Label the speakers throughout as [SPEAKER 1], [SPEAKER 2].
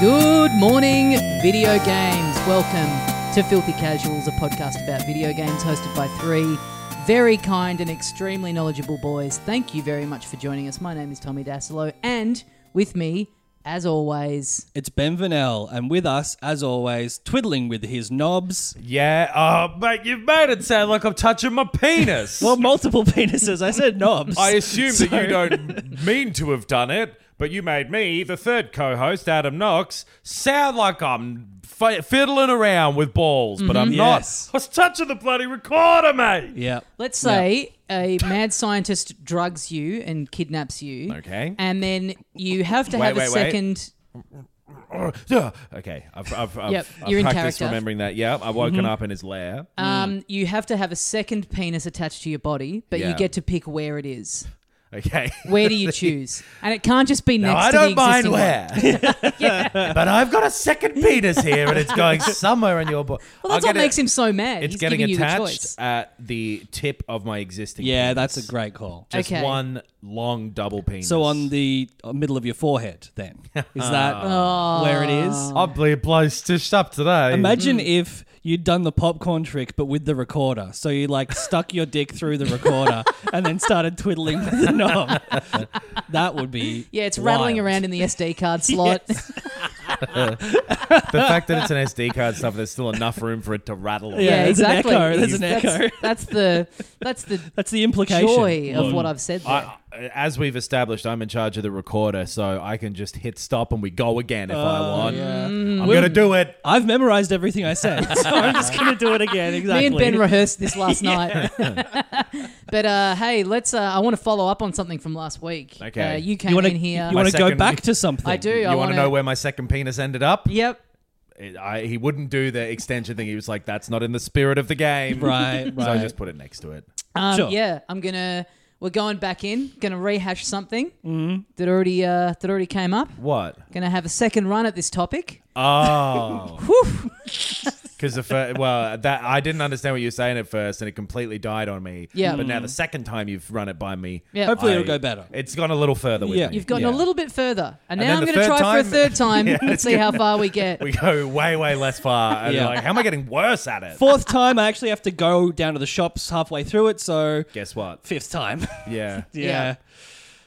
[SPEAKER 1] Good morning, video games. Welcome to Filthy Casuals, a podcast about video games hosted by three very kind and extremely knowledgeable boys. Thank you very much for joining us. My name is Tommy Dasilo, and with me, as always,
[SPEAKER 2] It's Ben Vanel, and with us, as always, twiddling with his knobs.
[SPEAKER 3] Yeah, oh mate, you've made it sound like I'm touching my penis.
[SPEAKER 2] Well, multiple penises. I said knobs.
[SPEAKER 3] I assume that
[SPEAKER 2] So-
[SPEAKER 3] you don't mean to have done it, but you made me, the third co-host, Adam Knox, sound like I'm fi- fiddling around with balls, but
[SPEAKER 1] Mm-hmm.
[SPEAKER 3] I'm
[SPEAKER 2] Yes.
[SPEAKER 3] not. I was touching the bloody recorder, mate.
[SPEAKER 2] Yeah.
[SPEAKER 1] let's say a mad scientist drugs you and kidnaps you.
[SPEAKER 3] Okay.
[SPEAKER 1] And then you have to
[SPEAKER 3] Wait,
[SPEAKER 1] have a
[SPEAKER 3] wait, wait.
[SPEAKER 1] second.
[SPEAKER 3] Oh, yeah. Okay, I've, I've, I've,
[SPEAKER 1] Yep,
[SPEAKER 3] I've
[SPEAKER 1] you're in
[SPEAKER 3] practiced
[SPEAKER 1] character. Mm-hmm.
[SPEAKER 3] remembering that. Yeah, I've woken up in his lair.
[SPEAKER 1] Um, you have to have a second penis attached to your body, but you
[SPEAKER 3] Yeah.
[SPEAKER 1] get to pick where it is.
[SPEAKER 3] Okay.
[SPEAKER 1] Where do you choose? And it can't just be next
[SPEAKER 3] Now, I
[SPEAKER 1] to the
[SPEAKER 3] don't mind
[SPEAKER 1] existing one.
[SPEAKER 3] where, but I've got a second penis here, and it's going somewhere in your body.
[SPEAKER 1] Well, that's what makes him so mad.
[SPEAKER 3] It's
[SPEAKER 1] He's
[SPEAKER 3] getting
[SPEAKER 1] giving you the
[SPEAKER 3] attached
[SPEAKER 1] choice.
[SPEAKER 3] at the tip of my existing.
[SPEAKER 2] Yeah,
[SPEAKER 3] penis.
[SPEAKER 2] that's a great call.
[SPEAKER 3] Just
[SPEAKER 1] Okay.
[SPEAKER 3] one long double penis.
[SPEAKER 2] So on the uh, middle of your forehead, then is that
[SPEAKER 1] Ah.
[SPEAKER 2] where it
[SPEAKER 3] Mm-hmm.
[SPEAKER 1] Oh.
[SPEAKER 2] is?
[SPEAKER 3] Oddly, blows stitched up today.
[SPEAKER 2] Imagine if you'd done the popcorn trick, but with the recorder. So you like stuck your dick through the recorder and then started twiddling with the knob. that would be
[SPEAKER 1] Yeah, it's rattling
[SPEAKER 2] wild.
[SPEAKER 1] around in the SD card slot.
[SPEAKER 3] the fact that it's an SD card stuff, there's still enough room for it to rattle.
[SPEAKER 2] Yeah,
[SPEAKER 1] yeah,
[SPEAKER 2] there's an
[SPEAKER 1] exactly.
[SPEAKER 2] echo, there's an
[SPEAKER 1] That's-
[SPEAKER 2] echo.
[SPEAKER 1] That's, the that's the
[SPEAKER 2] That's the implication.
[SPEAKER 1] joy of
[SPEAKER 2] Look.
[SPEAKER 1] what I've said. There.
[SPEAKER 3] I, as we've established, I'm in charge of the recorder, so I can just hit stop and we go again if I
[SPEAKER 2] Oh,
[SPEAKER 3] want.
[SPEAKER 1] Mm-hmm.
[SPEAKER 3] I'm gonna do it.
[SPEAKER 2] I've memorized everything I said, so I'm just going to do it again. Exactly.
[SPEAKER 1] Me and Ben rehearsed this last night. but uh, hey, let's. Uh, I want to follow up on something from last week.
[SPEAKER 3] Okay.
[SPEAKER 1] Uh, you came
[SPEAKER 2] you want
[SPEAKER 1] in
[SPEAKER 2] to
[SPEAKER 1] here.
[SPEAKER 2] you want to go
[SPEAKER 3] second-
[SPEAKER 2] back to something?
[SPEAKER 1] I do.
[SPEAKER 3] You
[SPEAKER 1] I
[SPEAKER 3] want
[SPEAKER 1] want
[SPEAKER 3] to know where my second penis ended up?
[SPEAKER 1] Yep.
[SPEAKER 3] It- I, he wouldn't do the extension thing. He was like, "That's not in the spirit of the game."
[SPEAKER 2] Right,
[SPEAKER 3] So I
[SPEAKER 2] right.
[SPEAKER 3] just put it next to it.
[SPEAKER 1] Um,
[SPEAKER 2] Sure.
[SPEAKER 1] Yeah, I'm gonna. We're going back in. Gonna rehash something
[SPEAKER 2] Mm-hmm.
[SPEAKER 1] that already uh, that already came up.
[SPEAKER 3] What?
[SPEAKER 1] Gonna have a second run at this topic.
[SPEAKER 3] Oh. Because the first, well, that I didn't understand what you were saying at first, and it completely died on me.
[SPEAKER 1] Yeah. Mm.
[SPEAKER 3] But now the second time you've run it by me,
[SPEAKER 1] Yeah.
[SPEAKER 2] Hopefully
[SPEAKER 3] I-
[SPEAKER 2] it'll go better.
[SPEAKER 3] It's gone a little further with
[SPEAKER 2] Yeah.
[SPEAKER 3] me.
[SPEAKER 1] You've gotten a
[SPEAKER 2] Yeah.
[SPEAKER 1] little bit further, and,
[SPEAKER 3] And
[SPEAKER 1] now
[SPEAKER 3] then
[SPEAKER 1] I'm
[SPEAKER 3] the
[SPEAKER 1] going to
[SPEAKER 3] third
[SPEAKER 1] try for a
[SPEAKER 3] time-
[SPEAKER 1] third time.
[SPEAKER 3] Yeah,
[SPEAKER 1] Let's see how far we get.
[SPEAKER 3] We go way, way less far. And
[SPEAKER 2] Yeah.
[SPEAKER 3] you're like, how am I getting worse at it?
[SPEAKER 2] Fourth time, I actually have to go down to the shops halfway through it. So
[SPEAKER 3] Guess what?
[SPEAKER 2] fifth time.
[SPEAKER 3] Yeah.
[SPEAKER 2] yeah.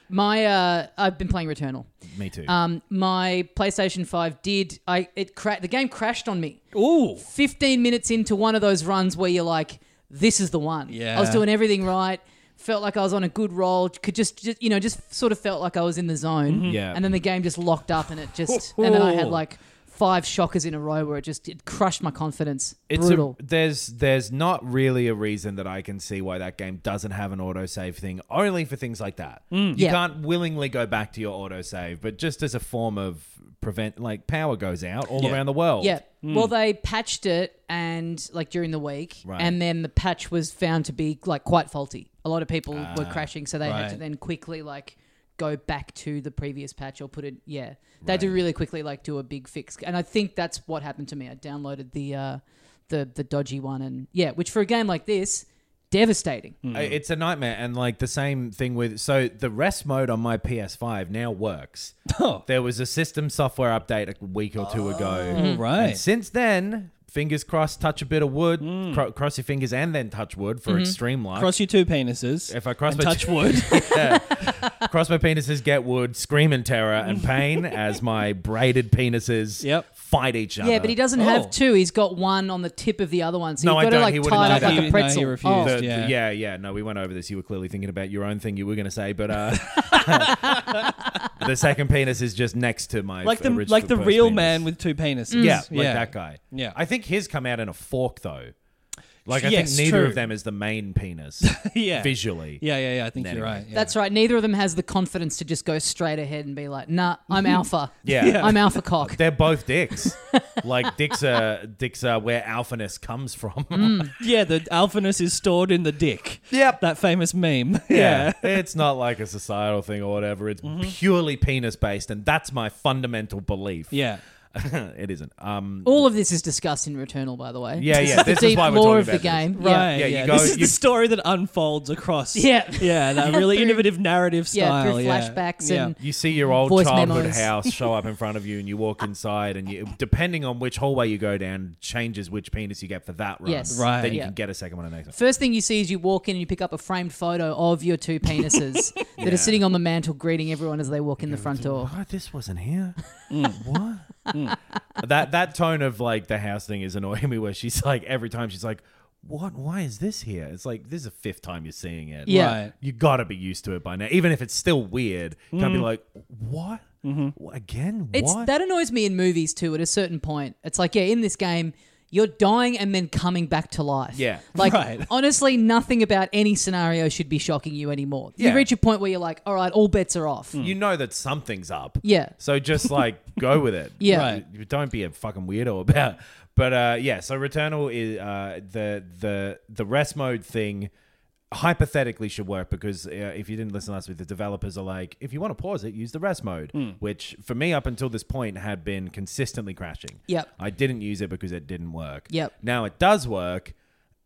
[SPEAKER 1] My, uh, I've been playing Returnal.
[SPEAKER 3] me too.
[SPEAKER 1] Um, my PlayStation Five did. I it cra- the game crashed on me.
[SPEAKER 2] Ooh.
[SPEAKER 1] 15 minutes into one of those runs where you're like, this is the one.
[SPEAKER 2] Yeah.
[SPEAKER 1] I was doing everything right. Felt like I was on a good roll. Could just, just you know, just sort of felt like I was in the zone.
[SPEAKER 3] Yeah.
[SPEAKER 1] And then the game just locked up and it just, and then I had like five shockers in a row where it just it crushed my confidence.
[SPEAKER 3] it's
[SPEAKER 1] Brutal.
[SPEAKER 3] A, there's there's not really a reason that I can see why that game doesn't have an autosave thing only for things like that.
[SPEAKER 2] Mm.
[SPEAKER 3] You
[SPEAKER 1] Yeah.
[SPEAKER 3] can't willingly go back to your autosave, but just as a form of prevent like power goes out all
[SPEAKER 2] Yeah.
[SPEAKER 3] around the world.
[SPEAKER 1] Yeah. Well, they patched it and like during the week,
[SPEAKER 3] Right.
[SPEAKER 1] and then the patch was found to be like quite faulty. A lot of people were
[SPEAKER 3] Ah,
[SPEAKER 1] crashing, so they had to
[SPEAKER 2] right.
[SPEAKER 1] then quickly like go back to the previous patch or put it. Yeah, they had to really quickly like do a big fix, and I think that's what happened to me. I downloaded the uh, the the dodgy one, and yeah, which for a game like this, devastating.
[SPEAKER 3] I-
[SPEAKER 2] Mm.
[SPEAKER 3] It's a nightmare. And like the same thing with so the rest mode on my PS5 now works.
[SPEAKER 2] Oh. Oh.
[SPEAKER 3] There was a system software update a week or two ago.
[SPEAKER 2] right. Mm.
[SPEAKER 3] And since then, fingers crossed, touch a bit of wood, cro- cross your fingers and then touch wood for extreme life.
[SPEAKER 2] Mm-hmm. Cross your two penises.
[SPEAKER 3] If I cross
[SPEAKER 2] and
[SPEAKER 3] my
[SPEAKER 2] touch
[SPEAKER 3] two-
[SPEAKER 2] wood.
[SPEAKER 3] Yeah. cross my penises, get wood, scream in terror and pain as my braided penises
[SPEAKER 2] Yep.
[SPEAKER 3] fight each other.
[SPEAKER 1] Yeah, but he doesn't
[SPEAKER 2] Oh.
[SPEAKER 1] have two. He's got one on the tip of the other one. So
[SPEAKER 3] No, I
[SPEAKER 1] you've got to
[SPEAKER 3] don't.
[SPEAKER 1] like
[SPEAKER 3] He wouldn't
[SPEAKER 1] tie it
[SPEAKER 3] do
[SPEAKER 1] up
[SPEAKER 3] that.
[SPEAKER 1] like
[SPEAKER 2] He-
[SPEAKER 1] a
[SPEAKER 2] no, he
[SPEAKER 1] pretzel.
[SPEAKER 2] refused.
[SPEAKER 1] Oh.
[SPEAKER 3] The- the-
[SPEAKER 2] Yeah.
[SPEAKER 3] yeah. yeah, No, we went over this. You were clearly thinking about your own thing you were going to say, but uh, the second penis is just next to my
[SPEAKER 2] like the
[SPEAKER 3] original
[SPEAKER 2] like the
[SPEAKER 3] first
[SPEAKER 2] real
[SPEAKER 3] penis.
[SPEAKER 2] man with two
[SPEAKER 1] Mm.
[SPEAKER 2] penises.
[SPEAKER 3] Yeah, like that guy.
[SPEAKER 2] Yeah.
[SPEAKER 3] I think his come out in a fork though. Like I
[SPEAKER 2] Yes,
[SPEAKER 3] think neither
[SPEAKER 2] true.
[SPEAKER 3] of them is the main penis.
[SPEAKER 2] Yeah.
[SPEAKER 3] Visually.
[SPEAKER 2] Yeah, yeah, yeah. I think you're
[SPEAKER 3] Anyway.
[SPEAKER 2] right. yeah.
[SPEAKER 1] That's right. Neither of them has the confidence to just go straight ahead and be like, "Nah, I'm alpha.
[SPEAKER 3] Mm-hmm. Yeah. Yeah.
[SPEAKER 1] I'm alpha cock."
[SPEAKER 3] They're both dicks. like dicks are dicks are where alphaness comes from.
[SPEAKER 2] yeah. The alphaness is stored in the dick.
[SPEAKER 3] Yep.
[SPEAKER 2] That famous meme.
[SPEAKER 3] yeah. It's not like a societal thing or whatever. It's
[SPEAKER 2] Mm-hmm.
[SPEAKER 3] purely penis based and that's my fundamental belief.
[SPEAKER 2] yeah.
[SPEAKER 3] it isn't. Um
[SPEAKER 1] All of this is discussed in Returnal, by the way.
[SPEAKER 3] Yeah,
[SPEAKER 1] the
[SPEAKER 3] yeah, this is
[SPEAKER 1] deep
[SPEAKER 3] why we're
[SPEAKER 1] lore
[SPEAKER 3] talking
[SPEAKER 1] of the
[SPEAKER 3] about this.
[SPEAKER 1] game.
[SPEAKER 2] Right.
[SPEAKER 3] Yeah, you
[SPEAKER 2] yeah.
[SPEAKER 3] go-
[SPEAKER 2] this is
[SPEAKER 3] you-
[SPEAKER 2] the story that unfolds across.
[SPEAKER 1] Yeah.
[SPEAKER 2] Yeah. That really
[SPEAKER 1] Through-
[SPEAKER 2] innovative narrative
[SPEAKER 1] Yeah,
[SPEAKER 2] style.
[SPEAKER 1] through
[SPEAKER 2] yeah.
[SPEAKER 1] flashbacks
[SPEAKER 2] Yeah.
[SPEAKER 1] and
[SPEAKER 3] You see your old
[SPEAKER 1] Voice
[SPEAKER 3] childhood
[SPEAKER 1] memos.
[SPEAKER 3] house show up in front of you, and you walk inside, and you, depending on which hallway you go down, changes which penis you get for that run.
[SPEAKER 1] Yes.
[SPEAKER 2] Right.
[SPEAKER 3] Then you
[SPEAKER 1] Yeah.
[SPEAKER 3] can get a second one and next one.
[SPEAKER 1] First thing you see is you walk in and you pick up a framed photo of your two penises that are sitting on the mantle, greeting everyone as they walk in the front door.
[SPEAKER 3] Oh, this wasn't here. What? That that tone of like the house thing is annoying me. Where she's like every time she's like, "What? Why is this here?" It's like this is the fifth time you're seeing it.
[SPEAKER 1] Yeah.
[SPEAKER 2] Right.
[SPEAKER 3] You gotta be used to it by now, even if it's still weird. You Can't be like, what? Wh- Again?
[SPEAKER 1] It's
[SPEAKER 3] what?
[SPEAKER 1] that annoys me in movies too. At a certain point, it's like, yeah, in this game, you're dying and then coming back to life.
[SPEAKER 3] Yeah.
[SPEAKER 1] like
[SPEAKER 2] Right.
[SPEAKER 1] honestly, nothing about any scenario should be shocking you anymore.
[SPEAKER 3] Yeah. Mm.
[SPEAKER 1] You reach a point where you're like, all right, all bets are off.
[SPEAKER 3] you know that something's up.
[SPEAKER 1] Mm. Yeah.
[SPEAKER 3] So just like go with it.
[SPEAKER 1] Yeah.
[SPEAKER 2] Right.
[SPEAKER 3] You Don't be a fucking weirdo about. But uh, yeah, so Returnal is uh, the the the rest mode thing. Hypothetically, should work because uh, if you didn't listen last week, the developers are like, if you want to pause it, use the rest mode, which for me up until this point had been consistently crashing.
[SPEAKER 1] Yep.
[SPEAKER 3] I didn't use it because it didn't work.
[SPEAKER 1] Yep.
[SPEAKER 3] Now it does work,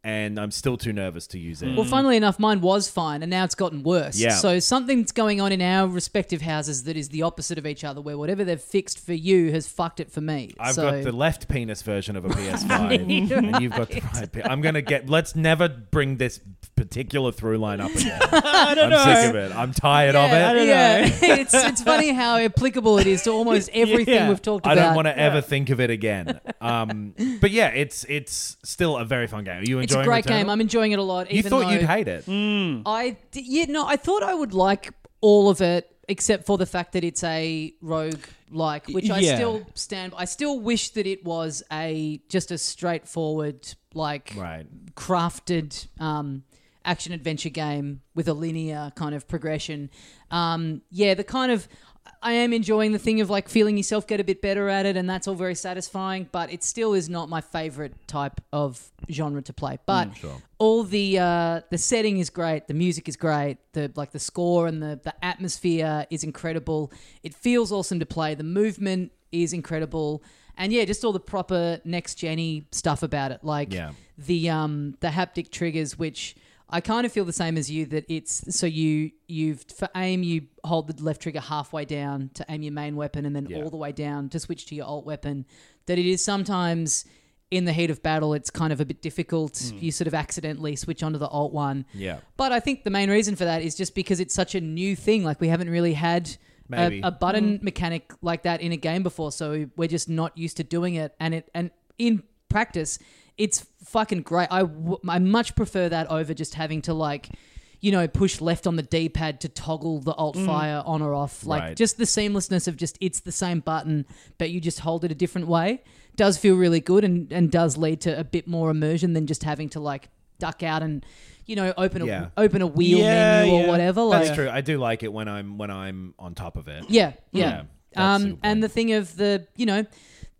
[SPEAKER 3] and I'm still too nervous to use it.
[SPEAKER 1] Well, funnily enough, mine was fine, and now it's gotten worse.
[SPEAKER 3] Yeah.
[SPEAKER 1] So something's going on in our respective houses that is the opposite of each other, where whatever they've fixed for you has fucked it for me.
[SPEAKER 3] I've
[SPEAKER 1] so,
[SPEAKER 3] got the left penis version of a PS5, and you've got the right. Pe- I'm gonna get. Let's never bring this particular through line up again. I don't I'm sick of it. I'm tired of it.
[SPEAKER 1] yeah, it's it's funny how applicable it is to almost everything
[SPEAKER 2] Yeah.
[SPEAKER 1] we've talked
[SPEAKER 3] I
[SPEAKER 1] about.
[SPEAKER 3] don't want to ever think of it again. Um, but yeah, it's it's still a very fun game. Are you
[SPEAKER 1] It's
[SPEAKER 3] enjoying?
[SPEAKER 1] a great
[SPEAKER 3] Returnal?
[SPEAKER 1] game. I'm enjoying it a lot.
[SPEAKER 3] You
[SPEAKER 1] even
[SPEAKER 3] thought you'd
[SPEAKER 1] though Mm.
[SPEAKER 3] hate it.
[SPEAKER 1] I d- yeah no, I thought I would like all of it except for the fact that it's a rogue like, which I
[SPEAKER 2] Yeah.
[SPEAKER 1] still stand. I still wish that it was a just a straightforward like
[SPEAKER 3] Right.
[SPEAKER 1] crafted um, action adventure game with a linear kind of progression. Um, yeah, the kind of I am enjoying the thing of like feeling yourself get a bit better at it, and that's all very satisfying. But it still is not my favorite type of genre to play. But all the uh, the setting is great, the music is great, the like the score and the the atmosphere is incredible. It feels awesome to play. The movement is incredible. And yeah, just all the proper next gen stuff about it. Like
[SPEAKER 3] Yeah.
[SPEAKER 1] the um the haptic triggers which I kind of feel the same as you that it's so you you've for aim you hold the left trigger halfway down to aim your main weapon and then all the way down to switch to your alt weapon that it is sometimes in the heat of battle it's kind of a bit difficult you sort of accidentally switch onto the alt one
[SPEAKER 3] Yeah.
[SPEAKER 1] but I think the main reason for that is just because it's such a new thing like we haven't really had
[SPEAKER 3] Maybe.
[SPEAKER 1] a, a button mechanic like that in a game before, so we're just not used to doing it. And it and in practice, it's fucking great. I w- I much prefer that over just having to like, you know, push left on the D pad to toggle the alt fire on or off. Like
[SPEAKER 3] Right.
[SPEAKER 1] just the seamlessness of just it's the same button, but you just hold it a different way. Does feel really good and and does lead to a bit more immersion than just having to like duck out and you know open a
[SPEAKER 3] Yeah.
[SPEAKER 1] open a wheel
[SPEAKER 2] Yeah,
[SPEAKER 1] menu or
[SPEAKER 2] yeah.
[SPEAKER 1] whatever. Like
[SPEAKER 3] That's true. I do like it when I'm when I'm on top of it.
[SPEAKER 1] yeah,
[SPEAKER 3] Yeah,
[SPEAKER 1] yeah.
[SPEAKER 3] that's a good
[SPEAKER 1] um,
[SPEAKER 3] point.
[SPEAKER 1] and the thing of the you know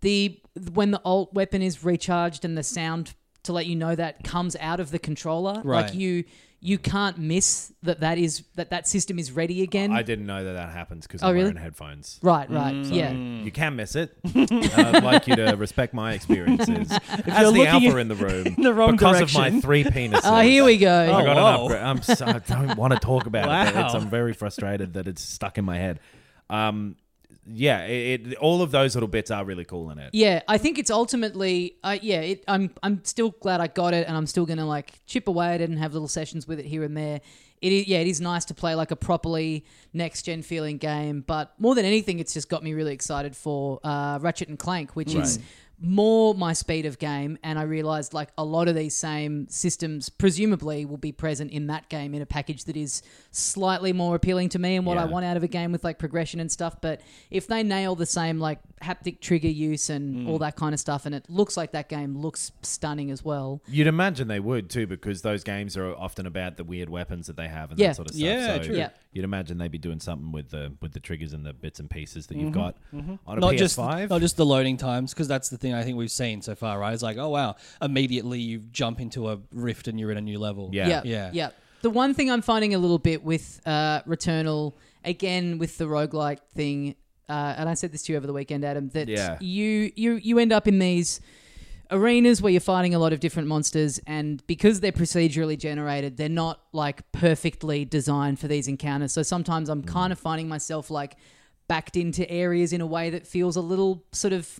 [SPEAKER 1] the when the alt weapon is recharged and the sound to let you know that comes out of the controller.
[SPEAKER 2] Right.
[SPEAKER 1] Like you you can't miss that that is that that system is ready again.
[SPEAKER 3] Oh, I Mm, didn't know that that happens because
[SPEAKER 1] Oh,
[SPEAKER 3] I'm
[SPEAKER 1] really?
[SPEAKER 3] wearing headphones.
[SPEAKER 1] right, right,
[SPEAKER 3] So
[SPEAKER 1] yeah.
[SPEAKER 3] You can miss it. and I'd like you to respect my experiences
[SPEAKER 2] you're
[SPEAKER 3] as the
[SPEAKER 2] looking
[SPEAKER 3] alpha
[SPEAKER 2] in-
[SPEAKER 3] in the room
[SPEAKER 2] in the wrong
[SPEAKER 3] because of my
[SPEAKER 2] direction. Ah,
[SPEAKER 3] three penises.
[SPEAKER 1] Oh, here we
[SPEAKER 3] I
[SPEAKER 1] go.
[SPEAKER 2] Oh.
[SPEAKER 3] got an
[SPEAKER 2] whoa.
[SPEAKER 3] upgrade. I'm so, I don't want to talk about it. but
[SPEAKER 2] Wow.
[SPEAKER 3] It's, I'm very frustrated that it's stuck in my head. Um, yeah, it, it, all of those little bits are really cool in it.
[SPEAKER 1] Yeah, I think it's ultimately, uh, yeah, it, I'm I'm still glad I got it, and I'm still gonna like chip away at it and have little sessions with it here and there. It is, yeah, it is nice to play like a properly next gen feeling game, but more than anything, it's just got me really excited for uh, Ratchet and Clank, which is more my speed of game, and I realized like a lot of these same systems presumably will be present in that game in a package that is slightly more appealing to me and what I
[SPEAKER 3] Yeah.
[SPEAKER 1] want out of a game with like progression and stuff. But if they nail the same like haptic trigger use
[SPEAKER 3] Mm.
[SPEAKER 1] and all that kind of stuff, and it looks like that game looks stunning as well.
[SPEAKER 3] You'd imagine they would too, because those games are often about the weird weapons that they have and
[SPEAKER 1] Yeah.
[SPEAKER 3] that sort of stuff.
[SPEAKER 2] Yeah,
[SPEAKER 3] so
[SPEAKER 2] true.
[SPEAKER 1] Yeah.
[SPEAKER 3] You'd imagine they'd be doing something with the with the triggers and the bits and pieces that you've got on a
[SPEAKER 2] Mm-hmm. not
[SPEAKER 3] PS5.
[SPEAKER 2] just not just the loading times because that's the thing I think we've seen so far, right? It's like, oh wow, immediately you jump into a rift and you're in a new level.
[SPEAKER 3] Yeah.
[SPEAKER 1] Yeah.
[SPEAKER 2] Yeah.
[SPEAKER 1] Yeah. The one thing I'm finding a little bit with uh, Returnal, again with the roguelike thing, uh, and I said this to you over the weekend, Adam, that
[SPEAKER 3] Yeah.
[SPEAKER 1] you you you end up in these arenas where you're fighting a lot of different monsters and because they're procedurally generated they're not like perfectly designed for these encounters so sometimes i'm kind of finding myself like backed into areas in a way that feels a little sort of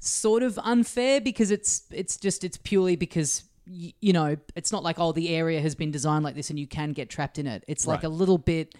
[SPEAKER 1] sort of unfair because it's it's just it's purely because y- you know it's not like oh the area has been designed like this and you can get trapped in it it's like a little bit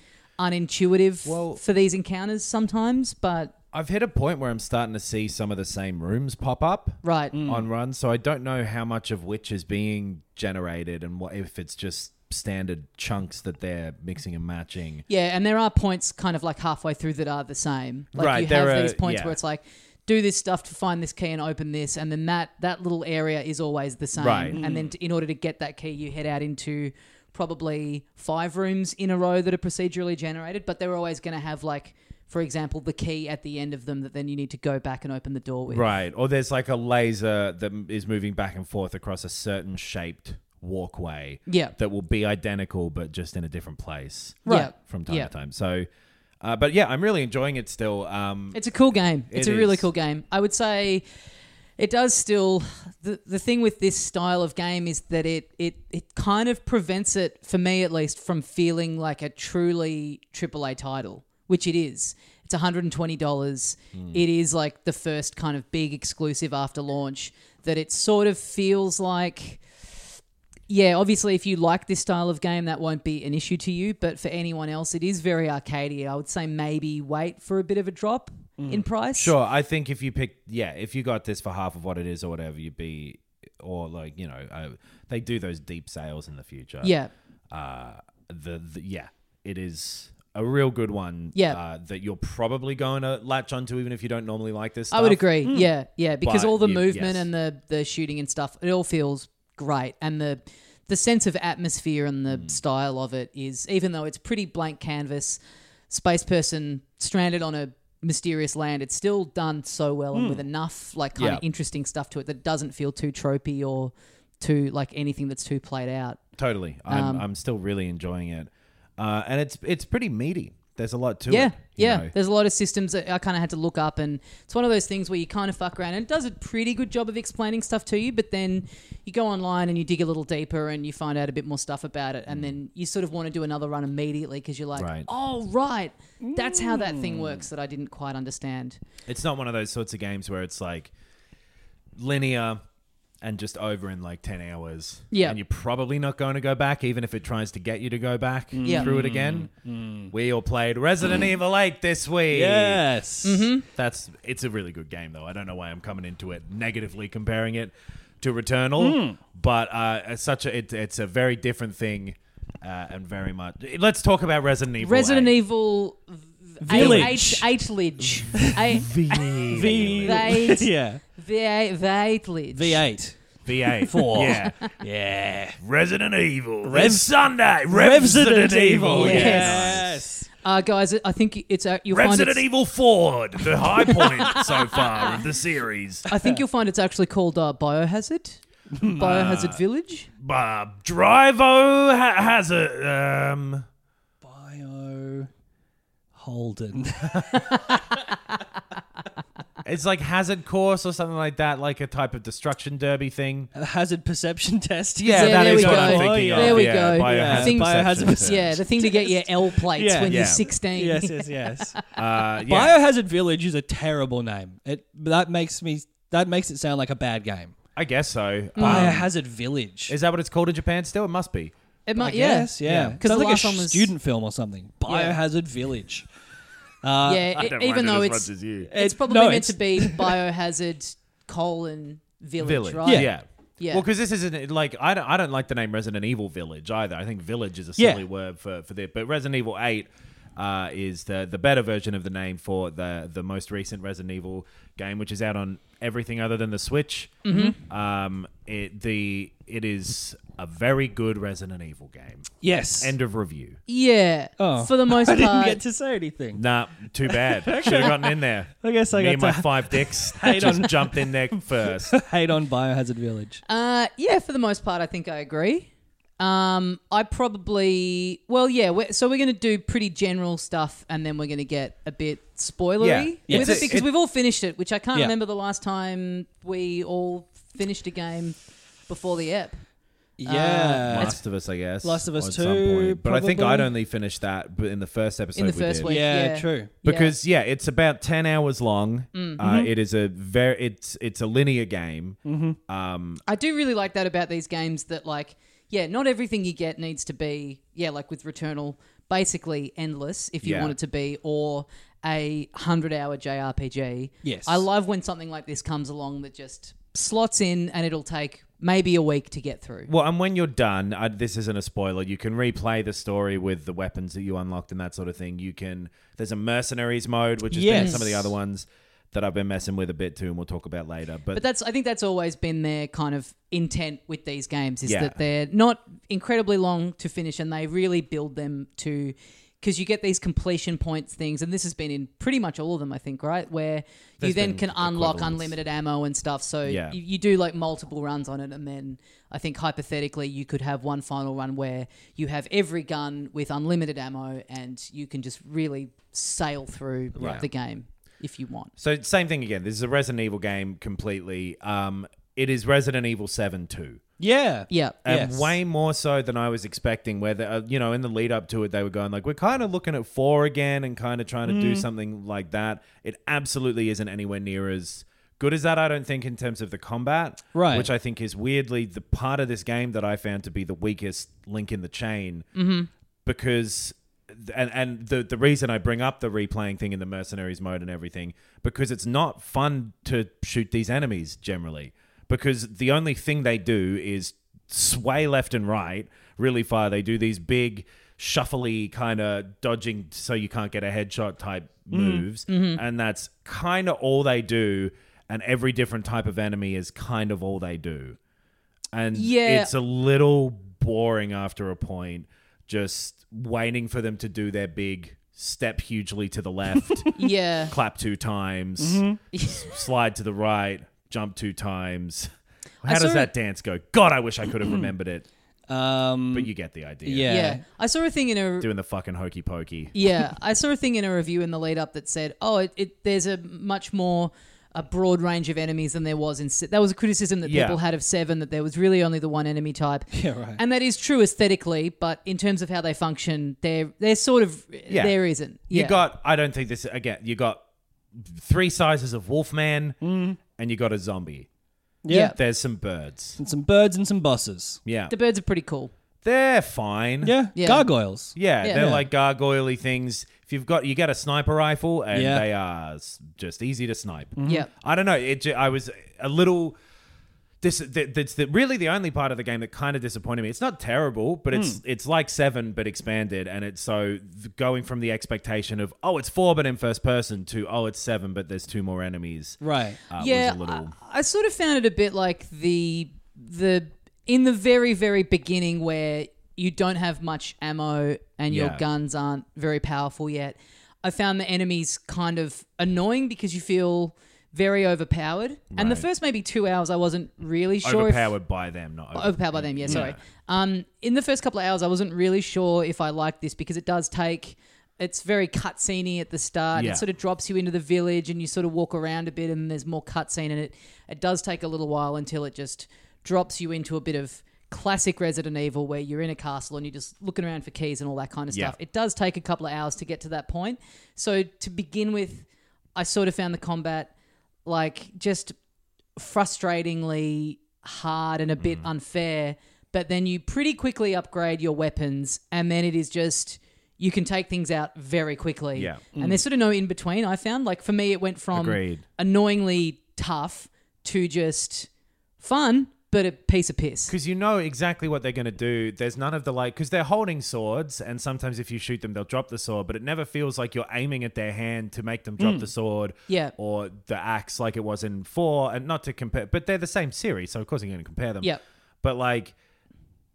[SPEAKER 1] unintuitive
[SPEAKER 3] Well-
[SPEAKER 1] for these encounters sometimes but
[SPEAKER 3] I've hit a point where I'm starting to see some of the same rooms pop up
[SPEAKER 1] right
[SPEAKER 3] on run, so I don't know how much of which is being generated and what if it's just standard chunks that they're mixing and matching.
[SPEAKER 1] Yeah, and there are points kind of like halfway through that are the same. Like
[SPEAKER 3] Right,
[SPEAKER 1] you have
[SPEAKER 3] there are-
[SPEAKER 1] these points
[SPEAKER 3] yeah.
[SPEAKER 1] where it's like do this stuff to find this key and open this and then that that little area is always the same.
[SPEAKER 3] Right.
[SPEAKER 1] And then t in order to get that key you head out into probably five rooms in a row that are procedurally generated, but they're always going to have like for example the key at the end of them that then you need to go back and open the door with.
[SPEAKER 3] Right. Or there's like a laser that m- is moving back and forth across a certain shaped walkway.
[SPEAKER 1] Yeah.
[SPEAKER 3] That will be identical but just in a different place.
[SPEAKER 1] Right. Yeah.
[SPEAKER 3] From time
[SPEAKER 1] Yeah.
[SPEAKER 3] to time. So, uh, but yeah, I'm really enjoying it still. Um,
[SPEAKER 1] It's a cool game. It's
[SPEAKER 3] It
[SPEAKER 1] a really
[SPEAKER 3] is.
[SPEAKER 1] cool game. I would say it does still the, the thing with this style of game is that it it it kind of prevents it for me at least from feeling like a truly AAA title, which it is. It's $120.
[SPEAKER 3] Hmm.
[SPEAKER 1] It is like the first kind of big exclusive after launch that it sort of feels like yeah, obviously, if you like this style of game, that won't be an issue to you. But for anyone else, it is very arcadey. I would say maybe wait for a bit of a drop in price.
[SPEAKER 3] Sure, I think if you picked, yeah, if you got this for half of what it is or whatever, you'd be, or like you know, uh, they do those deep sales in the future.
[SPEAKER 1] Yeah.
[SPEAKER 3] Uh, the, the yeah, it is a real good one.
[SPEAKER 1] Yeah.
[SPEAKER 3] Uh, that you're probably going to latch onto even if you don't normally like this. Stuff. Hmm.
[SPEAKER 1] I would agree. Yeah, yeah, because
[SPEAKER 3] But
[SPEAKER 1] all the
[SPEAKER 3] you-
[SPEAKER 1] movement
[SPEAKER 3] yes.
[SPEAKER 1] and the the shooting and stuff, it all feels great, and the the sense of atmosphere and
[SPEAKER 3] Hmm.
[SPEAKER 1] the style of it is, even though it's pretty blank canvas, space person stranded on a mysterious land, it's still done so well and with enough like kind
[SPEAKER 3] Hmm. Yeah.
[SPEAKER 1] of interesting stuff to it that doesn't feel too tropey or too like anything that's too played out.
[SPEAKER 3] Totally. I'm,
[SPEAKER 1] Um,
[SPEAKER 3] I'm still really enjoying it, uh, and it's it's pretty meaty. There's a lot to
[SPEAKER 1] Yeah,
[SPEAKER 3] it. you
[SPEAKER 1] yeah.
[SPEAKER 3] know.
[SPEAKER 1] There's a lot of systems that I kind of had to look up, and it's one of those things where you kind of fuck around, and it does a pretty good job of explaining stuff to you. But then you go online and you dig a little deeper, and you find out a bit more stuff about it, and then you sort of want to do another run immediately because you're like,
[SPEAKER 3] Mm. Right.
[SPEAKER 1] oh right, that's how that thing works that I didn't quite understand.
[SPEAKER 3] It's not one of those sorts of games where it's like linear and just over in like 10 hours.
[SPEAKER 1] Yeah.
[SPEAKER 3] And you're probably not going to go back, even if it tries to get you to go back
[SPEAKER 1] Mm. Yeah.
[SPEAKER 3] through it again. We all played Resident Evil 8 this week.
[SPEAKER 2] Yes.
[SPEAKER 1] Mm-hmm.
[SPEAKER 3] That's it's a really good game though. I don't know why I'm coming into it negatively comparing it to Returnal, but uh, it's such a it, it's a very different thing uh, and very much. Let's talk about Resident Evil.
[SPEAKER 1] Resident
[SPEAKER 3] 8.
[SPEAKER 1] Evil
[SPEAKER 2] Village.
[SPEAKER 1] eight lidge, eight
[SPEAKER 2] V.
[SPEAKER 1] Right.
[SPEAKER 2] yeah.
[SPEAKER 1] eight lidge,
[SPEAKER 2] V eight.
[SPEAKER 3] V8
[SPEAKER 2] Four.
[SPEAKER 3] Yeah.
[SPEAKER 2] Yeah.
[SPEAKER 3] Resident Evil.
[SPEAKER 2] Rev-
[SPEAKER 3] It's Sunday.
[SPEAKER 2] Resident Evil.
[SPEAKER 1] Yes.
[SPEAKER 2] Yes.
[SPEAKER 1] Uh, guys, I think it's uh, you'll find
[SPEAKER 3] Resident
[SPEAKER 1] it's-
[SPEAKER 3] Evil 4, the high point so far of the series.
[SPEAKER 1] I think you'll find it's actually called uh, Biohazard. Biohazard Village.
[SPEAKER 3] Uh, Drivo ha- has a. Um,
[SPEAKER 2] Bio Holden.
[SPEAKER 3] it's like hazard course or something like that, like a type of destruction derby thing.
[SPEAKER 2] A hazard perception test.
[SPEAKER 3] Yeah,
[SPEAKER 1] Yeah,
[SPEAKER 3] that
[SPEAKER 1] there
[SPEAKER 3] is
[SPEAKER 1] we
[SPEAKER 3] what
[SPEAKER 1] go.
[SPEAKER 3] I'm thinking
[SPEAKER 2] Oh,
[SPEAKER 3] of.
[SPEAKER 2] yeah.
[SPEAKER 1] There we
[SPEAKER 3] yeah,
[SPEAKER 1] go.
[SPEAKER 2] Yeah.
[SPEAKER 3] Biohazard
[SPEAKER 2] Biohazard
[SPEAKER 3] perception.
[SPEAKER 1] yeah, the thing to get your L plates
[SPEAKER 2] Yeah.
[SPEAKER 1] when
[SPEAKER 3] Yeah.
[SPEAKER 1] you're 16.
[SPEAKER 2] Yes, yes, yes.
[SPEAKER 3] Uh, yeah.
[SPEAKER 2] Biohazard Village is a terrible name. It that makes me that makes it sound like a bad game.
[SPEAKER 3] I guess so. Um,
[SPEAKER 2] Biohazard Village.
[SPEAKER 3] is that what it's called in Japan still? It must be.
[SPEAKER 1] It might,
[SPEAKER 2] I
[SPEAKER 1] Oh, yeah.
[SPEAKER 2] guess, yeah.
[SPEAKER 3] Yeah.
[SPEAKER 2] Because
[SPEAKER 1] the
[SPEAKER 2] like
[SPEAKER 1] last
[SPEAKER 2] a
[SPEAKER 1] one was-
[SPEAKER 2] student film or something. Biohazard Village.
[SPEAKER 1] yeah, it- even though it's
[SPEAKER 3] you.
[SPEAKER 1] it's
[SPEAKER 2] Uh, It-
[SPEAKER 1] probably
[SPEAKER 2] no,
[SPEAKER 1] meant
[SPEAKER 2] it's-
[SPEAKER 1] to be biohazard colon village,
[SPEAKER 3] Village.
[SPEAKER 1] right?
[SPEAKER 3] Yeah.
[SPEAKER 1] Yeah.
[SPEAKER 3] Well, because this isn't like I don't I don't like the name Resident Evil Village either. I think Village is a
[SPEAKER 2] Yeah.
[SPEAKER 3] silly word for for that. But Resident Evil Eight uh, is the the better version of the name for the the most recent Resident Evil game, which is out on everything other than the Switch. Um, it the it is a very good Resident Evil game.
[SPEAKER 2] Yes.
[SPEAKER 3] End of review.
[SPEAKER 1] Yeah,
[SPEAKER 2] Oh.
[SPEAKER 1] for the most
[SPEAKER 2] I didn't
[SPEAKER 1] part.
[SPEAKER 2] get to say anything.
[SPEAKER 3] Nah, too bad. Should have gotten in there.
[SPEAKER 2] I guess I
[SPEAKER 3] Me
[SPEAKER 2] got
[SPEAKER 3] and my
[SPEAKER 2] to-
[SPEAKER 3] five dicks
[SPEAKER 2] Hate
[SPEAKER 3] just
[SPEAKER 2] on-
[SPEAKER 3] jumped in there first.
[SPEAKER 2] Hate on Biohazard Village.
[SPEAKER 1] uh, yeah, for the most part, I think I agree. Um, I probably well, yeah. We're, so we're going to do pretty general stuff, and then we're going to get a bit
[SPEAKER 3] Yeah.
[SPEAKER 1] spoilery
[SPEAKER 3] Yeah.
[SPEAKER 1] with
[SPEAKER 3] It's-
[SPEAKER 1] it because
[SPEAKER 3] it-
[SPEAKER 1] we've all finished it, which I can't
[SPEAKER 2] Yeah.
[SPEAKER 1] remember the last time we all finished a game before the E ep.
[SPEAKER 2] Yeah. Uh, It's-
[SPEAKER 3] Last of Us, I guess.
[SPEAKER 2] Last of Us
[SPEAKER 3] at
[SPEAKER 2] 2,
[SPEAKER 3] some But I think
[SPEAKER 2] probably.
[SPEAKER 3] I'd only finished that but in the first episode
[SPEAKER 1] In the
[SPEAKER 3] we
[SPEAKER 1] first
[SPEAKER 3] did.
[SPEAKER 1] week.
[SPEAKER 2] yeah,
[SPEAKER 1] yeah.
[SPEAKER 2] true.
[SPEAKER 3] Because yeah. it's about ten hours long.
[SPEAKER 1] Mm.
[SPEAKER 2] Mm-hmm.
[SPEAKER 3] Uh, it is a very it's it's a linear game.
[SPEAKER 1] I do really like that about these games that like yeah, not everything you get needs to be yeah, like with Returnal, basically endless if you
[SPEAKER 3] Yeah.
[SPEAKER 1] want it to be or a 100-hour JRPG.
[SPEAKER 2] Yes.
[SPEAKER 1] I love when something like this comes along that just slots in and it'll take maybe a week to get through.
[SPEAKER 3] Well, and when you're done, I, this isn't a spoiler. You can replay the story with the weapons that you unlocked and that sort of thing. You can there's a mercenaries mode, which has been
[SPEAKER 2] Yes.
[SPEAKER 3] some of the other ones that I've been messing with a bit too, and we'll talk about later. But,
[SPEAKER 1] But that's I think that's always been their kind of intent with these games is
[SPEAKER 3] Yeah.
[SPEAKER 1] that they're not incredibly long to finish and they really build them to because you get these completion points things and this has been in pretty much all of them I think right where you
[SPEAKER 3] There's
[SPEAKER 1] then
[SPEAKER 3] been
[SPEAKER 1] can unlock
[SPEAKER 3] equivalents.
[SPEAKER 1] unlimited ammo and stuff so
[SPEAKER 3] Yeah.
[SPEAKER 1] you, you do like multiple runs on it and then I think hypothetically you could have one final run where you have every gun with unlimited ammo and you can just really sail through the game if you want.
[SPEAKER 3] So same thing again. This is a Resident Evil game completely. Um, it is Resident Evil Seven too.
[SPEAKER 2] Yeah.
[SPEAKER 1] Yeah.
[SPEAKER 3] And
[SPEAKER 2] Yes.
[SPEAKER 3] way more so than I was expecting. Where the, uh, you know, in the lead up to it, they were going like, "We're kind of looking at four again, and kind of trying to
[SPEAKER 2] Mm.
[SPEAKER 3] do something like that." It absolutely isn't anywhere near as good as that. I don't think in terms of the combat,
[SPEAKER 2] Right.
[SPEAKER 3] Which I think is weirdly the part of this game that I found to be the weakest link in the chain, because and and the the reason I bring up the replaying thing in the mercenaries mode and everything because it's not fun to shoot these enemies generally because the only thing they do is sway left and right really far they do these big shuffly kind of dodging so you can't get a headshot type moves and that's kind of all they do and every different type of enemy is kind of all they do and
[SPEAKER 1] Yeah.
[SPEAKER 3] it's a little boring after a point just waiting for them to do their big step hugely to the left
[SPEAKER 1] Yeah. Mm-hmm.
[SPEAKER 3] clap two times s- slide to the right jump two times how
[SPEAKER 1] saw
[SPEAKER 3] does that dance go god i wish i could have remembered it
[SPEAKER 2] Um,
[SPEAKER 3] but you get the idea
[SPEAKER 2] yeah.
[SPEAKER 1] Mm. Yeah. I saw a thing in a
[SPEAKER 3] doing the fucking hokey pokey
[SPEAKER 1] yeah, I saw a thing in a review in the lead up that said, "Oh, it, it there's a much more a broad range of enemies than there was in se- that was a criticism that
[SPEAKER 3] Yeah.
[SPEAKER 1] people had of Seven that there was really only the one enemy type."
[SPEAKER 2] Yeah, right.
[SPEAKER 1] And that is true aesthetically, but in terms of how they function, there there sort of
[SPEAKER 3] Yeah.
[SPEAKER 1] there isn't.
[SPEAKER 3] you
[SPEAKER 1] Yeah.
[SPEAKER 3] got i don't think this again you got three sizes of wolfman
[SPEAKER 1] Mm-hmm.
[SPEAKER 3] and you got a zombie
[SPEAKER 2] yeah.
[SPEAKER 1] Yeah.
[SPEAKER 3] there's some birds
[SPEAKER 2] And some birds and some bosses.
[SPEAKER 3] yeah
[SPEAKER 1] the birds are pretty cool.
[SPEAKER 3] they're fine
[SPEAKER 2] Yeah.
[SPEAKER 1] Yeah.
[SPEAKER 2] Gargoyles.
[SPEAKER 3] Yeah,
[SPEAKER 1] Yeah.
[SPEAKER 3] they're
[SPEAKER 1] Yeah.
[SPEAKER 3] like gargoyle things. If you've got you got a sniper rifle, and
[SPEAKER 2] Yeah.
[SPEAKER 3] they are s- just easy to snipe.
[SPEAKER 1] Yeah.
[SPEAKER 3] I don't know. It, ju- I was a little. This th- that's the, really the only part of the game that kind of disappointed me. It's not terrible, but it's
[SPEAKER 1] Hmm.
[SPEAKER 3] it's like seven but expanded, and it's so th- going from the expectation of oh it's four but in first person to oh it's seven but there's two more enemies.
[SPEAKER 2] Right.
[SPEAKER 3] Uh,
[SPEAKER 1] yeah,
[SPEAKER 3] was a little.
[SPEAKER 1] I, I sort of found it a bit like the the in the very very beginning where you don't have much ammo and your
[SPEAKER 3] Yeah.
[SPEAKER 1] guns aren't very powerful yet. I found the enemies kind of annoying because you feel very overpowered. And the first maybe two hours, I wasn't really sure. if-
[SPEAKER 3] Overpowered by them, not over-
[SPEAKER 1] overpowered by them. Yeah, sorry. Um, in the first couple of hours, I wasn't really sure if I liked this because it does take It's very cutscene at the start.
[SPEAKER 3] Yeah.
[SPEAKER 1] It sort of drops you into the village and you sort of walk around a bit and there's more cutscene and it it does take a little while until it just drops you into a bit of classic Resident Evil where you're in a castle and you're just looking around for keys and all that kind of
[SPEAKER 3] Yeah.
[SPEAKER 1] stuff. It does take a couple of hours to get to that point. So to begin with, I sort of found the combat like just frustratingly hard and a bit
[SPEAKER 3] Mm.
[SPEAKER 1] unfair. But then you pretty quickly upgrade your weapons, and then it is just you can take things out very quickly.
[SPEAKER 3] Yeah. Mm.
[SPEAKER 1] and there's sort of no in between. I found like for me, it went from
[SPEAKER 3] Agreed.
[SPEAKER 1] annoyingly tough to just fun, but a piece of piss.
[SPEAKER 3] Because you know exactly what they're going to do. There's none of the like, because they're holding swords, and sometimes if you shoot them, they'll drop the sword, but it never feels like you're aiming at their hand to make them drop the sword
[SPEAKER 1] Yeah.
[SPEAKER 3] or the axe like it was in four, and not to compare, but they're the same series, so of course I'm going to compare them.
[SPEAKER 1] Yep.
[SPEAKER 3] But like,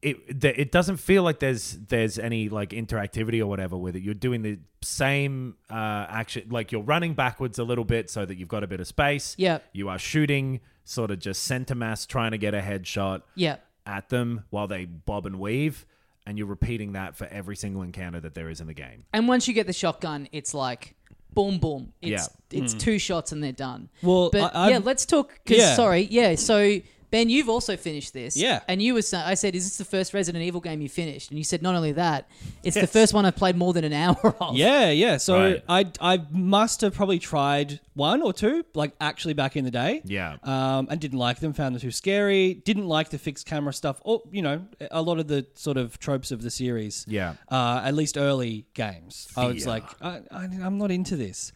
[SPEAKER 3] it th- it doesn't feel like there's there's any like interactivity or whatever with it. You're doing the same uh, action, like you're running backwards a little bit so that you've got a bit of space.
[SPEAKER 1] Yep.
[SPEAKER 3] You are shooting, sort of just center mass, trying to get a headshot
[SPEAKER 1] Yeah,
[SPEAKER 3] at them while they bob and weave, and you're repeating that for every single encounter that there is in the game.
[SPEAKER 1] and once you get the shotgun, it's like. Boom, boom! It's it's two shots and they're done.
[SPEAKER 2] Hmm. Well,
[SPEAKER 1] but
[SPEAKER 2] I- I've-
[SPEAKER 1] yeah, let's talk. 'cause
[SPEAKER 2] Yeah.
[SPEAKER 1] sorry, yeah. So Ben, you've also finished this.
[SPEAKER 2] Yeah.
[SPEAKER 1] And you were, sa- I said, is this the first Resident Evil game you finished? And you said, not only that, it's the first one I've played more than an hour of.
[SPEAKER 2] Yeah, yeah. So
[SPEAKER 3] Right.
[SPEAKER 2] I I must have probably tried one or two, like actually back in the day.
[SPEAKER 3] Yeah.
[SPEAKER 2] Um, and didn't like them. Found them too scary. Didn't like the fixed camera stuff. Or you know, a lot of the sort of tropes of the series.
[SPEAKER 3] Yeah.
[SPEAKER 2] Uh, at least early games, I was like, I, I, I'm not into this.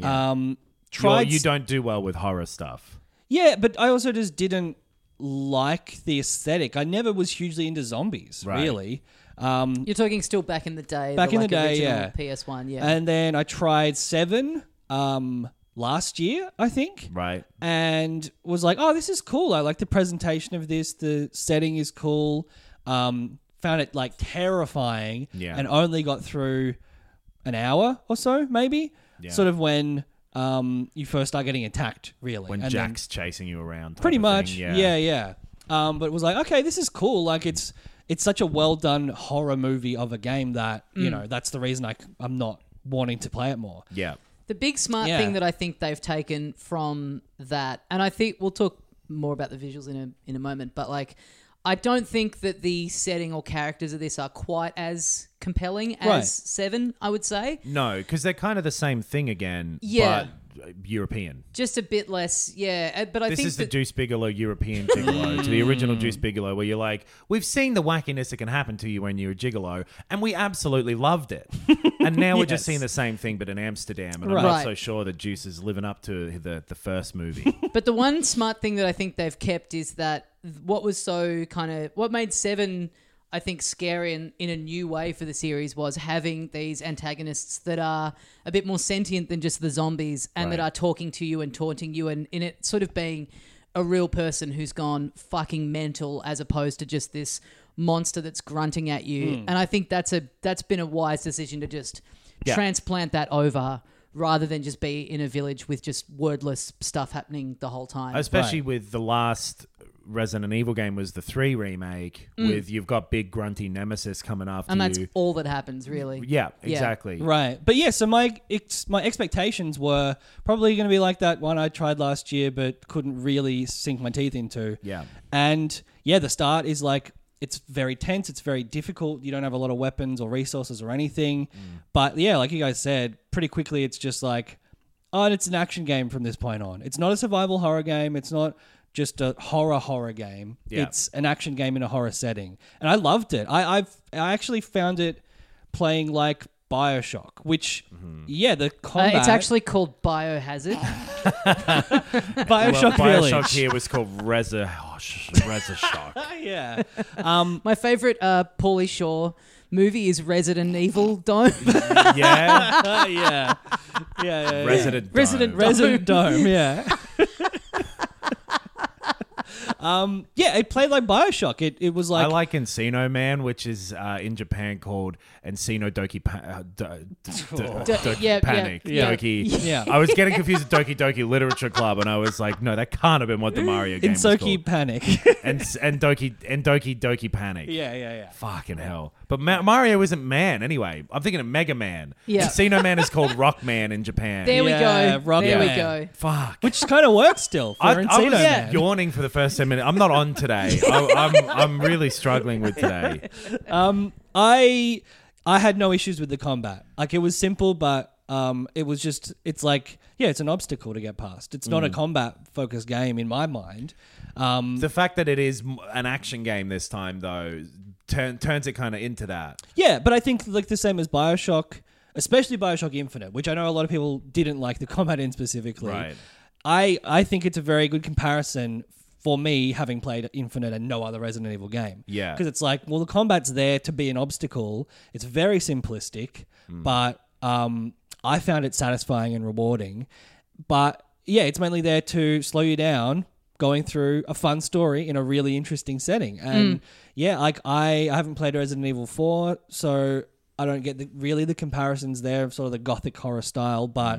[SPEAKER 2] Um,
[SPEAKER 3] Well,
[SPEAKER 2] tried.
[SPEAKER 3] you
[SPEAKER 2] s-
[SPEAKER 3] don't do well with horror stuff.
[SPEAKER 2] yeah, but I also just didn't like the aesthetic. I never was hugely into zombies,
[SPEAKER 3] Right.
[SPEAKER 2] really. Um,
[SPEAKER 1] You're talking still back in the day.
[SPEAKER 2] Back in the
[SPEAKER 1] like,
[SPEAKER 2] day,
[SPEAKER 1] original
[SPEAKER 2] yeah.
[SPEAKER 1] PS1, yeah.
[SPEAKER 2] And then I tried seven um, last year, I think.
[SPEAKER 3] Right.
[SPEAKER 2] And was like, oh, this is cool. I like the presentation of this. The setting is cool. Um, found it like terrifying.
[SPEAKER 3] Yeah.
[SPEAKER 2] And only got through an hour or so, maybe. Sort of when um, you first start getting attacked, really.
[SPEAKER 3] When
[SPEAKER 2] and then-
[SPEAKER 3] Jack's chasing you around. type
[SPEAKER 2] pretty
[SPEAKER 3] of
[SPEAKER 2] much.
[SPEAKER 3] thing.
[SPEAKER 2] yeah, yeah. Um, but it was like, okay, this is cool. Like it's it's such a well done horror movie of a game that you know that's the reason I am not wanting to play it more.
[SPEAKER 3] Yeah.
[SPEAKER 1] the big smart
[SPEAKER 2] Yeah.
[SPEAKER 1] thing that I think they've taken from that, and I think we'll talk more about the visuals in a in a moment, but like I don't think that the setting or characters of this are quite as compelling as
[SPEAKER 2] Right.
[SPEAKER 1] Seven, I would say.
[SPEAKER 3] No, because they're kind of the same thing again.
[SPEAKER 1] Yeah.
[SPEAKER 3] But uh, European.
[SPEAKER 1] Just a bit less, yeah. uh, But I
[SPEAKER 3] This
[SPEAKER 1] think
[SPEAKER 3] is the
[SPEAKER 1] that-
[SPEAKER 3] Deuce Bigelow European gigolo to the original Deuce Bigelow, where you're like, we've seen the wackiness that can happen to you when you're a gigolo, and we absolutely loved it. and now we're just
[SPEAKER 2] Yes.
[SPEAKER 3] seeing the same thing, but in Amsterdam. And
[SPEAKER 2] Right.
[SPEAKER 3] I'm not
[SPEAKER 1] Right.
[SPEAKER 3] so sure that Deuce is living up to the, the first movie.
[SPEAKER 1] But the one smart thing that I think they've kept is that what was so kind of what made Seven, I think, scary in, in a new way for the series was having these antagonists that are a bit more sentient than just the zombies and that
[SPEAKER 3] Right.
[SPEAKER 1] are talking to you and taunting you and in it sort of being a real person who's gone fucking mental as opposed to just this monster that's grunting at you.
[SPEAKER 3] Hmm.
[SPEAKER 1] And I think that's a that's been a wise decision to just
[SPEAKER 3] Yeah.
[SPEAKER 1] transplant that over rather than just be in a village with just wordless stuff happening the whole time.
[SPEAKER 3] Especially with the last Resident Evil game was the three remake with you've got big grunty nemesis coming after
[SPEAKER 1] and that's
[SPEAKER 3] you.
[SPEAKER 1] all that happens really.
[SPEAKER 3] Yeah,
[SPEAKER 1] Yeah.
[SPEAKER 3] exactly.
[SPEAKER 2] Right, but yeah. So my ex- my expectations were probably going to be like that one I tried last year, but couldn't really sink my teeth into.
[SPEAKER 3] Yeah.
[SPEAKER 2] and yeah, the start is like it's very tense. It's very difficult. You don't have a lot of weapons or resources or
[SPEAKER 3] Mm.
[SPEAKER 2] anything. But yeah, like you guys said, pretty quickly it's just like, oh, and it's an action game from this point on. It's not a survival horror game. It's not just a horror horror game.
[SPEAKER 3] Yeah.
[SPEAKER 2] It's an action game in a horror setting, and I loved it. I I've, I actually found it playing like Bioshock, which
[SPEAKER 3] Mm-hmm.
[SPEAKER 2] yeah, the
[SPEAKER 1] Uh,
[SPEAKER 2] combat.
[SPEAKER 1] it's actually called Biohazard.
[SPEAKER 2] Bioshock
[SPEAKER 3] Bioshock
[SPEAKER 2] Village.
[SPEAKER 3] here was called oh, Reza Reza Shock.
[SPEAKER 2] yeah.
[SPEAKER 1] My favorite uh, Paulie Shaw movie is Resident Evil Dome.
[SPEAKER 3] Yeah,
[SPEAKER 2] Uh, yeah. Yeah. yeah, yeah.
[SPEAKER 3] Resident Dome.
[SPEAKER 1] Resident Re-
[SPEAKER 2] Resident Dome, yeah. um, yeah, it played like Bioshock. It it was like,
[SPEAKER 3] I like Encino Man, which is uh, in Japan called Encino Doki pa- uh, do- do- do- Doki
[SPEAKER 1] yeah, yeah,
[SPEAKER 3] Panic.
[SPEAKER 1] yeah.
[SPEAKER 3] Doki.
[SPEAKER 2] Yeah.
[SPEAKER 3] I was getting confused with Doki Doki Literature Club, and I was like, no, that can't have been what the Mario game was
[SPEAKER 2] Insoki
[SPEAKER 3] called.
[SPEAKER 2] Panic.
[SPEAKER 3] And, and Doki and Doki Doki Panic.
[SPEAKER 2] yeah, yeah, yeah.
[SPEAKER 3] Fucking hell. But, But Ma- Mario isn't man anyway. I'm thinking of Mega Man.
[SPEAKER 1] Yeah.
[SPEAKER 3] Casino Man is called Rock Man in Japan.
[SPEAKER 1] There
[SPEAKER 2] Yeah,
[SPEAKER 1] we go.
[SPEAKER 2] Rock
[SPEAKER 1] there
[SPEAKER 2] Man.
[SPEAKER 1] we go.
[SPEAKER 3] Fuck.
[SPEAKER 2] which kind of works still for
[SPEAKER 3] I, I
[SPEAKER 2] Encino
[SPEAKER 3] was
[SPEAKER 2] Man.
[SPEAKER 3] yawning for the first 10 minutes. I'm not on today. I, I'm, I'm really struggling with today.
[SPEAKER 2] Um, I I had no issues with the combat. Like it was simple, but um, it was just it's like yeah, it's an obstacle to get past. It's
[SPEAKER 3] Mm.
[SPEAKER 2] not a combat focused game in my mind. Um,
[SPEAKER 3] The fact that it is m- an action game this time, though, turn, turns it kind of into that.
[SPEAKER 2] yeah, but I think like the same as Bioshock, especially Bioshock Infinite, which I know a lot of people didn't like the combat in specifically.
[SPEAKER 3] Right.
[SPEAKER 2] I I think it's a very good comparison for me having played Infinite and no other Resident Evil game.
[SPEAKER 3] Yeah.
[SPEAKER 2] Because it's like, well, the combat's there to be an obstacle. It's very simplistic, but um, I found it satisfying and rewarding. But yeah, it's mainly there to slow you down going through a fun story in a really interesting setting. And yeah, like I, I haven't played Resident Evil 4, so I don't get the, really the comparisons there of sort of the gothic horror style, but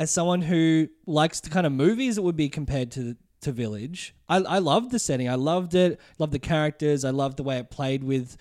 [SPEAKER 2] as someone who likes the kind of movies that would be compared to to Village, I, I loved the setting. I loved it. Loved the characters. I loved the way it played with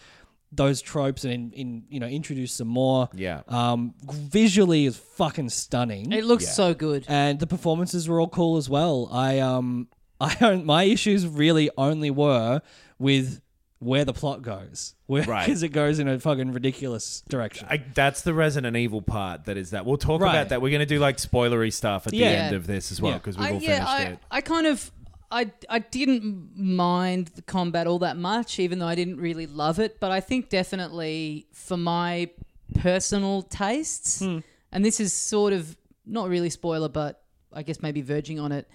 [SPEAKER 2] those tropes and in, in you know introduced some more.
[SPEAKER 3] Yeah.
[SPEAKER 2] Um, visually is fucking stunning,
[SPEAKER 1] It looks so good.
[SPEAKER 2] and the performances were all cool as well. I um I don't, my issues really only were with where the plot goes, where
[SPEAKER 3] Right.
[SPEAKER 2] because it goes in a fucking ridiculous direction.
[SPEAKER 3] I, that's the Resident Evil part that is that. We'll talk
[SPEAKER 2] Right.
[SPEAKER 3] about that. We're going to do like spoilery stuff at
[SPEAKER 2] Yeah.
[SPEAKER 3] the end of this as well
[SPEAKER 2] Yeah.
[SPEAKER 3] because we've all
[SPEAKER 1] I, yeah,
[SPEAKER 3] finished
[SPEAKER 1] I,
[SPEAKER 3] it.
[SPEAKER 1] I kind of I I didn't mind the combat all that much, even though I didn't really love it. But I think definitely for my personal tastes,
[SPEAKER 3] Hmm.
[SPEAKER 1] and this is sort of not really spoiler, but I guess maybe verging on it.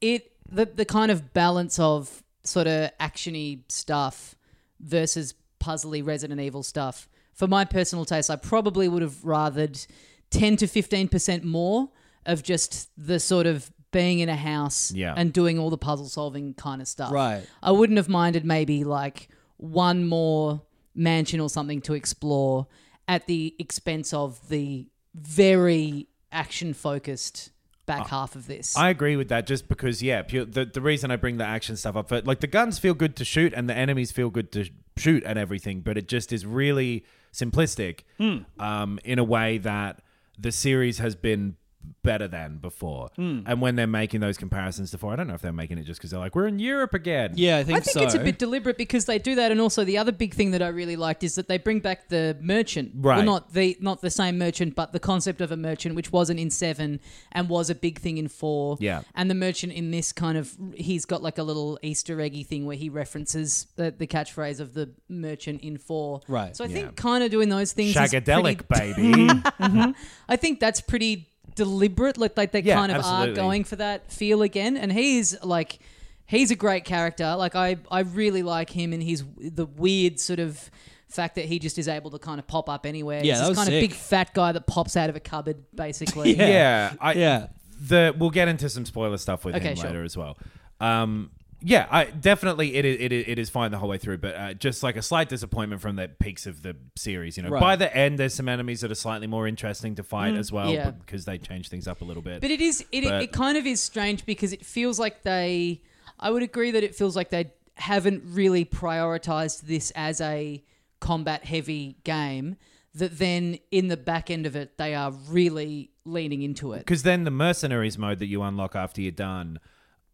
[SPEAKER 1] It the the kind of balance of sort of actiony stuff versus puzzly Resident Evil stuff. For my personal taste, I probably would have rathered 10 to 15% more of just the sort of being in a house
[SPEAKER 3] Yeah.
[SPEAKER 1] and doing all the puzzle solving kind of stuff.
[SPEAKER 2] Right.
[SPEAKER 1] I wouldn't have minded maybe like one more mansion or something to explore at the expense of the very action focused back half of this.
[SPEAKER 3] I agree with that just because, yeah, pure, the, the reason I bring the action stuff up, but like the guns feel good to shoot and the enemies feel good to shoot and everything, but it just is really simplistic
[SPEAKER 1] Hmm.
[SPEAKER 3] um, in a way that the series has been better than before.
[SPEAKER 1] Hmm.
[SPEAKER 3] And when they're making those comparisons to four, I don't know if they're making it just because they're like, we're in Europe again.
[SPEAKER 2] yeah, I think,
[SPEAKER 1] I think
[SPEAKER 2] so.
[SPEAKER 1] it's a bit deliberate because they do that, and also the other big thing that I really liked is that they bring back the merchant.
[SPEAKER 3] Right.
[SPEAKER 1] Well, not the not the same merchant, but the concept of a merchant, which wasn't in seven and was a big thing in four.
[SPEAKER 3] Yeah.
[SPEAKER 1] And the merchant in this kind of he's got like a little Easter eggy thing where he references the, the catchphrase of the merchant in four.
[SPEAKER 2] Right.
[SPEAKER 1] So I think kind of doing those things. is pretty-
[SPEAKER 3] Shagadelic, baby.
[SPEAKER 1] I think that's pretty deliberate. Like, like they
[SPEAKER 3] Yeah,
[SPEAKER 1] kind of are
[SPEAKER 3] absolutely.
[SPEAKER 1] going for that feel again. And he's like, he's a great character. Like, I, I really like him and his the weird sort of fact that he just is able to kind of pop up anywhere.
[SPEAKER 2] Yeah,
[SPEAKER 1] he's this
[SPEAKER 2] that was
[SPEAKER 1] kind of
[SPEAKER 2] sick.
[SPEAKER 1] big fat guy that pops out of a cupboard, basically.
[SPEAKER 3] yeah. I,
[SPEAKER 2] Yeah.
[SPEAKER 3] The we'll get into some spoiler stuff with
[SPEAKER 1] Okay,
[SPEAKER 3] him
[SPEAKER 1] sure.
[SPEAKER 3] later as well. Um, yeah, I definitely it is, it is it is fine the whole way through, but uh, just like a slight disappointment from the peaks of the series. You know,
[SPEAKER 2] Right.
[SPEAKER 3] by the end, there's some enemies that are slightly more interesting to fight as well
[SPEAKER 1] Mm, Yeah.
[SPEAKER 3] because they change things up a little bit.
[SPEAKER 1] But it is it,
[SPEAKER 3] But-
[SPEAKER 1] it kind of is strange because it feels like they I would agree that it feels like they haven't really prioritized this as a combat heavy game that then in the back end of it they are really leaning into it.
[SPEAKER 3] Because then the mercenaries mode that you unlock after you're done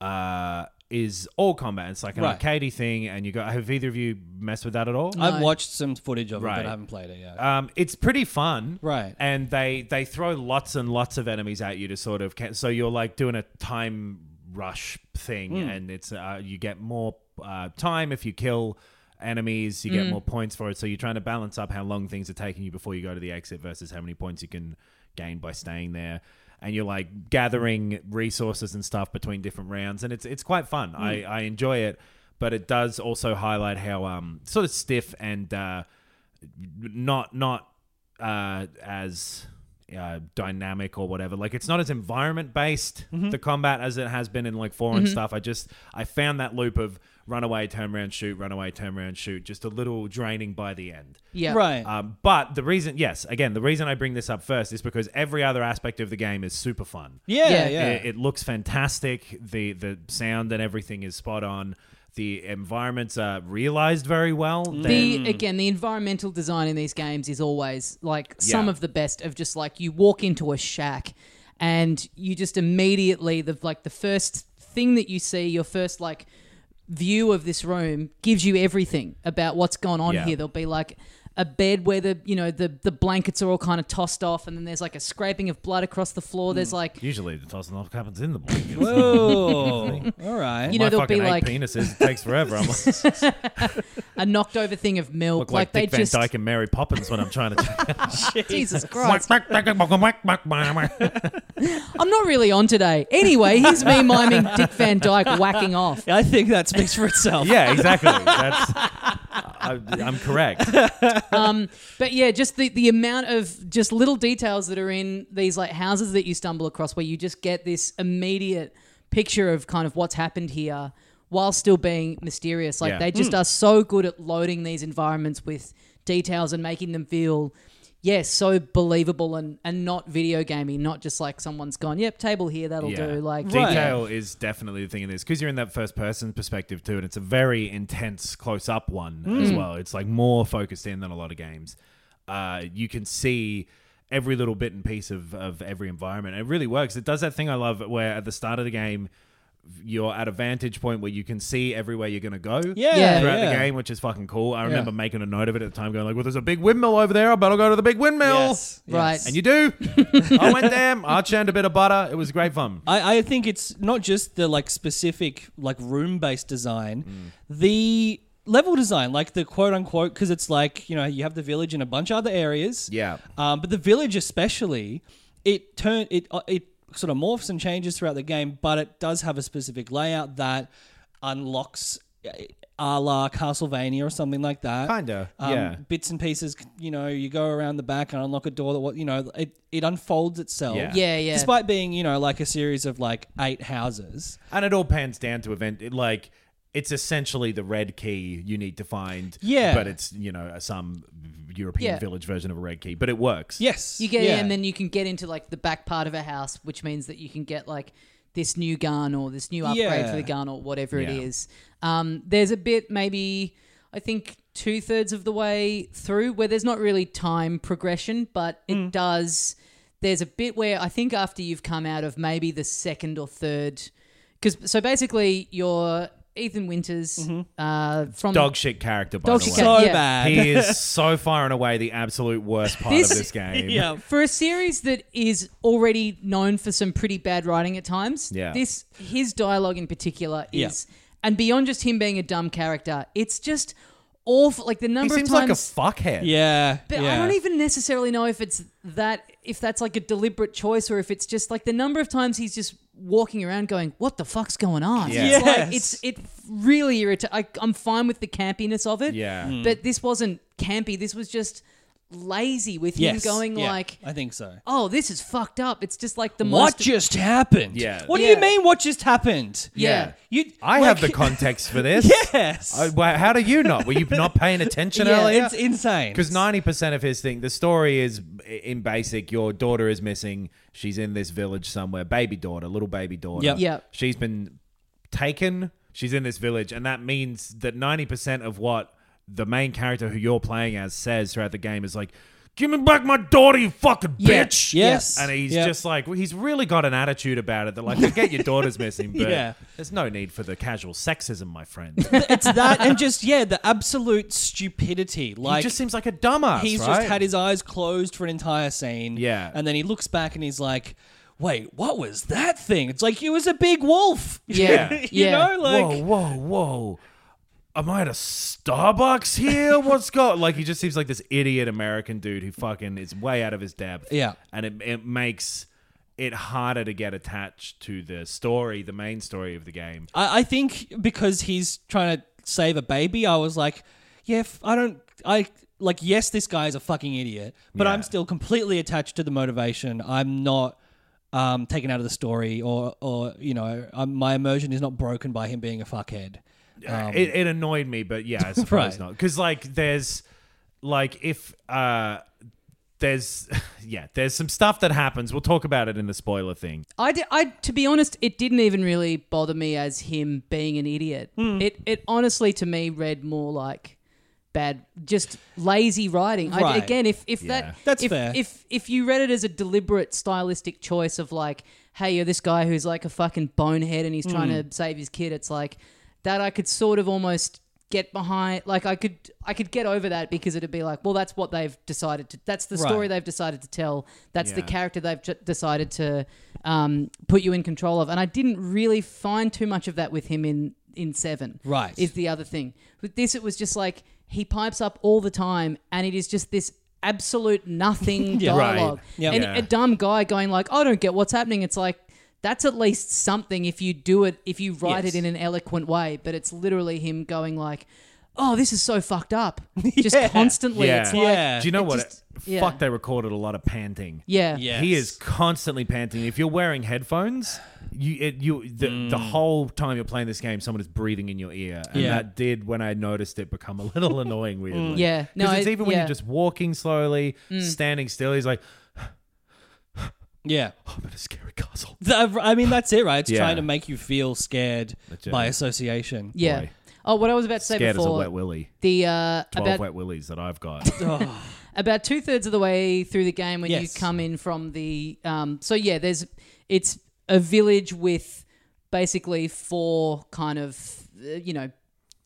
[SPEAKER 3] uh, is all combat. It's like an
[SPEAKER 2] Right.
[SPEAKER 3] arcadey thing, and you got. Have either of you messed with that at all?
[SPEAKER 2] I've watched some footage of it,
[SPEAKER 3] Right.
[SPEAKER 2] but I haven't played it
[SPEAKER 1] Uh,
[SPEAKER 2] yet.
[SPEAKER 3] Um, it's pretty fun,
[SPEAKER 2] Right.
[SPEAKER 3] And they they throw lots and lots of enemies at you to sort of ca- so you're like doing a time rush thing, and it's uh, you get more uh, time if you kill enemies, you get more points for it. So you're trying to balance up how long things are taking you before you go to the exit versus how many points you can gain by staying there. And you're like gathering resources and stuff between different rounds, and it's it's quite fun. I, I enjoy it, but it does also highlight how um sort of stiff and uh, not not uh, as uh, dynamic or whatever. Like it's not as environment based
[SPEAKER 1] Mm-hmm.
[SPEAKER 3] the combat as it has been in like 4 and stuff. I just I found that loop of run away, turn around, shoot, run away, turn around, shoot, just a little draining by the end.
[SPEAKER 1] Yeah.
[SPEAKER 2] Right.
[SPEAKER 3] Um, but the reason, yes, again, the reason I bring this up first is because every other aspect of the game is super fun.
[SPEAKER 2] yeah,
[SPEAKER 1] yeah.
[SPEAKER 2] yeah.
[SPEAKER 3] It, it looks fantastic. The the sound and everything is spot on. The environments are realized very well. They're-
[SPEAKER 1] Mm. The again, the environmental design in these games is always like some
[SPEAKER 3] Yeah.
[SPEAKER 1] of the best. Of just like you walk into a shack, and you just immediately the like the first thing that you see, your first like view of this room gives you everything about what's gone on
[SPEAKER 3] Yeah.
[SPEAKER 1] here. There'll be like a bed where the you know the the blankets are all kind of tossed off, and then there's like a scraping of blood across the floor. There's
[SPEAKER 3] Mm.
[SPEAKER 1] like
[SPEAKER 3] Usually the tossing off happens in the morning.
[SPEAKER 2] Whoa. All right.
[SPEAKER 1] You know,
[SPEAKER 3] My
[SPEAKER 1] there'll
[SPEAKER 3] fucking
[SPEAKER 1] be
[SPEAKER 3] eight
[SPEAKER 1] like-
[SPEAKER 3] penises it takes forever. I'm like,
[SPEAKER 1] a knocked over thing of milk.
[SPEAKER 3] look like, Dick
[SPEAKER 1] they
[SPEAKER 3] Van
[SPEAKER 1] just
[SPEAKER 3] Dyke and Mary Poppins when I'm trying to.
[SPEAKER 1] Jesus Christ.
[SPEAKER 3] Christ.
[SPEAKER 1] I'm not really on today. Anyway, here's me miming Dick Van Dyke whacking off.
[SPEAKER 2] I think that speaks for itself.
[SPEAKER 3] yeah, exactly. That's I, I'm correct.
[SPEAKER 1] But yeah, just the, the amount of just little details that are in these like houses that you stumble across where you just get this immediate picture of kind of what's happened here while still being mysterious. Like
[SPEAKER 3] Yeah.
[SPEAKER 1] they just are so good at loading these environments with details and making them feel yeah, so believable and, and not video gamey, not just like someone's gone, yep, table here, that'll do. Like
[SPEAKER 3] detail is definitely the thing in this because you're in that first person perspective too, and it's a very intense close up one as
[SPEAKER 2] Mm.
[SPEAKER 3] well. It's like more focused in than a lot of games. Uh, you can see every little bit and piece of of every environment. It really works. It does that thing I love where at the start of the game. You're at a vantage point where you can see everywhere you're gonna go
[SPEAKER 2] Yeah,
[SPEAKER 3] throughout
[SPEAKER 2] yeah.
[SPEAKER 3] the game, which is fucking cool. I remember making a note of it at the time, going like, "Well, there's a big windmill over there. I better go to the big windmill."
[SPEAKER 2] Yes.
[SPEAKER 1] Right.
[SPEAKER 3] And you do. I went there. I churned a bit of butter. It was great fun.
[SPEAKER 2] I, I think it's not just the like specific like room based design,
[SPEAKER 3] Mm.
[SPEAKER 2] the level design, like the quote unquote, because it's like you know you have the village and a bunch of other areas.
[SPEAKER 3] Yeah.
[SPEAKER 2] Um, but the village especially, it turn it uh, it sort of morphs and changes throughout the game, but it does have a specific layout that unlocks. uh, A la Castlevania or something like that. Um,
[SPEAKER 3] Kinda, yeah.
[SPEAKER 2] Bits and pieces. You know, you go around the back and unlock a door that what you know it, it unfolds itself.
[SPEAKER 3] Yeah.
[SPEAKER 1] Yeah, yeah.
[SPEAKER 2] Despite being, you know, like a series of like eight houses.
[SPEAKER 3] And it all pans down to event it, like it's essentially the red key you need to find.
[SPEAKER 2] Yeah.
[SPEAKER 3] But it's, you know, some European
[SPEAKER 1] Yeah.
[SPEAKER 3] village version of a red key. But it works.
[SPEAKER 2] Yes.
[SPEAKER 1] You get in, and then you can get into like the back part of a house, which means that you can get like this new gun or this new upgrade
[SPEAKER 2] Yeah.
[SPEAKER 1] for the gun or whatever it
[SPEAKER 3] Yeah.
[SPEAKER 1] is. Um, there's a bit, maybe I think two thirds of the way through, where there's not really time progression, but it
[SPEAKER 3] Mm.
[SPEAKER 1] does. There's a bit where I think after you've come out of maybe the second or third, because so basically you're Ethan Winters uh, from
[SPEAKER 3] Mm-hmm. Dog shit character, by
[SPEAKER 1] Dog
[SPEAKER 3] the
[SPEAKER 1] shit
[SPEAKER 3] way.
[SPEAKER 2] so
[SPEAKER 1] Yeah.
[SPEAKER 2] bad.
[SPEAKER 3] He is so far and away the absolute worst part
[SPEAKER 1] This-
[SPEAKER 3] of this game.
[SPEAKER 2] yeah.
[SPEAKER 1] for a series that is already known for some pretty bad writing at times.
[SPEAKER 3] Yeah.
[SPEAKER 1] This his dialogue in particular
[SPEAKER 2] Yeah.
[SPEAKER 1] is, and beyond just him being a dumb character, it's just awful. Like the
[SPEAKER 3] He
[SPEAKER 1] number of
[SPEAKER 3] seems like a
[SPEAKER 1] times.
[SPEAKER 3] fuckhead.
[SPEAKER 2] Yeah.
[SPEAKER 1] but
[SPEAKER 2] yeah.
[SPEAKER 1] I don't even necessarily know if it's that if that's like a deliberate choice or if it's just like the number of times he's just walking around going, "What the fuck's going on?"
[SPEAKER 3] Yeah.
[SPEAKER 1] It's like
[SPEAKER 2] Yes.
[SPEAKER 1] it's it really irritates. I'm fine with the campiness of it.
[SPEAKER 3] Yeah.
[SPEAKER 1] But this wasn't campy. This was just lazy with him
[SPEAKER 2] Yes.
[SPEAKER 1] going
[SPEAKER 2] Yeah.
[SPEAKER 1] like
[SPEAKER 2] I think so.
[SPEAKER 1] oh, this is fucked up. It's just like the
[SPEAKER 2] What
[SPEAKER 1] most.
[SPEAKER 2] just happened?
[SPEAKER 3] Yeah.
[SPEAKER 2] What do
[SPEAKER 1] Yeah.
[SPEAKER 2] you mean what just happened?
[SPEAKER 1] Yeah.
[SPEAKER 2] You
[SPEAKER 3] I
[SPEAKER 2] like-
[SPEAKER 3] have the context for this.
[SPEAKER 2] Yes.
[SPEAKER 3] I- why- how do you not? Were you not paying attention
[SPEAKER 1] Yeah.
[SPEAKER 3] earlier?
[SPEAKER 2] it's insane.
[SPEAKER 3] Because ninety percent of his thing, the story is in basic. Your daughter is missing. She's in this village somewhere. Baby daughter, little baby daughter.
[SPEAKER 2] Yep.
[SPEAKER 1] Yep.
[SPEAKER 3] She's been taken. She's in this village, and that means that ninety percent of what the main character who you're playing as says throughout the game is like, "Give me back my daughter, you fucking
[SPEAKER 1] Yeah.
[SPEAKER 3] bitch."
[SPEAKER 2] Yes.
[SPEAKER 3] And he's
[SPEAKER 2] Yep.
[SPEAKER 3] just like, well, he's really got an attitude about it that like, I get your daughter's missing, but
[SPEAKER 2] Yeah.
[SPEAKER 3] there's no need for the casual sexism, my friend.
[SPEAKER 2] it's that and just yeah, the absolute stupidity. Like
[SPEAKER 3] he just seems like a dumbass.
[SPEAKER 2] he's
[SPEAKER 3] right?
[SPEAKER 2] just had his eyes closed for an entire scene.
[SPEAKER 3] Yeah.
[SPEAKER 2] And then he looks back and he's like, Wait, what was that thing? It's like you was a big wolf.
[SPEAKER 1] Yeah.
[SPEAKER 2] you
[SPEAKER 1] Yeah.
[SPEAKER 2] know, like
[SPEAKER 3] whoa, whoa, whoa. Am I at a Starbucks here? What's got like he just seems like this idiot American dude who fucking is way out of his depth.
[SPEAKER 2] Yeah.
[SPEAKER 3] And it, it makes it harder to get attached to the story, the main story of the game.
[SPEAKER 2] I, I think because he's trying to save a baby, I was like, yeah, f- I don't, I like, yes, this guy is a fucking idiot, but I'm
[SPEAKER 3] Yeah.
[SPEAKER 2] still completely attached to the motivation. I'm not um, taken out of the story, or or you know, I'm, my immersion is not broken by him being a fuckhead. Um,
[SPEAKER 3] it, it annoyed me, but yeah, I suppose
[SPEAKER 2] Right.
[SPEAKER 3] not. Because like, there's like if uh, there's yeah, there's some stuff that happens. We'll talk about it in the spoiler thing.
[SPEAKER 1] I, di- I to be honest, it didn't even really bother me as him being an idiot.
[SPEAKER 2] Hmm.
[SPEAKER 1] It it honestly to me read more like bad, just lazy writing. I,
[SPEAKER 2] Right.
[SPEAKER 1] again, if if that
[SPEAKER 2] That's
[SPEAKER 1] if,
[SPEAKER 2] fair.
[SPEAKER 1] If if you read it as a deliberate stylistic choice of like, hey, you're this guy who's like a fucking bonehead and he's trying to save his kid, it's like that I could sort of almost get behind like I could I could get over that because it'd be like well that's what they've decided to that's the story
[SPEAKER 2] Right.
[SPEAKER 1] they've decided to tell that's the
[SPEAKER 3] Yeah.
[SPEAKER 1] character they've j- decided to um, put you in control of and I didn't really find too much of that with him in in 7
[SPEAKER 2] Right.
[SPEAKER 1] is the other thing with this it was just like he pipes up all the time and it is just this absolute nothing
[SPEAKER 2] Yeah.
[SPEAKER 3] Right.
[SPEAKER 1] dialogue.
[SPEAKER 2] Yep.
[SPEAKER 1] And
[SPEAKER 3] Yeah.
[SPEAKER 1] a dumb guy going like, "I don't get what's happening." It's like that's at least something if you do it if you write
[SPEAKER 2] Yes.
[SPEAKER 1] it in an eloquent way, but it's literally him going like, "Oh, this is so fucked up." Just constantly.
[SPEAKER 3] Yeah.
[SPEAKER 1] It's like
[SPEAKER 2] Yeah.
[SPEAKER 3] Do you know
[SPEAKER 1] it
[SPEAKER 3] what?
[SPEAKER 1] just- yeah.
[SPEAKER 3] Fuck, they recorded a lot of panting.
[SPEAKER 1] yeah.
[SPEAKER 2] Yeah.
[SPEAKER 3] He
[SPEAKER 2] Yes.
[SPEAKER 3] is constantly panting. If you're wearing headphones, you it, you the, the whole time you're playing this game, someone is breathing in your ear, and
[SPEAKER 2] Mm. Yeah. Mm.
[SPEAKER 3] that did when I noticed it become a little annoying. Weirdly,
[SPEAKER 1] Yeah. No,
[SPEAKER 3] because it's
[SPEAKER 1] I-
[SPEAKER 3] even when
[SPEAKER 1] yeah. Mm.
[SPEAKER 3] you're just walking slowly, standing still, he's like,
[SPEAKER 2] Yeah.
[SPEAKER 3] "Oh, I'm in a scary castle."
[SPEAKER 2] The- I mean, that's it, right? It's
[SPEAKER 3] Yeah.
[SPEAKER 2] trying to make you feel scared
[SPEAKER 3] That's it.
[SPEAKER 2] by association.
[SPEAKER 1] Yeah.
[SPEAKER 3] Boy.
[SPEAKER 1] Oh, what I was about to say
[SPEAKER 3] Scared as a
[SPEAKER 1] before
[SPEAKER 3] wet willy.
[SPEAKER 1] the uh,
[SPEAKER 3] Twelve
[SPEAKER 1] about
[SPEAKER 3] wet willies that I've got.
[SPEAKER 1] about two thirds of the way through the game when
[SPEAKER 2] Yes.
[SPEAKER 1] you come in from the um, so yeah there's it's a village with basically four kind of uh, you know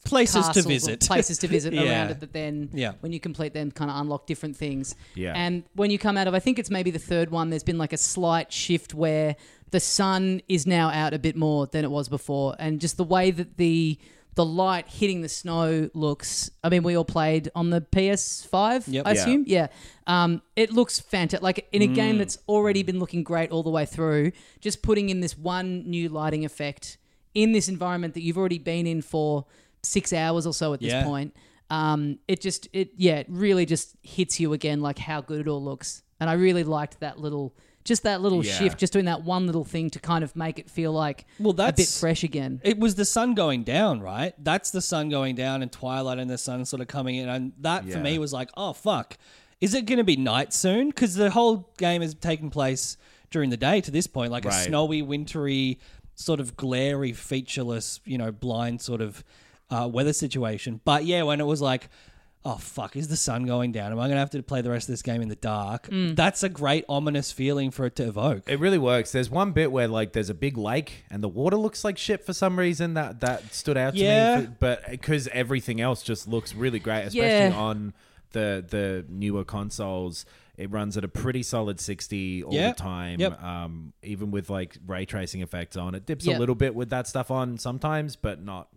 [SPEAKER 2] Places
[SPEAKER 1] castles
[SPEAKER 2] to
[SPEAKER 1] or
[SPEAKER 2] visit.
[SPEAKER 1] places to visit
[SPEAKER 2] Yeah.
[SPEAKER 1] around it that then
[SPEAKER 2] Yeah.
[SPEAKER 1] when you complete them kind of unlock different things
[SPEAKER 3] Yeah.
[SPEAKER 1] and when you come out of i think it's maybe the third one there's been like a slight shift where the sun is now out a bit more than it was before and just the way that the the light hitting the snow looks i mean we all played on the ps5
[SPEAKER 2] Yep.
[SPEAKER 1] i
[SPEAKER 2] Yeah.
[SPEAKER 1] assume yeah um, it looks fantastic like in a game that's already been looking great all the way through just putting in this one new lighting effect in this environment that you've already been in for six hours or so at this
[SPEAKER 2] Yeah.
[SPEAKER 1] point. Um, it just it yeah, it really just hits you again like how good it all looks. And I really liked that little just that little
[SPEAKER 3] Yeah.
[SPEAKER 1] shift, just doing that one little thing to kind of make it feel like
[SPEAKER 2] Well,
[SPEAKER 1] a bit
[SPEAKER 2] that's-
[SPEAKER 1] fresh again.
[SPEAKER 2] It was the sun going down, right? That's the sun going down and twilight and the sun sort of coming in. And that for
[SPEAKER 3] Yeah.
[SPEAKER 2] me was like, oh, fuck. Is it going to be night soon? Because the whole game has taken place during the day to this point, like a
[SPEAKER 3] Right.
[SPEAKER 2] snowy, wintry, sort of glary, featureless, you know, blind sort of uh, weather situation. But yeah, when it was like, oh, fuck, is the sun going down? Am I going to have to play the rest of this game in the dark? That's a great, ominous feeling for it to evoke.
[SPEAKER 3] It really works. There's one bit where like there's a big lake and the water looks like shit for some reason that that stood out to
[SPEAKER 2] Yeah.
[SPEAKER 3] me. But because everything else just looks really great, especially
[SPEAKER 1] Yeah.
[SPEAKER 3] on the the newer consoles. It runs at a pretty solid sixty all
[SPEAKER 2] Yep.
[SPEAKER 3] the time.
[SPEAKER 2] Yep.
[SPEAKER 3] Um, even with like ray tracing effects on, it dips
[SPEAKER 1] Yep.
[SPEAKER 3] a little bit with that stuff on sometimes, but not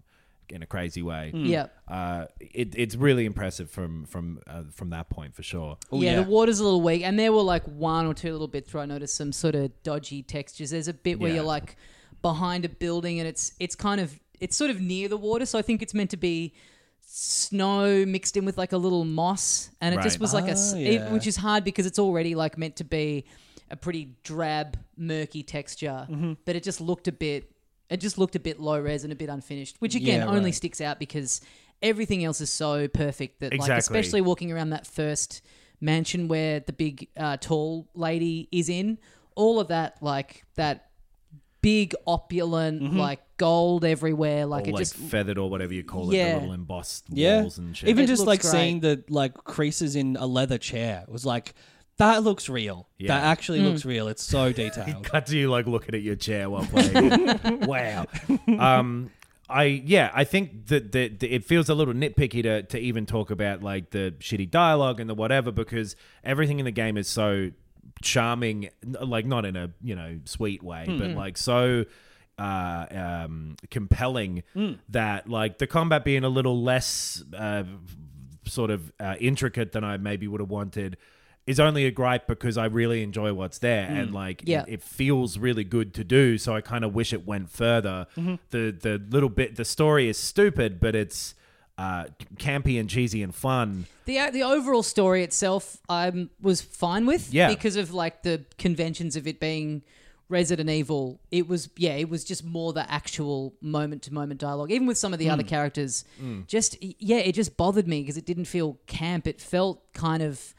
[SPEAKER 3] in a crazy way.
[SPEAKER 1] Hmm. Yeah.
[SPEAKER 3] Uh, it, it's really impressive from from uh, from that point for sure.
[SPEAKER 1] yeah,
[SPEAKER 2] yeah.
[SPEAKER 1] the water's a little weak, and there were like one or two little bits where I noticed some sort of dodgy textures. There's a bit where
[SPEAKER 3] Yeah.
[SPEAKER 1] you're like behind a building, and it's it's kind of it's sort of near the water, so I think it's meant to be snow mixed in with like a little moss, and it just
[SPEAKER 3] Right.
[SPEAKER 1] was like a s-
[SPEAKER 2] Ah,
[SPEAKER 1] it-
[SPEAKER 2] yeah.
[SPEAKER 1] which is hard because it's already like meant to be a pretty drab, murky texture, but it just looked a bit it just looked a bit low res and a bit unfinished, which again
[SPEAKER 2] Yeah,
[SPEAKER 1] only
[SPEAKER 2] right.
[SPEAKER 1] sticks out because. Everything else is so perfect that, like,
[SPEAKER 3] Exactly.
[SPEAKER 1] especially walking around that first mansion where the big uh, tall lady is in all of that like that big opulent
[SPEAKER 3] Mm-hmm.
[SPEAKER 1] like gold everywhere like
[SPEAKER 3] or
[SPEAKER 1] it
[SPEAKER 3] like
[SPEAKER 1] just
[SPEAKER 3] feathered or whatever you call it,
[SPEAKER 1] Yeah.
[SPEAKER 3] the little embossed
[SPEAKER 2] yeah.
[SPEAKER 3] walls and shit.
[SPEAKER 2] Even
[SPEAKER 1] It
[SPEAKER 2] just
[SPEAKER 1] looks
[SPEAKER 2] like
[SPEAKER 1] great.
[SPEAKER 2] seeing the like creases in a leather chair was like that looks real. That actually
[SPEAKER 1] Mm.
[SPEAKER 2] looks real. It's so detailed.
[SPEAKER 3] cut to you like looking at your chair while playing. wow. Um, I yeah, I think that that that it feels a little nitpicky to to even talk about like the shitty dialogue and the whatever because everything in the game is so charming, n- like not in a you know sweet way, but
[SPEAKER 1] Hmm.
[SPEAKER 3] like so. Uh, um, compelling
[SPEAKER 1] Hmm.
[SPEAKER 3] that like the combat being a little less uh, sort of uh, intricate than I maybe would have wanted is only a gripe because I really enjoy what's there and like
[SPEAKER 1] Mm. Yeah.
[SPEAKER 3] it, it feels really good to do. So I kind of wish it went further.
[SPEAKER 1] Mm-hmm.
[SPEAKER 3] The the little bit the story is stupid, but it's uh, campy and cheesy and fun.
[SPEAKER 1] the the overall story itself I was fine with
[SPEAKER 3] Yeah.
[SPEAKER 1] because of like the conventions of it being Resident Evil it was yeah it was just more the actual moment to moment dialogue even with some of the
[SPEAKER 3] Mm.
[SPEAKER 1] other characters just yeah it just bothered me because it didn't feel camp it felt kind of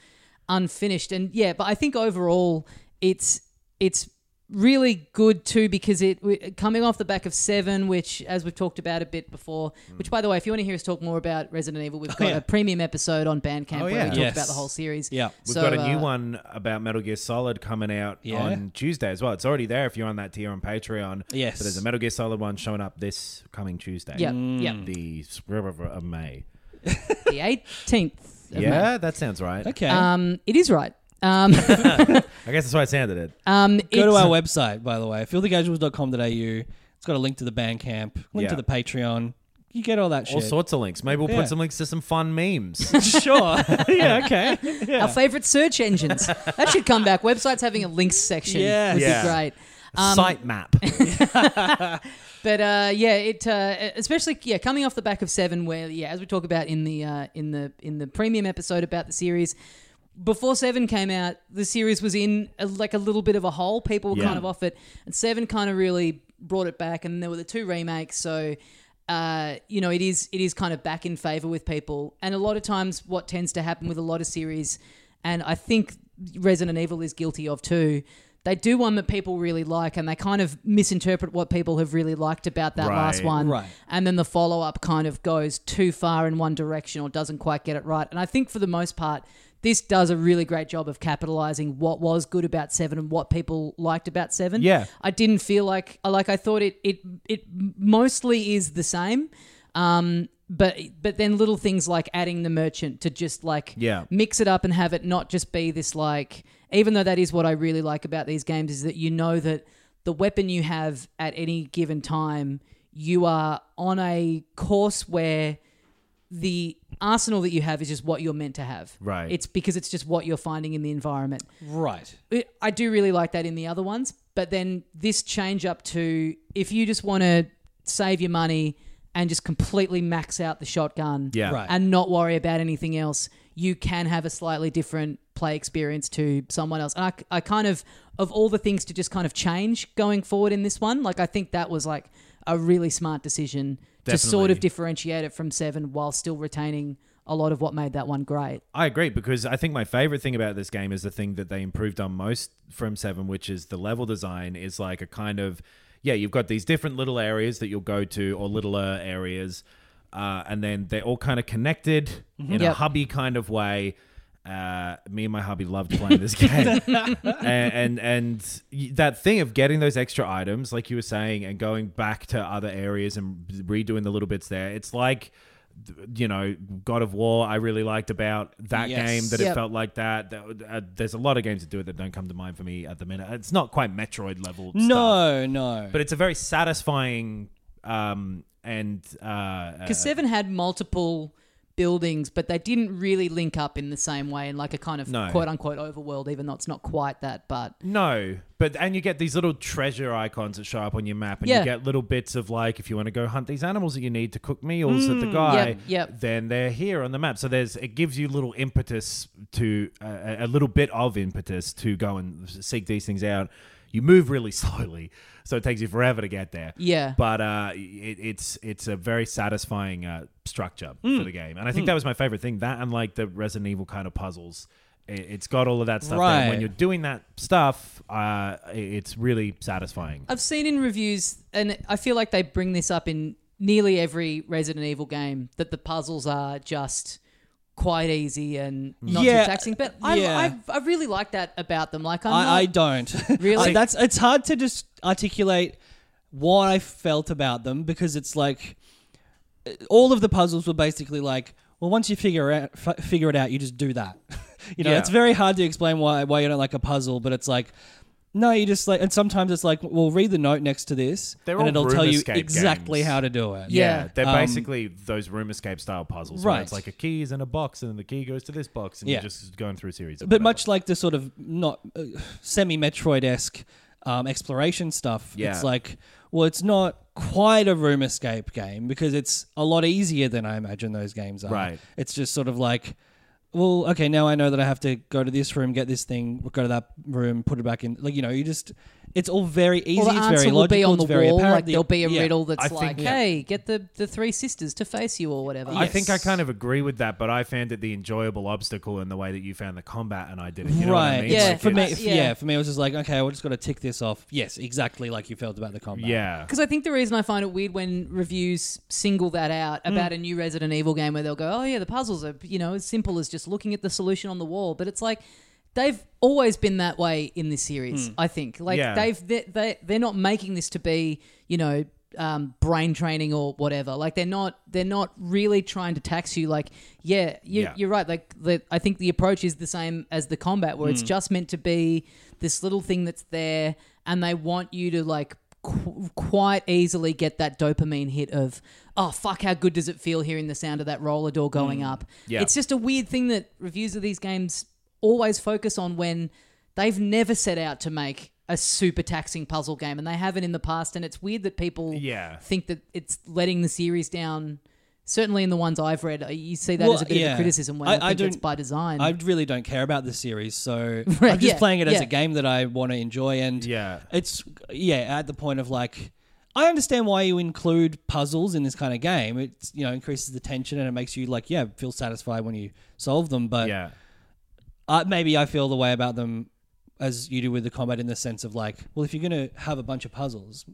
[SPEAKER 1] unfinished. And yeah, but I think overall it's it's really good too because it we- coming off the back of seven, which as we've talked about a bit before.
[SPEAKER 3] Mm.
[SPEAKER 1] Which by the way, if you want to hear us talk more about Resident Evil, we've got
[SPEAKER 2] yeah.
[SPEAKER 1] a premium episode on Bandcamp
[SPEAKER 3] Oh,
[SPEAKER 1] where
[SPEAKER 3] yeah.
[SPEAKER 1] we talk
[SPEAKER 2] Yes.
[SPEAKER 1] about the whole series.
[SPEAKER 2] Yeah.
[SPEAKER 3] We've
[SPEAKER 1] So,
[SPEAKER 3] got a new
[SPEAKER 1] uh,
[SPEAKER 3] one about Metal Gear Solid coming out
[SPEAKER 2] Yeah.
[SPEAKER 3] on Tuesday as well. It's already there if you're on that tier on Patreon.
[SPEAKER 2] Yes.
[SPEAKER 3] But there's a Metal Gear Solid one showing up this coming Tuesday.
[SPEAKER 1] Yeah, yeah,
[SPEAKER 3] The s- of May.
[SPEAKER 1] the eighteenth.
[SPEAKER 3] Yeah, that sounds right.
[SPEAKER 2] Okay.
[SPEAKER 1] Um, it is right. Um,
[SPEAKER 3] I guess that's why it sounded it.
[SPEAKER 1] um,
[SPEAKER 2] Go
[SPEAKER 1] it's-
[SPEAKER 2] to our website, by the way, filthycasuals.com.au. It's got a link to the Bandcamp, link
[SPEAKER 3] Yeah.
[SPEAKER 2] to the Patreon. You get all that shit.
[SPEAKER 3] All sorts of links. Maybe we'll
[SPEAKER 2] Yeah.
[SPEAKER 3] put some links to some fun memes.
[SPEAKER 2] sure. yeah, okay.
[SPEAKER 1] our favorite search engines. that should come back. Websites having a links section
[SPEAKER 2] Yes.
[SPEAKER 1] would
[SPEAKER 3] Yeah.
[SPEAKER 1] be great.
[SPEAKER 3] Site map.
[SPEAKER 1] But uh, yeah, it uh, especially yeah coming off the back of seven, where yeah, as we talk about in the uh, in the in the premium episode about the series. Before Seven came out, the series was in a, like a little bit of a hole. People were
[SPEAKER 3] Yeah.
[SPEAKER 1] kind of off it, and Seven kind of really brought it back. And there were the two remakes, so uh, you know it is it is kind of back in favor with people. And a lot of times, what tends to happen with a lot of series, and I think Resident Evil is guilty of too. They do one that people really like, and they kind of misinterpret what people have really liked about that last
[SPEAKER 3] Right.
[SPEAKER 1] one
[SPEAKER 2] Right.
[SPEAKER 1] and then the follow up kind of goes too far in one direction or doesn't quite get it right. And I think for the most part, this does a really great job of capitalizing what was good about Seven and what people liked about Seven.
[SPEAKER 3] Yeah.
[SPEAKER 1] I didn't feel like like I thought it it it mostly is the same. Um, but but then little things like adding the merchant to just like
[SPEAKER 3] Yeah.
[SPEAKER 1] mix it up and have it not just be this like even though that is what I really like about these games is that you know that the weapon you have at any given time you are on a course where the arsenal that you have is just what you're meant to have.
[SPEAKER 3] Right.
[SPEAKER 1] It's because it's just what you're finding in the environment
[SPEAKER 2] Right.
[SPEAKER 1] it- I do really like that in the other ones, but then this change up to if you just want to save your money and just completely max out the shotgun
[SPEAKER 3] Yeah.
[SPEAKER 2] Right.
[SPEAKER 1] and not worry about anything else, you can have a slightly different play experience to someone else. And I, I kind of, of all the things to just kind of change going forward in this one, like I think that was like a really smart decision to sort
[SPEAKER 3] Definitely.
[SPEAKER 1] of differentiate it from Seven while still retaining a lot of what made that one great.
[SPEAKER 3] I agree because I think my favorite thing about this game is the thing that they improved on most from Seven, which is the level design is like a kind of yeah, you've got these different little areas that you'll go to or littler areas, uh, and then they're all kind of connected in a
[SPEAKER 1] Yep.
[SPEAKER 3] hubby kind of way. Uh, me and my hubby loved playing this game, and, and and y- that thing of getting those extra items, like you were saying, and going back to other areas and redoing the little bits there. It's like you know, God of War, I really liked about that
[SPEAKER 2] Yes.
[SPEAKER 3] game that it
[SPEAKER 1] Yep.
[SPEAKER 3] felt like that. That- uh, there's a lot of games that do it that don't come to mind for me at the minute. It's not quite Metroid level. stuff,
[SPEAKER 2] No, no.
[SPEAKER 3] but it's a very satisfying um, and uh, uh,
[SPEAKER 1] Because Seven had multiple buildings, but they didn't really link up in the same way in like a kind of
[SPEAKER 3] No.
[SPEAKER 1] quote unquote overworld, even though it's not quite that. But
[SPEAKER 3] no, but and you get these little treasure icons that show up on your map, and you
[SPEAKER 1] Yeah.
[SPEAKER 3] get little bits of like if you want to go hunt these animals that you need to cook meals at the guy,
[SPEAKER 1] Mm, Yep, yep.
[SPEAKER 3] then they're here on the map. So there's it gives you little impetus to uh, a little bit of impetus to go and seek these things out. You move really slowly, so it takes you forever to get there.
[SPEAKER 1] Yeah.
[SPEAKER 3] but uh, it, it's it's a very satisfying uh, structure for the game, and I think that was my favorite thing. That and like the Resident Evil kind of puzzles, it, it's got all of that stuff. there. And when
[SPEAKER 2] Right.
[SPEAKER 3] you're doing that stuff, uh, it- it's really satisfying.
[SPEAKER 1] I've seen in reviews, and I feel like they bring this up in nearly every Resident Evil game that the puzzles are just quite easy and not
[SPEAKER 2] Yeah,
[SPEAKER 1] too taxing. But I,
[SPEAKER 2] yeah.
[SPEAKER 1] I, I really like that about them. Like I'm
[SPEAKER 2] I, I
[SPEAKER 1] not-
[SPEAKER 2] don't
[SPEAKER 1] Really?
[SPEAKER 2] I- That's it's hard to just articulate what I felt about them because it's like uh, all of the puzzles were basically like, well, once you figure out f- figure it out, you just do that. you know,
[SPEAKER 3] Yeah.
[SPEAKER 2] it's very hard to explain why why you don't like a puzzle, but it's like. No, you just like, and sometimes it's like, well, read the note next to this,
[SPEAKER 3] They're
[SPEAKER 2] and
[SPEAKER 3] all
[SPEAKER 2] it'll
[SPEAKER 3] room
[SPEAKER 2] tell you
[SPEAKER 3] escape
[SPEAKER 2] exactly
[SPEAKER 3] games.
[SPEAKER 2] how to do it.
[SPEAKER 1] Yeah.
[SPEAKER 3] they're basically those room escape style puzzles. Right,
[SPEAKER 2] Um, Right.
[SPEAKER 3] it's like a key is in a box, and then the key goes to this box, and
[SPEAKER 2] Yeah.
[SPEAKER 3] you're just going through a series. Of
[SPEAKER 2] but
[SPEAKER 3] whatever.
[SPEAKER 2] much like the sort of not uh, semi Metroid esque um, exploration stuff,
[SPEAKER 3] Yeah.
[SPEAKER 2] it's like, well, it's not quite a room escape game because it's a lot easier than I imagine those games are.
[SPEAKER 3] Right.
[SPEAKER 2] It's just sort of like, well, okay, now I know that I have to go to this room, get this thing, go to that room, put it back in. Like, you know, you just, It's all very easy.
[SPEAKER 1] Well, the
[SPEAKER 2] it's
[SPEAKER 1] answer
[SPEAKER 2] very
[SPEAKER 1] will
[SPEAKER 2] logical.
[SPEAKER 1] be on the
[SPEAKER 2] it's very
[SPEAKER 1] wall.
[SPEAKER 2] apparent.
[SPEAKER 1] Like
[SPEAKER 2] The-
[SPEAKER 1] there'll be a
[SPEAKER 2] yeah.
[SPEAKER 1] riddle that's
[SPEAKER 3] I think-
[SPEAKER 1] like,
[SPEAKER 3] yeah.
[SPEAKER 1] "Hey, get the the three sisters to face you or whatever."
[SPEAKER 3] I think I kind of agree with that, but I found it the enjoyable obstacle in the way that you found the combat, and I didn't. You know
[SPEAKER 2] right.
[SPEAKER 3] What I mean?
[SPEAKER 1] Yeah.
[SPEAKER 3] Like,
[SPEAKER 2] for me,
[SPEAKER 3] it's-
[SPEAKER 2] if-
[SPEAKER 1] Yeah.
[SPEAKER 2] yeah. For me, it was just like, okay, we're just gonna tick this off. Yes, exactly like you felt about the combat.
[SPEAKER 3] Yeah.
[SPEAKER 1] Because I think the reason I find it weird when reviews single that out about a new Resident Evil game where they'll go, oh, yeah, the puzzles are, you know, as simple as just looking at the solution on the wall. But it's like, they've always been that way in this series, I think. Like,
[SPEAKER 3] Yeah.
[SPEAKER 1] they've, they, they, they're not making this to be, you know, um, brain training or whatever. Like they're not they're not really trying to tax you. Like yeah, you,
[SPEAKER 3] Yeah.
[SPEAKER 1] you're right. Like the, I think the approach is the same as the combat, where it's just meant to be this little thing that's there, and they want you to like qu- quite easily get that dopamine hit of oh fuck, how good does it feel hearing the sound of that roller door going up?
[SPEAKER 3] Yeah.
[SPEAKER 1] It's just a weird thing that reviews of these games always focus on when they've never set out to make a super taxing puzzle game and they haven't in the past and it's weird that people
[SPEAKER 3] Yeah.
[SPEAKER 1] think that it's letting the series down. Certainly, in the ones I've read, uh, you see that
[SPEAKER 2] Well,
[SPEAKER 1] as a bit of
[SPEAKER 2] yeah.
[SPEAKER 1] a criticism. When
[SPEAKER 2] I-
[SPEAKER 1] I,
[SPEAKER 2] I
[SPEAKER 1] think it's
[SPEAKER 2] don't-
[SPEAKER 1] by design.
[SPEAKER 2] I really don't care about this series, so
[SPEAKER 1] Right,
[SPEAKER 2] I'm just
[SPEAKER 1] yeah,
[SPEAKER 2] playing it as
[SPEAKER 1] yeah.
[SPEAKER 2] a game that I want to enjoy. And
[SPEAKER 3] Yeah.
[SPEAKER 2] it's yeah at the point of like, I understand why you include puzzles in this kind of game. It's you know increases the tension and it makes you like yeah feel satisfied when you solve them. But
[SPEAKER 3] Yeah.
[SPEAKER 2] uh, maybe I feel the way about them as you do with the combat in the sense of like, well, if you're going to have a bunch of puzzles,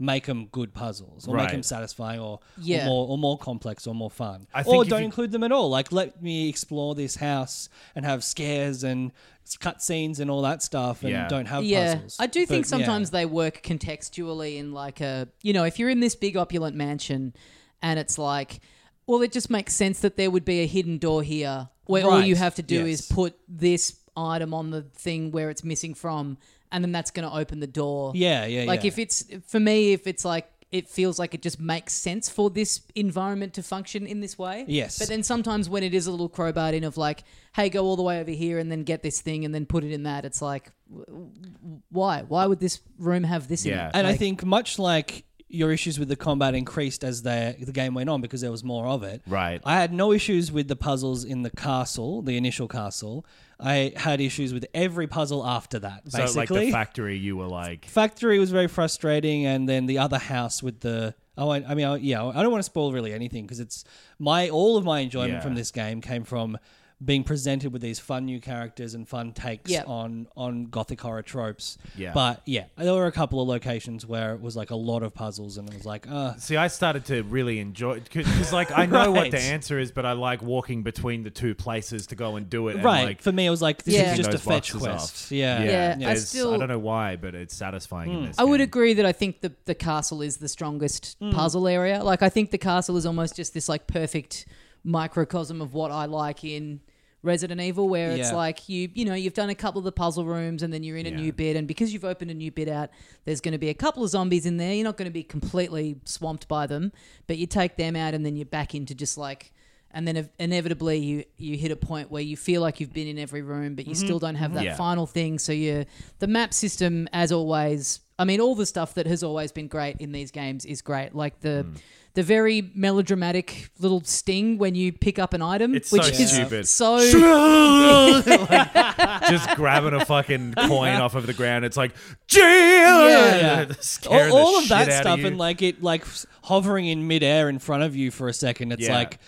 [SPEAKER 2] make them good puzzles or make 'em make
[SPEAKER 3] Right.
[SPEAKER 2] them satisfying or,
[SPEAKER 1] Yeah.
[SPEAKER 2] or, more, or more complex or more fun.
[SPEAKER 3] I think
[SPEAKER 2] or
[SPEAKER 3] if
[SPEAKER 2] don't
[SPEAKER 3] you-
[SPEAKER 2] include them at all. Like, let me explore this house and have scares and s- cutscenes and all that stuff and
[SPEAKER 3] Yeah.
[SPEAKER 2] don't have
[SPEAKER 1] yeah,
[SPEAKER 2] puzzles.
[SPEAKER 1] I do think
[SPEAKER 2] But, yeah.
[SPEAKER 1] sometimes they work contextually in like a you know if you're in this big opulent mansion, and it's like, well, it just makes sense that there would be a hidden door here where all
[SPEAKER 2] Right,
[SPEAKER 1] you have to do
[SPEAKER 2] yes.
[SPEAKER 1] is put this item on the thing where it's missing from, and then that's going to open the door.
[SPEAKER 2] Yeah, yeah,
[SPEAKER 1] Like
[SPEAKER 2] yeah.
[SPEAKER 1] if it's for me, if it's like it feels like it just makes sense for this environment to function in this way.
[SPEAKER 2] Yes.
[SPEAKER 1] But then sometimes when it is a little crowbar in of like, hey, go all the way over here and then get this thing and then put it in that, it's like, w- w- why? Why would this room have this in
[SPEAKER 3] Yeah.
[SPEAKER 1] it?
[SPEAKER 2] And I
[SPEAKER 1] Like,
[SPEAKER 2] think much like your issues with the combat increased as the the game went on because there was more of it.
[SPEAKER 3] Right.
[SPEAKER 2] I had no issues with the puzzles in the castle, the initial castle. I had issues with every puzzle after that. Basically,
[SPEAKER 3] So like the factory, you were like,
[SPEAKER 2] factory was very frustrating, and then the other house with the. Oh, I, I mean, I, yeah, I don't want to spoil really anything because it's my all of my enjoyment
[SPEAKER 3] Yeah.
[SPEAKER 2] from this game came from being presented with these fun new characters and fun takes
[SPEAKER 1] Yep.
[SPEAKER 2] on on gothic horror tropes.
[SPEAKER 3] Yeah.
[SPEAKER 2] But yeah, there were a couple of locations where it was like a lot of puzzles, and it was like, uh,
[SPEAKER 3] See, I started to really enjoy because, like, I know what
[SPEAKER 2] Right.
[SPEAKER 3] the answer is, but I like walking between the two places to go and do it. and,
[SPEAKER 2] right.
[SPEAKER 3] like,
[SPEAKER 2] For me, it was like this
[SPEAKER 1] Yeah.
[SPEAKER 2] is just a
[SPEAKER 3] those
[SPEAKER 2] fetch
[SPEAKER 3] boxes
[SPEAKER 2] quest.
[SPEAKER 3] off.
[SPEAKER 2] Yeah.
[SPEAKER 1] Yeah. I
[SPEAKER 3] there's- I,
[SPEAKER 1] still-
[SPEAKER 3] don't know why, but it's satisfying.
[SPEAKER 2] Hmm.
[SPEAKER 3] In this
[SPEAKER 1] I would
[SPEAKER 3] game.
[SPEAKER 1] agree that I think the, the castle is the strongest puzzle area. Like, I think the castle is almost just this like perfect microcosm of what I like in Resident Evil, where it's
[SPEAKER 2] Yeah.
[SPEAKER 1] like you, you know, you've done a couple of the puzzle rooms and then you're in a
[SPEAKER 3] Yeah.
[SPEAKER 1] new bit. And because you've opened a new bit out, there's going to be a couple of zombies in there. You're not going to be completely swamped by them, but you take them out and then you're back into just like. And then ev- inevitably, you, you hit a point where you feel like you've been in every room, but you still don't have that
[SPEAKER 3] Yeah.
[SPEAKER 1] final thing. So you the map system, as always. I mean, all the stuff that has always been great in these games is great. Like
[SPEAKER 3] Hmm.
[SPEAKER 1] the the very melodramatic little sting when you pick up an item,
[SPEAKER 3] It's
[SPEAKER 1] which
[SPEAKER 3] so
[SPEAKER 1] is
[SPEAKER 3] stupid.
[SPEAKER 1] so
[SPEAKER 3] just grabbing a fucking coin off of the ground. It's like, jail.
[SPEAKER 1] Yeah.
[SPEAKER 2] all,
[SPEAKER 3] Scaring the
[SPEAKER 2] all of
[SPEAKER 3] shit
[SPEAKER 2] that
[SPEAKER 3] out
[SPEAKER 2] stuff
[SPEAKER 3] you.
[SPEAKER 2] and like it like s- hovering in midair in front of you for a second it's
[SPEAKER 3] Yeah.
[SPEAKER 2] like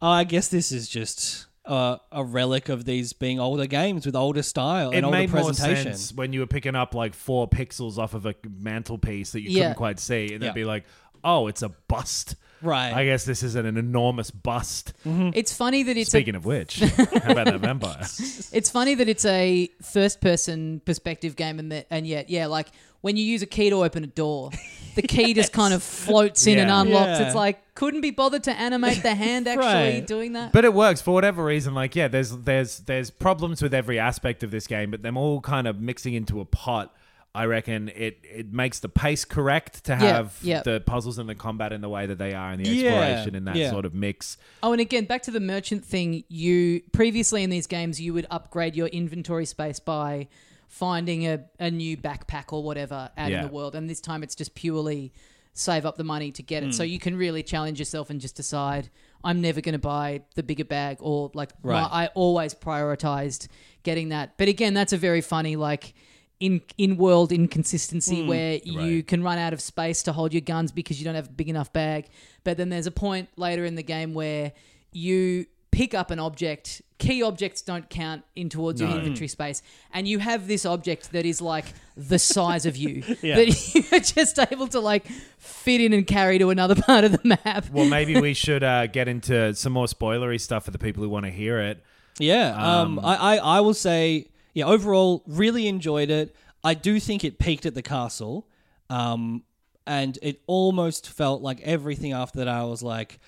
[SPEAKER 2] oh, i guess this is just uh, a relic of these being older games with older style
[SPEAKER 3] it
[SPEAKER 2] and older
[SPEAKER 3] made more
[SPEAKER 2] presentation
[SPEAKER 3] sense when you were picking up like four pixels off of a mantelpiece that you
[SPEAKER 1] Yeah.
[SPEAKER 3] couldn't quite see, and
[SPEAKER 2] Yeah.
[SPEAKER 3] then be like, oh, it's a bust.
[SPEAKER 2] Right.
[SPEAKER 3] I guess this is an, an enormous bust.
[SPEAKER 1] it's funny that it's a
[SPEAKER 3] Speaking of which, how about that vampire?
[SPEAKER 1] It's funny that it's a first person perspective game and that and yet yeah like when you use a key to open a door the key just kind of floats in and
[SPEAKER 3] Yeah.
[SPEAKER 1] unlocks
[SPEAKER 2] Yeah.
[SPEAKER 1] it's like couldn't be bothered to animate the hand actually
[SPEAKER 2] Right.
[SPEAKER 1] doing that
[SPEAKER 3] But it works for whatever reason. Like, yeah, there's there's there's problems with every aspect of this game, but them all kind of mixing into a pot. I reckon it it makes the pace correct to have
[SPEAKER 1] yeah.
[SPEAKER 3] the puzzles and the combat in the way that they are and the
[SPEAKER 2] Yeah,
[SPEAKER 3] exploration in that
[SPEAKER 2] yeah.
[SPEAKER 3] sort of mix.
[SPEAKER 1] Oh, and again, back to the merchant thing. You previously in these games, you would upgrade your inventory space by finding a, a new backpack or whatever out
[SPEAKER 3] Yeah.
[SPEAKER 1] in the world, and this time it's just purely save up the money to get it. So you can really challenge yourself and just decide, I'm never going to buy the bigger bag, or like my-
[SPEAKER 2] Right.
[SPEAKER 1] I always prioritized getting that. But again, that's a very funny like. in in world inconsistency where you can run out of space to hold your guns because you don't have a big enough bag. But then there's a point later in the game where you pick up an object. Key objects don't count in towards your inventory space, and you have this object that is like the size of you that you are just able to like fit in and carry to another part of the map.
[SPEAKER 3] Well, maybe we should uh, get into some more spoilery stuff for the people who want to hear it.
[SPEAKER 2] Yeah. Um, I, I, I will say, yeah, overall, really enjoyed it. I do think it peaked at the castle. Um, and it almost felt like everything after that, I was like,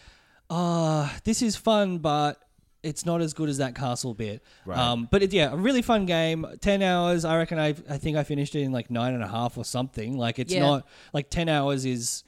[SPEAKER 2] ah, this is fun, but it's not as good as that castle bit. Right. Um, but it, yeah, a really fun game. 10 hours. I reckon I, I think I finished it in like nine and a half or something. Like, it's
[SPEAKER 1] Yeah.
[SPEAKER 2] not like 10 hours is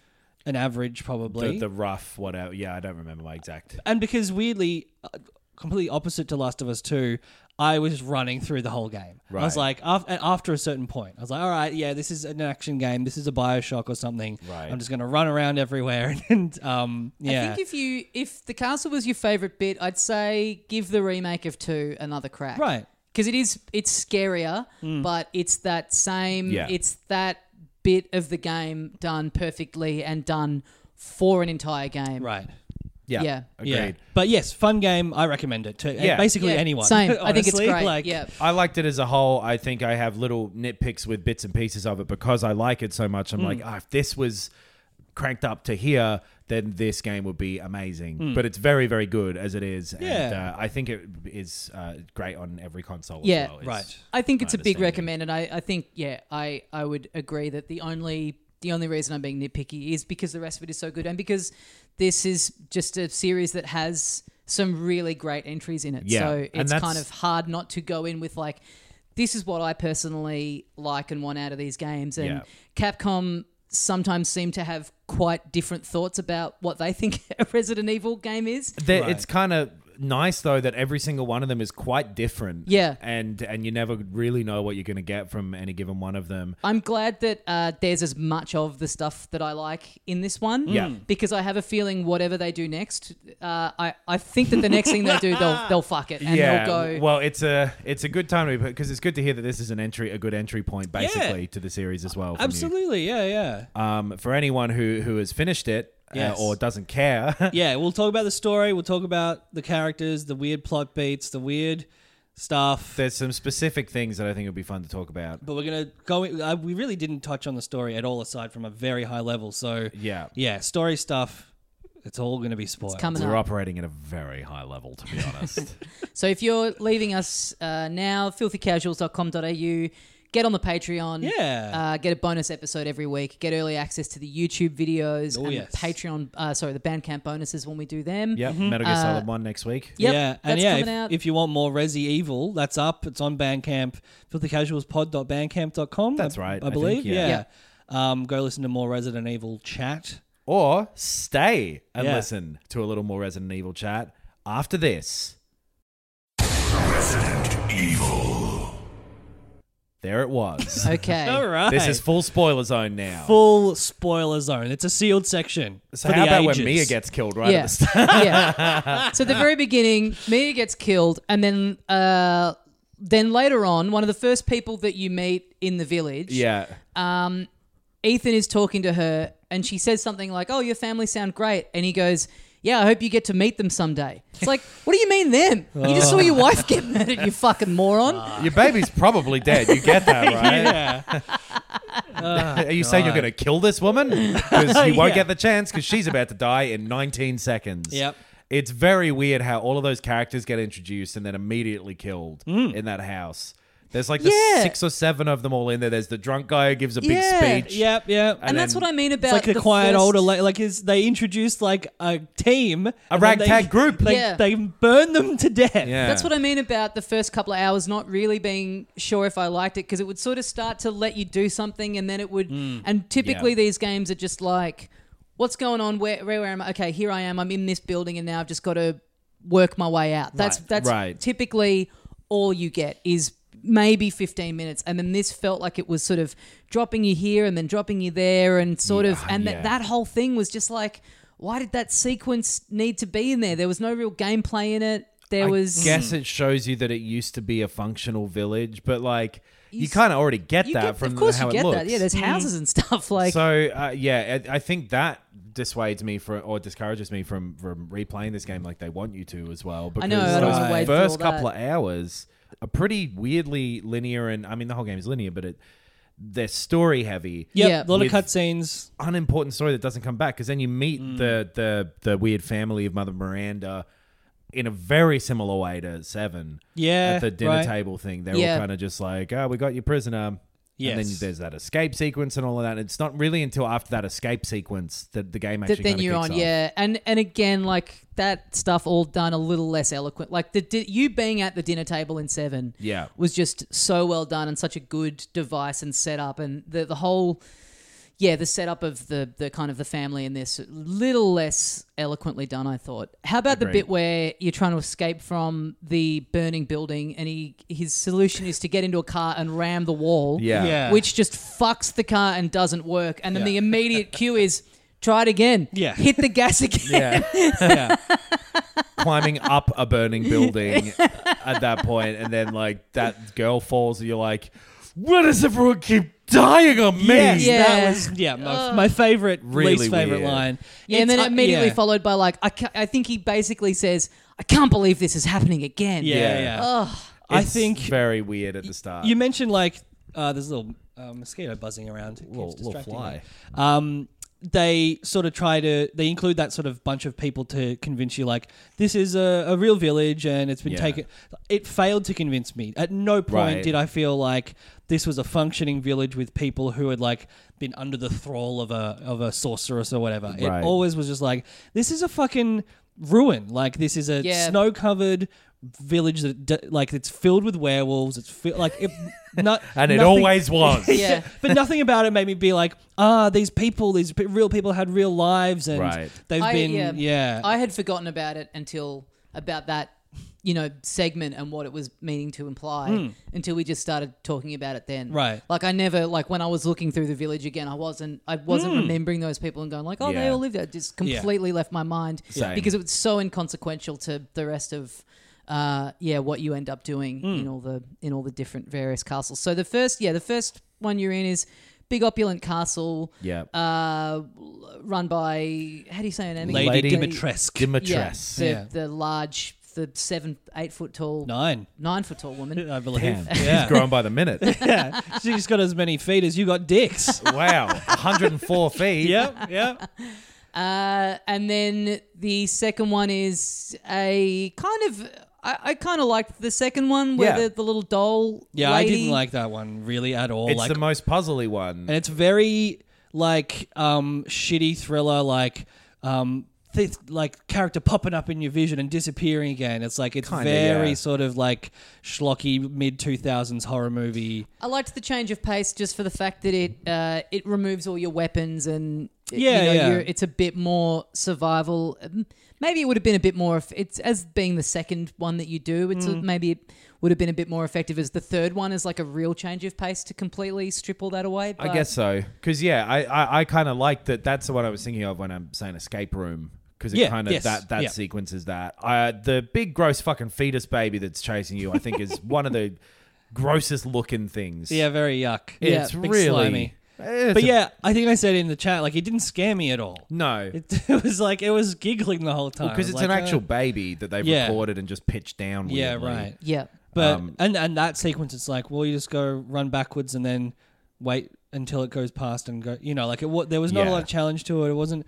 [SPEAKER 2] an average, probably
[SPEAKER 3] The, the rough, whatever. Yeah, I don't remember my exact.
[SPEAKER 2] and because weirdly, uh, completely opposite to Last of Us Two, I was running through the whole game. I was like,
[SPEAKER 3] Right.
[SPEAKER 2] after, after a certain point, I was like, all right, yeah, this is an action game. This is a Bioshock or something.
[SPEAKER 3] Right.
[SPEAKER 2] I'm just gonna run around everywhere and um, yeah.
[SPEAKER 1] I think if you if the castle was your favorite bit, I'd say give the remake of two another crack.
[SPEAKER 2] Right. Mm.
[SPEAKER 1] Because it is it's scarier, but it's that same
[SPEAKER 3] Yeah.
[SPEAKER 1] it's that bit of the game done perfectly and done for an entire game.
[SPEAKER 2] right.
[SPEAKER 3] Yeah.
[SPEAKER 1] Yeah.
[SPEAKER 3] Agreed.
[SPEAKER 2] Yeah, but yes, fun game. I recommend it to
[SPEAKER 3] Yeah.
[SPEAKER 2] basically
[SPEAKER 1] Yeah,
[SPEAKER 2] anyone.
[SPEAKER 1] Same. I think it's
[SPEAKER 2] honestly.
[SPEAKER 1] great.
[SPEAKER 2] Like,
[SPEAKER 1] yeah.
[SPEAKER 3] I liked it as a whole. I think I have little nitpicks with bits and pieces of it because I like it so much. I'm like, ah, if this was cranked up to here, then this game would be amazing. But it's very, very good as it is. And,
[SPEAKER 2] Yeah.
[SPEAKER 3] uh, I think it is uh, great on every console
[SPEAKER 1] Yeah.
[SPEAKER 3] as well. It's-
[SPEAKER 2] Right.
[SPEAKER 1] I think it's a
[SPEAKER 3] my
[SPEAKER 1] big
[SPEAKER 3] understanding.
[SPEAKER 1] recommend, and I, I think yeah, I, I would agree that the only the only reason I'm being nitpicky is because the rest of it is so good, and because this is just a series that has some really great entries in it.
[SPEAKER 3] Yeah,
[SPEAKER 1] so
[SPEAKER 3] and
[SPEAKER 1] it's
[SPEAKER 3] that's-
[SPEAKER 1] kind of hard not to go in with like, this is what I personally like and want out of these games, and Capcom sometimes seem to have quite different thoughts about what they think a Resident Evil game is.
[SPEAKER 3] That It's kind of nice though that every single one of them is quite different.
[SPEAKER 1] Yeah.
[SPEAKER 3] And and you never really know what you're going to get from any given one of them.
[SPEAKER 1] I'm glad that uh, there's as much of the stuff that I like in this one.
[SPEAKER 3] Yeah.
[SPEAKER 2] Hmm.
[SPEAKER 1] Because I have a feeling whatever they do next, uh, I, I think that the next thing they do, they'll they'll fuck it and they'll
[SPEAKER 3] yeah.
[SPEAKER 1] go.
[SPEAKER 3] Well, it's a it's a good time to because it's good to hear that this is an entry a good entry point basically to the series as well. from you.
[SPEAKER 2] absolutely. Yeah, yeah,
[SPEAKER 3] Um, for anyone who who has finished it uh,
[SPEAKER 2] Yes.
[SPEAKER 3] or doesn't care,
[SPEAKER 2] yeah. We'll talk about the story. We'll talk about the characters, the weird plot beats, the weird stuff.
[SPEAKER 3] there's some specific things that I think would be fun to talk about.
[SPEAKER 2] but we're gonna go. Uh, we really didn't touch on the story at all, aside from a very high level. So
[SPEAKER 3] Yeah.
[SPEAKER 2] yeah, story stuff. It's all gonna be spoiled.
[SPEAKER 1] Coming
[SPEAKER 3] We're
[SPEAKER 1] up.
[SPEAKER 3] operating at a very high level, to be honest.
[SPEAKER 1] So if you're leaving us uh, now, filthycasuals.com.au, get on the Patreon.
[SPEAKER 2] Yeah.
[SPEAKER 1] Uh, get a bonus episode every week. Get early access to the YouTube videos and
[SPEAKER 2] Oh, yes.
[SPEAKER 1] the Patreon. Uh, sorry, the Bandcamp bonuses when we do them.
[SPEAKER 3] yep, Metal Gear
[SPEAKER 1] Uh,
[SPEAKER 3] Solid One next week.
[SPEAKER 1] Yep,
[SPEAKER 2] yeah, and
[SPEAKER 1] that's
[SPEAKER 2] yeah,
[SPEAKER 1] coming
[SPEAKER 2] if,
[SPEAKER 1] out.
[SPEAKER 2] if you want more Resi Evil, that's up. It's on Bandcamp, filthycasualspod.bandcamp.com.
[SPEAKER 3] That's
[SPEAKER 2] I-
[SPEAKER 3] right,
[SPEAKER 2] I,
[SPEAKER 3] I
[SPEAKER 2] believe.
[SPEAKER 3] think, yeah.
[SPEAKER 2] yeah. Um, go listen to more Resident Evil chat.
[SPEAKER 3] Or stay and
[SPEAKER 2] Yeah.
[SPEAKER 3] listen to a little more Resident Evil chat after this.
[SPEAKER 4] Resident Evil.
[SPEAKER 3] There it was.
[SPEAKER 1] Okay.
[SPEAKER 2] All right.
[SPEAKER 3] This is full spoiler zone now.
[SPEAKER 2] full spoiler zone. It's a sealed section.
[SPEAKER 3] so
[SPEAKER 2] for
[SPEAKER 3] how
[SPEAKER 2] the
[SPEAKER 3] about
[SPEAKER 2] ages.
[SPEAKER 3] when Mia gets killed right at
[SPEAKER 1] yeah.
[SPEAKER 3] the start?
[SPEAKER 1] yeah. So at the very beginning, Mia gets killed, and then uh, then later on, one of the first people that you meet in the village,
[SPEAKER 3] Yeah.
[SPEAKER 1] Ethan is talking to her, and she says something like, "Oh, your family sound great," and he goes. Yeah, I hope you get to meet them someday. It's like, what do you mean them? You just saw your wife get murdered, you fucking moron.
[SPEAKER 3] Your baby's probably dead. You get that, right?
[SPEAKER 2] Yeah. Uh.
[SPEAKER 3] Are you saying you're going to kill this woman? Because you won't
[SPEAKER 2] Yeah.
[SPEAKER 3] get the chance because she's about to die in 19 seconds.
[SPEAKER 2] Yep.
[SPEAKER 3] It's very weird how all of those characters get introduced and then immediately killed
[SPEAKER 2] Mm.
[SPEAKER 3] in that house. There's like the
[SPEAKER 1] Yeah.
[SPEAKER 3] six or seven of them all in there. There's the drunk guy who gives a big
[SPEAKER 1] Yeah.
[SPEAKER 3] speech.
[SPEAKER 2] Yep. Yep.
[SPEAKER 1] And, that's
[SPEAKER 3] then-
[SPEAKER 1] what I mean about
[SPEAKER 2] It's like the, quiet
[SPEAKER 1] first-
[SPEAKER 2] older la- like is they introduced like a team, a
[SPEAKER 3] ragtag group.
[SPEAKER 2] They,
[SPEAKER 1] Yeah.
[SPEAKER 2] they burn them to death.
[SPEAKER 3] Yeah.
[SPEAKER 1] That's what I mean about the first couple of hours not really being sure if I liked it because it would sort of start to let you do something and then it would. And typically
[SPEAKER 3] Mm. Yeah.
[SPEAKER 1] these games are just like, what's going on? Where, where am I? Okay, here I am. I'm in this building and now I've just got to work my way out. That's
[SPEAKER 3] Right,
[SPEAKER 1] that's
[SPEAKER 3] right.
[SPEAKER 1] typically all you get is maybe 15 minutes and then this felt like it was sort of dropping you here and then dropping you there and sort of and
[SPEAKER 3] yeah.
[SPEAKER 1] that that whole thing was just like why did that sequence need to be in there there was no real gameplay in it there
[SPEAKER 3] I
[SPEAKER 1] was
[SPEAKER 3] guess it shows you that it used to be a functional village, but like you,
[SPEAKER 1] s-
[SPEAKER 3] kind of already get
[SPEAKER 1] you
[SPEAKER 3] that
[SPEAKER 1] get-
[SPEAKER 3] from
[SPEAKER 1] of course
[SPEAKER 3] how
[SPEAKER 1] you
[SPEAKER 3] it
[SPEAKER 1] get
[SPEAKER 3] looks.
[SPEAKER 1] that. Yeah, there's houses and stuff like.
[SPEAKER 3] so uh, yeah, I, I think that dissuades me for or discourages me from from replaying this game like they want you to as well. Because
[SPEAKER 1] I know, I don't
[SPEAKER 3] those
[SPEAKER 1] wanna wait for all
[SPEAKER 3] first couple
[SPEAKER 1] that.
[SPEAKER 3] of hours are pretty weirdly linear, and I mean the whole game is linear, but it they're story heavy.
[SPEAKER 2] Yep,
[SPEAKER 1] Yeah.
[SPEAKER 2] a lot
[SPEAKER 3] With-
[SPEAKER 2] of cutscenes.
[SPEAKER 3] unimportant story that doesn't come back because then you meet
[SPEAKER 2] Mm.
[SPEAKER 3] the the the weird family of Mother Miranda in a very similar way to Seven.
[SPEAKER 2] Yeah,
[SPEAKER 3] at the dinner
[SPEAKER 2] right.
[SPEAKER 3] table thing, they're
[SPEAKER 1] Yeah.
[SPEAKER 3] all kind of just like, "Oh, we got you prisoner." And then
[SPEAKER 2] Yes.
[SPEAKER 3] there's that escape sequence and all of that. It's not really until after that escape sequence that the game actually
[SPEAKER 1] that then
[SPEAKER 3] kinda
[SPEAKER 1] you're
[SPEAKER 3] kicks
[SPEAKER 1] on,
[SPEAKER 3] off.
[SPEAKER 1] yeah, and and again, like that stuff all done a little less eloquent. Like the di- you being at the dinner table in Seven,
[SPEAKER 3] Yeah.
[SPEAKER 1] was just so well done and such a good device and setup, and the the whole, yeah, the setup of the the kind of the family in this little less eloquently done. I thought. How about the
[SPEAKER 3] Agreed.
[SPEAKER 1] bit where you're trying to escape from the burning building, and he his solution is to get into a car and ram the wall,
[SPEAKER 3] Yeah.
[SPEAKER 2] Yeah.
[SPEAKER 1] which just fucks the car and doesn't work. And then the immediate cue is try it again.
[SPEAKER 2] Yeah.
[SPEAKER 1] Hit the gas again.
[SPEAKER 2] yeah.
[SPEAKER 3] climbing up a burning building at that point, and then like that girl falls, and you're like, "Why does everyone keep dying on me?"
[SPEAKER 2] Yes,
[SPEAKER 1] Yeah.
[SPEAKER 2] that was yeah my, my favorite,
[SPEAKER 3] Really
[SPEAKER 2] least favorite
[SPEAKER 3] weird.
[SPEAKER 2] line.
[SPEAKER 1] Yeah, and then
[SPEAKER 2] It's- uh,
[SPEAKER 1] immediately
[SPEAKER 2] yeah.
[SPEAKER 1] followed by like I, ca- I think he basically says, I can't believe this is happening again.
[SPEAKER 2] Yeah,
[SPEAKER 3] Yeah.
[SPEAKER 2] yeah. I
[SPEAKER 3] It's
[SPEAKER 2] think
[SPEAKER 3] very weird at the start.
[SPEAKER 2] you mentioned like uh, there's a little uh, mosquito buzzing around. It keeps
[SPEAKER 3] Little- little
[SPEAKER 2] distracting me.
[SPEAKER 3] fly.
[SPEAKER 2] Um, they sort of try to they include that sort of bunch of people to convince you like this is a, a real village and it's been
[SPEAKER 3] Yeah.
[SPEAKER 2] taken. It failed to convince me. At no point
[SPEAKER 3] Right.
[SPEAKER 2] did I feel like this was a functioning village with people who had like been under the thrall of a of a sorceress or whatever.
[SPEAKER 3] Right.
[SPEAKER 2] It always was just like this is a fucking ruin. Like this is a
[SPEAKER 1] Yeah.
[SPEAKER 2] snow covered village that d- like it's filled with werewolves. It's fi- like it, not
[SPEAKER 3] and it
[SPEAKER 2] nothing-
[SPEAKER 3] always was.
[SPEAKER 1] Yeah.
[SPEAKER 2] but nothing about it made me be like, ah, these people, these p- real people had real lives, and
[SPEAKER 3] Right.
[SPEAKER 2] they've
[SPEAKER 1] I,
[SPEAKER 2] been,
[SPEAKER 1] yeah,
[SPEAKER 2] yeah,
[SPEAKER 1] I had forgotten about it until about that, you know, segment and what it was meaning to imply until we just started talking about it then.
[SPEAKER 2] Hmm. Right.
[SPEAKER 1] Like I never like when I was looking through the village again, I wasn't I wasn't
[SPEAKER 2] Hmm.
[SPEAKER 1] remembering those people and going like, oh, they
[SPEAKER 3] Yeah.
[SPEAKER 1] all lived there. It just completely left my mind
[SPEAKER 3] Same.
[SPEAKER 1] because it was so inconsequential to the rest of. Uh, yeah, what you end up doing
[SPEAKER 2] Hmm.
[SPEAKER 1] in all the in all the different various castles. So the first, yeah, the first one you're in is big opulent castle.
[SPEAKER 3] Yeah.
[SPEAKER 2] Um,
[SPEAKER 1] Uh, run by how do you say her name?
[SPEAKER 2] Lady,
[SPEAKER 3] Lady-
[SPEAKER 2] Dimitrescu,
[SPEAKER 1] Yeah,
[SPEAKER 3] Dimitress.
[SPEAKER 1] the,
[SPEAKER 2] Yeah.
[SPEAKER 1] the large, the seven, eight foot tall,
[SPEAKER 2] nine,
[SPEAKER 1] nine foot tall woman.
[SPEAKER 2] I believe.
[SPEAKER 3] Damn,
[SPEAKER 2] Yeah.
[SPEAKER 3] He's grown by the minute.
[SPEAKER 2] yeah, she's got as many feet as you got dicks.
[SPEAKER 3] wow, 104 feet.
[SPEAKER 2] yeah, yeah,
[SPEAKER 1] Uh, and then the second one is a kind of. I, I kind of liked the second one where
[SPEAKER 3] Yeah.
[SPEAKER 1] the, the little doll.
[SPEAKER 2] yeah. I
[SPEAKER 1] lady-
[SPEAKER 2] didn't like that one really at all.
[SPEAKER 3] It's
[SPEAKER 2] like,
[SPEAKER 3] the most puzzly one.
[SPEAKER 2] and it's very like um shitty thriller, like um. Th- like character popping up in your vision and disappearing again. It's like it's
[SPEAKER 3] Kinda,
[SPEAKER 2] very
[SPEAKER 3] yeah.
[SPEAKER 2] sort of like schlocky mid two thousands horror movie.
[SPEAKER 1] I liked the change of pace just for the fact that it uh, it removes all your weapons and it-
[SPEAKER 2] Yeah,
[SPEAKER 1] you know,
[SPEAKER 2] yeah.
[SPEAKER 1] You're, it's a bit more survival. Um, Maybe it would have been a bit more. If it's as being the second one that you do, it's a, maybe it would have been a bit more effective as the third one is like a real change of pace to completely strip all that away.
[SPEAKER 3] I
[SPEAKER 1] but-
[SPEAKER 3] guess so. Because, yeah, I, I, I kind of like that. That's the one I was thinking of when I'm saying escape room. Because it
[SPEAKER 2] Yeah,
[SPEAKER 3] kind of
[SPEAKER 2] yes,
[SPEAKER 3] that that
[SPEAKER 2] yeah.
[SPEAKER 3] sequence is that uh, the big gross fucking fetus baby that's chasing you. I think is one of the grossest looking things.
[SPEAKER 2] Yeah, very yuck.
[SPEAKER 1] Yeah,
[SPEAKER 3] it's
[SPEAKER 1] big
[SPEAKER 3] really.
[SPEAKER 2] slimy.
[SPEAKER 3] It's
[SPEAKER 2] But
[SPEAKER 3] a-
[SPEAKER 2] yeah, I think I said in the chat, like it didn't scare me at all.
[SPEAKER 3] no,
[SPEAKER 2] It, it was like it was giggling the whole time. I
[SPEAKER 3] because it's
[SPEAKER 2] was
[SPEAKER 3] an
[SPEAKER 2] like,
[SPEAKER 3] actual
[SPEAKER 2] uh,
[SPEAKER 3] baby that they've
[SPEAKER 2] yeah.
[SPEAKER 3] recorded and just pitched down.
[SPEAKER 2] yeah,
[SPEAKER 3] weirdly.
[SPEAKER 2] right.
[SPEAKER 1] Yeah.
[SPEAKER 2] But
[SPEAKER 3] Um,
[SPEAKER 2] and and that sequence, it's like, well, you just go run backwards and then wait until it goes past and go. You know, like it. wa- There was not a
[SPEAKER 3] Yeah.
[SPEAKER 2] lot of challenge to it. It wasn't.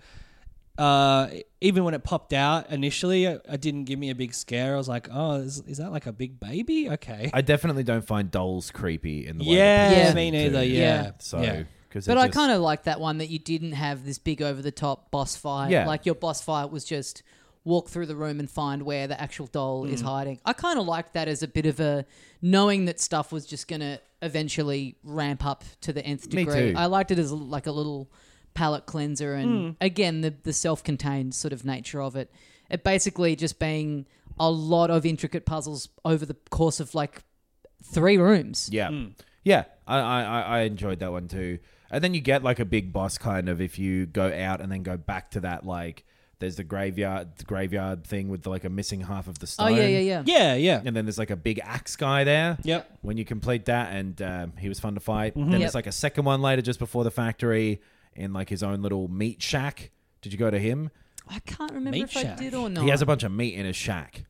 [SPEAKER 2] Uh, even when it popped out initially, it, it didn't give me a big scare. I was like, "Oh, is, is that like a big baby?" Okay.
[SPEAKER 3] I definitely don't find dolls creepy in the way. that
[SPEAKER 2] yeah,
[SPEAKER 1] Yeah.
[SPEAKER 2] me neither.
[SPEAKER 3] do.
[SPEAKER 2] Yeah.
[SPEAKER 1] Yeah.
[SPEAKER 3] So,
[SPEAKER 2] yeah.
[SPEAKER 3] because
[SPEAKER 1] But I kind of like that one that you didn't have this big over the top boss fight.
[SPEAKER 3] Yeah.
[SPEAKER 1] Like your boss fight was just walk through the room and find where the actual doll
[SPEAKER 3] Mm.
[SPEAKER 1] is hiding. I kind of liked that as a bit of a knowing that stuff was just going to eventually ramp up to the nth
[SPEAKER 3] Me
[SPEAKER 1] degree.
[SPEAKER 3] too.
[SPEAKER 1] I liked it as like a little palate cleanser
[SPEAKER 3] Mm.
[SPEAKER 1] and again the the self-contained sort of nature of it. It basically just being a lot of intricate puzzles over the course of like three rooms.
[SPEAKER 3] Yeah.
[SPEAKER 2] Hmm.
[SPEAKER 3] Yeah. I, I, I- I enjoyed that one too. And then you get like a big boss kind of if you go out and then go back to that like There's the graveyard the graveyard thing with like a missing half of the
[SPEAKER 1] Oh,
[SPEAKER 3] stone.
[SPEAKER 1] yeah, yeah, yeah.
[SPEAKER 2] Yeah, yeah.
[SPEAKER 3] And then there's like a big axe guy there.
[SPEAKER 2] Yep.
[SPEAKER 3] When you complete that, and um, he was fun to fight. Then
[SPEAKER 1] Yep.
[SPEAKER 3] there's like a second one later, just before the factory, in like his own little meat shack. Did you go to him?
[SPEAKER 1] I can't remember
[SPEAKER 2] Meat
[SPEAKER 1] if I
[SPEAKER 2] Shack.
[SPEAKER 1] did or not.
[SPEAKER 3] He has a bunch of meat in his shack.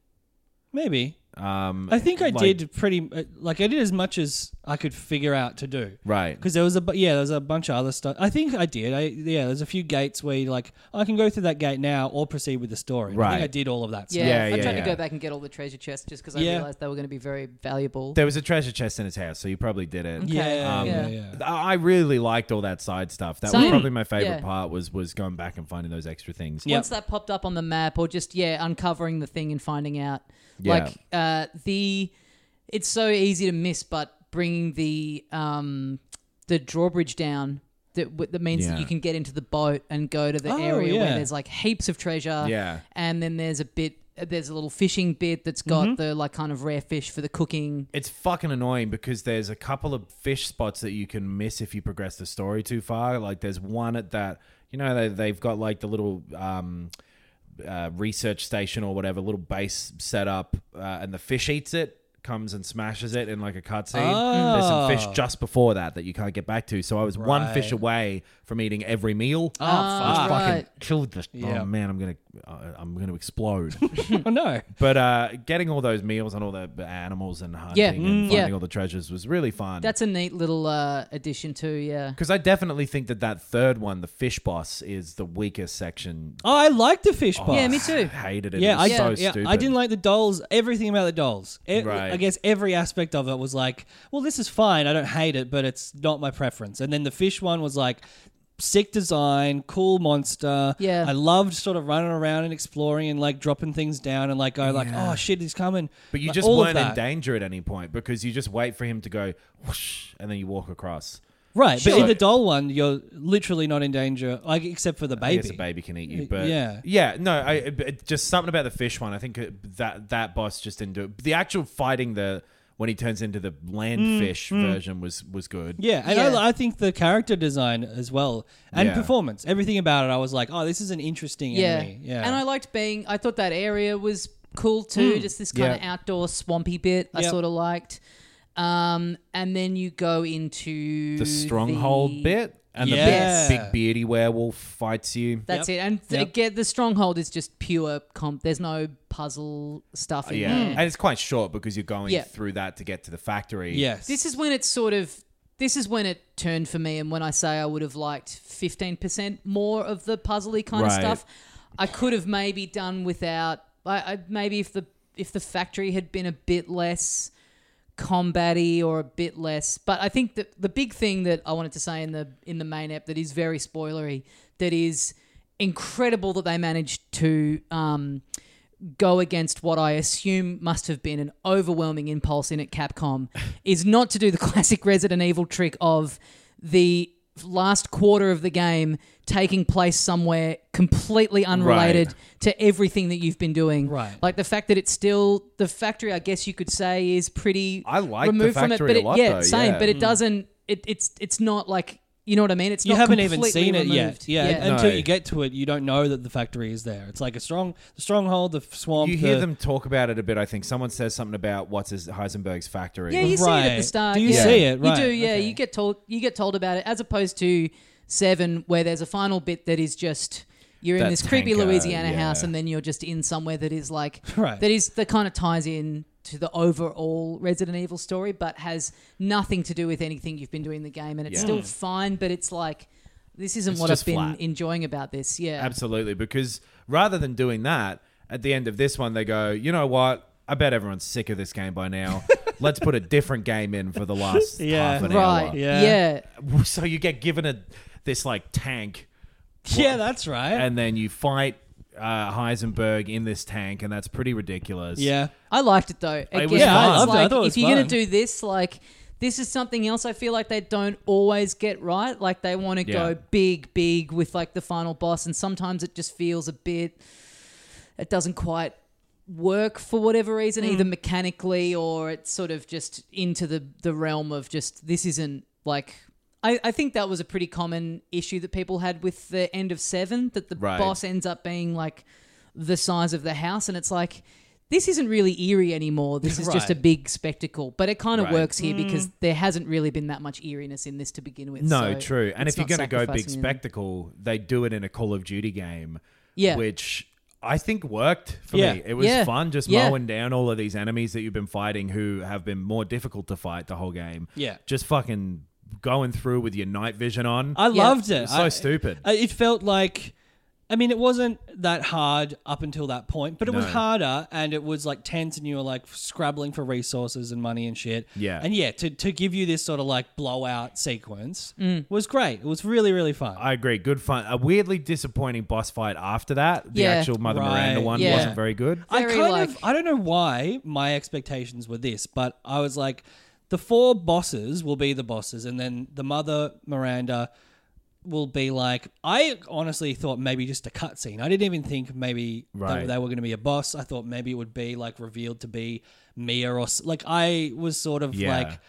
[SPEAKER 2] Maybe.
[SPEAKER 3] Um,
[SPEAKER 2] I think I
[SPEAKER 3] like-
[SPEAKER 2] did pretty uh, like I did as much as I could figure out to do.
[SPEAKER 3] Right.
[SPEAKER 2] Because there was a bu- yeah, there was a bunch of other stuff. I think I did. I yeah, there's a few gates where you're like I can go through that gate now or proceed with the story. I
[SPEAKER 3] Right.
[SPEAKER 2] think I did all of that.
[SPEAKER 1] yeah,
[SPEAKER 2] stuff.
[SPEAKER 3] Yeah,
[SPEAKER 1] I
[SPEAKER 3] yeah,
[SPEAKER 1] tried
[SPEAKER 3] yeah.
[SPEAKER 1] to go back and get all the treasure chests just because I
[SPEAKER 2] Yeah.
[SPEAKER 1] realized they were going to be very valuable.
[SPEAKER 3] There was a treasure chest in his house, so you probably did it.
[SPEAKER 2] Yeah,
[SPEAKER 1] Um,
[SPEAKER 2] yeah,
[SPEAKER 1] yeah.
[SPEAKER 2] yeah.
[SPEAKER 3] I I really liked all that side stuff. That was
[SPEAKER 1] Same.
[SPEAKER 3] probably my favorite
[SPEAKER 1] Yeah.
[SPEAKER 3] part was was going back and finding those extra things.
[SPEAKER 2] Yeah.
[SPEAKER 1] once that popped up on the map or just yeah uncovering the thing and finding out like uh the it's so easy to miss but bringing the um the drawbridge down that w- that means that
[SPEAKER 3] Yeah.
[SPEAKER 1] you can get into the boat and go to the
[SPEAKER 2] Oh,
[SPEAKER 1] area
[SPEAKER 2] yeah.
[SPEAKER 1] where there's like heaps of treasure
[SPEAKER 3] Yeah.
[SPEAKER 1] and then there's a bit there's a little fishing bit that's got
[SPEAKER 3] Mm-hmm.
[SPEAKER 1] the like kind of rare fish for the cooking
[SPEAKER 3] It's fucking annoying because there's a couple of fish spots that you can miss if you progress the story too far. Like there's one at that, you know, they, they've got like the little um, uh, research station or whatever, little base set up, uh, and the fish eats it, comes and smashes it in like a cutscene. There's some fish just before that that you can't get back to. So I was one fish
[SPEAKER 2] Oh. Right.
[SPEAKER 3] away from eating every meal.
[SPEAKER 2] Oh,
[SPEAKER 3] I
[SPEAKER 2] fuck.
[SPEAKER 3] was fucking
[SPEAKER 1] Right.
[SPEAKER 3] killed this.
[SPEAKER 2] Yeah.
[SPEAKER 3] Oh man, I'm gonna, uh, I'm gonna explode.
[SPEAKER 2] oh no.
[SPEAKER 3] But uh, getting all those meals and all the animals and hunting
[SPEAKER 1] Yeah.
[SPEAKER 3] and
[SPEAKER 1] Mm.
[SPEAKER 3] finding
[SPEAKER 1] Yeah.
[SPEAKER 3] all the treasures was really fun.
[SPEAKER 1] that's a neat little uh addition too yeah
[SPEAKER 3] because I definitely think that that third one, the fish boss, is the weakest section.
[SPEAKER 2] Oh, I like the fish boss.
[SPEAKER 1] yeah me too
[SPEAKER 3] Hated it.
[SPEAKER 2] Yeah,
[SPEAKER 3] it was
[SPEAKER 2] I,
[SPEAKER 3] so
[SPEAKER 2] yeah,
[SPEAKER 3] stupid.
[SPEAKER 2] I didn't like the dolls. Everything about the dolls. E-
[SPEAKER 3] Right.
[SPEAKER 2] I guess every aspect of it was like, well, this is fine. I don't hate it, but it's not my preference. And then the fish one was like, sick design, cool monster.
[SPEAKER 1] Yeah.
[SPEAKER 2] I loved sort of running around and exploring and like dropping things down and like go like, oh shit, he's coming.
[SPEAKER 3] But you
[SPEAKER 2] Like,
[SPEAKER 3] just
[SPEAKER 2] all of
[SPEAKER 3] weren't in
[SPEAKER 2] that.
[SPEAKER 3] danger at any point because you just wait for him to go whoosh, and then you walk across.
[SPEAKER 2] Right, but in
[SPEAKER 3] Sure.
[SPEAKER 2] the doll one, you're literally not in danger, like except for the
[SPEAKER 3] I
[SPEAKER 2] baby.
[SPEAKER 3] guess a baby can eat you, but
[SPEAKER 2] Uh, yeah.
[SPEAKER 3] yeah, no, I it- it- just something about the fish one. I think it- that that boss just didn't do it. The actual fighting the when he turns into the land fish version was was good.
[SPEAKER 2] Mm, Yeah, and
[SPEAKER 1] Yeah.
[SPEAKER 2] I, I think the character design as well and
[SPEAKER 3] Yeah.
[SPEAKER 2] performance, everything about it, I was like, oh, this is an interesting enemy. Yeah,
[SPEAKER 1] And I liked being, I thought that area was cool too, just this kind of
[SPEAKER 3] Yeah.
[SPEAKER 1] outdoor swampy bit I
[SPEAKER 2] Yep.
[SPEAKER 1] sort of liked. Um, and then you go into
[SPEAKER 3] the stronghold bit and
[SPEAKER 2] Yes.
[SPEAKER 3] the big, big beardy werewolf fights you.
[SPEAKER 1] That's
[SPEAKER 2] Yep.
[SPEAKER 1] it. And th-
[SPEAKER 2] Yep.
[SPEAKER 1] again, the stronghold is just pure comp. There's no puzzle stuff in
[SPEAKER 3] yeah,
[SPEAKER 1] there.
[SPEAKER 3] and it's quite short because you're going
[SPEAKER 1] Mm. Yeah.
[SPEAKER 3] through that to get to the factory.
[SPEAKER 2] yes,
[SPEAKER 1] This is when it's sort of. This is when it turned for me, and when I say I would have liked fifteen percent more of the puzzly kind of
[SPEAKER 3] Right.
[SPEAKER 1] stuff, I could have maybe done without. I, I maybe if the if the factory had been a bit less combatty or a bit less, but I think that the big thing that I wanted to say in the in the main app that is very spoilery, that is incredible that they managed to. Um, go against what I assume must have been an overwhelming impulse in at Capcom is not to do the classic Resident Evil trick of the last quarter of the game taking place somewhere completely unrelated to everything that you've been doing.
[SPEAKER 2] Right.
[SPEAKER 1] Like the fact that it's still the factory, I guess you could say, is pretty
[SPEAKER 3] I like the
[SPEAKER 1] removed from it.
[SPEAKER 3] factory
[SPEAKER 1] But
[SPEAKER 3] a
[SPEAKER 1] it,
[SPEAKER 3] lot,
[SPEAKER 1] yeah,
[SPEAKER 3] though,
[SPEAKER 1] same.
[SPEAKER 3] yeah. Mm.
[SPEAKER 1] But it doesn't it, it's it's not like you know what I mean? It's
[SPEAKER 2] you
[SPEAKER 1] not
[SPEAKER 2] haven't even
[SPEAKER 1] completely
[SPEAKER 2] seen it yet.
[SPEAKER 1] removed.
[SPEAKER 2] Yeah, until
[SPEAKER 3] No.
[SPEAKER 2] you get to it, you don't know that the factory is there. It's like a strong the stronghold, the f- swamp.
[SPEAKER 3] You hear
[SPEAKER 2] the-
[SPEAKER 3] them talk about it a bit. I think someone says something about what's his Heisenberg's factory.
[SPEAKER 1] Yeah, you see it at the
[SPEAKER 2] Right.
[SPEAKER 1] start.
[SPEAKER 2] Do you
[SPEAKER 1] yeah.
[SPEAKER 2] see it? Right,
[SPEAKER 1] You do. Yeah,
[SPEAKER 2] okay.
[SPEAKER 1] you get told. You get told about it, as opposed to seven, where there's a final bit that is just you're in
[SPEAKER 3] That
[SPEAKER 1] this creepy
[SPEAKER 3] tanker,
[SPEAKER 1] Louisiana house,
[SPEAKER 3] yeah.
[SPEAKER 1] and then you're just in somewhere that is like
[SPEAKER 2] Right.
[SPEAKER 1] that is that kind of ties in to the overall Resident Evil story, but has nothing to do with anything you've been doing in the game, and it's
[SPEAKER 3] Yeah.
[SPEAKER 1] still fine, but it's like. This isn't
[SPEAKER 3] It's
[SPEAKER 1] what
[SPEAKER 3] just
[SPEAKER 1] I've been
[SPEAKER 3] flat.
[SPEAKER 1] enjoying about this. Yeah.
[SPEAKER 3] Absolutely, because rather than doing that, at the end of this one, they go, you know what? I bet everyone's sick of this game by now. Let's put a different game in for the last
[SPEAKER 2] Yeah.
[SPEAKER 3] half an
[SPEAKER 1] Right.
[SPEAKER 3] hour.
[SPEAKER 2] Yeah.
[SPEAKER 1] Yeah.
[SPEAKER 3] So you get given a this like tank,
[SPEAKER 2] yeah, that's
[SPEAKER 1] Eh.
[SPEAKER 2] right.
[SPEAKER 3] and then you fight uh, Heisenberg in this tank, and that's pretty ridiculous.
[SPEAKER 2] yeah,
[SPEAKER 1] I liked it though. Again,
[SPEAKER 3] was Yeah, I
[SPEAKER 1] it's
[SPEAKER 2] loved it. I
[SPEAKER 1] like,
[SPEAKER 2] thought it was
[SPEAKER 1] if you're
[SPEAKER 2] fun.
[SPEAKER 1] gonna do this, like this is something else. I feel like they don't always get right. Like they want to
[SPEAKER 3] Yeah.
[SPEAKER 1] go big, big with like the final boss, and sometimes it just feels a bit. It doesn't quite work for whatever reason,
[SPEAKER 2] Mm.
[SPEAKER 1] either mechanically or it's sort of just into the the realm of just this isn't like I, I think that was a pretty common issue that people had with the end of seven that the
[SPEAKER 3] Right.
[SPEAKER 1] boss ends up being like the size of the house, and it's like this isn't really eerie anymore. This is just a
[SPEAKER 2] Right.
[SPEAKER 1] big spectacle, but it kind of
[SPEAKER 3] Right.
[SPEAKER 1] works here because there hasn't really been that much eeriness in this to begin with.
[SPEAKER 3] No,
[SPEAKER 1] so
[SPEAKER 3] true. And
[SPEAKER 1] it's
[SPEAKER 3] if you're
[SPEAKER 1] not
[SPEAKER 3] going to go big
[SPEAKER 1] sacrificing anything.
[SPEAKER 3] spectacle, they do it in a Call of Duty game.
[SPEAKER 1] Yeah.
[SPEAKER 3] Which I think worked for
[SPEAKER 2] Yeah.
[SPEAKER 3] me. It was
[SPEAKER 1] Yeah.
[SPEAKER 3] fun just
[SPEAKER 1] Yeah.
[SPEAKER 3] mowing down all of these enemies that you've been fighting who have been more difficult to fight the whole game.
[SPEAKER 2] Yeah.
[SPEAKER 3] Just fucking going through with your night vision on.
[SPEAKER 2] I
[SPEAKER 1] Yeah.
[SPEAKER 2] loved it.
[SPEAKER 3] It's so
[SPEAKER 2] I-
[SPEAKER 3] stupid.
[SPEAKER 2] I- It felt like, I mean, it wasn't that hard up until that point, but it was
[SPEAKER 3] No.
[SPEAKER 2] harder and it was like tense and you were like scrabbling for resources and money and shit.
[SPEAKER 3] Yeah.
[SPEAKER 2] And yeah, to, to give you this sort of like blowout sequence
[SPEAKER 1] Mm.
[SPEAKER 2] was great. It was really, really fun.
[SPEAKER 3] I agree. Good fun. A weirdly disappointing boss fight after that. The
[SPEAKER 1] Yeah.
[SPEAKER 3] actual Mother
[SPEAKER 2] Right.
[SPEAKER 3] Miranda one
[SPEAKER 1] Yeah.
[SPEAKER 3] wasn't very good.
[SPEAKER 2] I
[SPEAKER 1] Very,
[SPEAKER 2] kind
[SPEAKER 1] like-
[SPEAKER 2] of I don't know why my expectations were this, but I was like, the four bosses will be the bosses, and then the mother Miranda will be like. I honestly thought maybe just a cutscene. I didn't even think maybe that
[SPEAKER 3] Right.
[SPEAKER 2] they were going to be a boss. I thought maybe it would be like revealed to be Mia or s- like I was sort of
[SPEAKER 3] Yeah.
[SPEAKER 2] like,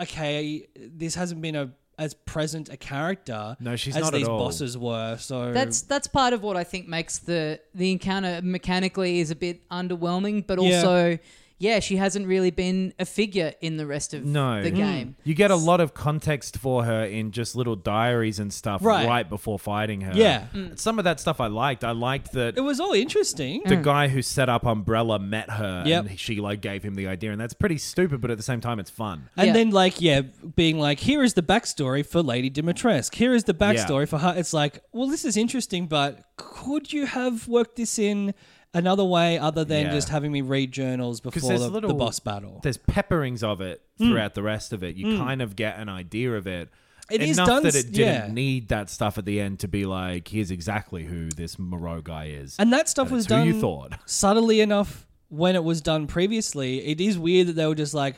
[SPEAKER 2] okay, this hasn't been a as present a character.
[SPEAKER 3] No, she's
[SPEAKER 2] as
[SPEAKER 3] not at
[SPEAKER 2] these
[SPEAKER 3] all.
[SPEAKER 2] bosses were. So
[SPEAKER 1] That's that's part of what I think makes the the encounter mechanically is a bit underwhelming, but
[SPEAKER 2] Yeah.
[SPEAKER 1] also yeah, she hasn't really been a figure in the rest of
[SPEAKER 3] No. Mm.
[SPEAKER 1] the game.
[SPEAKER 3] You get a lot of context for her in just little diaries and stuff
[SPEAKER 2] Right.
[SPEAKER 3] right, before fighting her.
[SPEAKER 2] Yeah.
[SPEAKER 3] Some of that stuff I liked. I liked that
[SPEAKER 2] it was all interesting.
[SPEAKER 3] the guy who set up Umbrella met her
[SPEAKER 2] Yep.
[SPEAKER 3] and she like gave him the idea and that's pretty stupid but at the same time it's fun.
[SPEAKER 2] And
[SPEAKER 1] Yeah.
[SPEAKER 2] then, like, yeah, being like, here is the backstory for Lady Dimitrescu. Here is the backstory for her. It's like, well, this is interesting, but could you have worked this in another way other than
[SPEAKER 3] Yeah.
[SPEAKER 2] just having me read journals before
[SPEAKER 3] there's
[SPEAKER 2] the,
[SPEAKER 3] little-
[SPEAKER 2] the boss battle? Hmm.
[SPEAKER 3] There's pepperings of it throughout the rest of it. You kind of get an idea of it.
[SPEAKER 2] It is
[SPEAKER 3] Enough
[SPEAKER 2] done
[SPEAKER 3] that
[SPEAKER 2] s-
[SPEAKER 3] it didn't
[SPEAKER 2] yeah.
[SPEAKER 3] need that stuff at the end to be like, here's exactly who this Moreau guy is.
[SPEAKER 2] And that stuff
[SPEAKER 3] And
[SPEAKER 2] was
[SPEAKER 3] it's who
[SPEAKER 2] done
[SPEAKER 3] you thought.
[SPEAKER 2] subtly enough when it was done previously. It is weird that they were just like,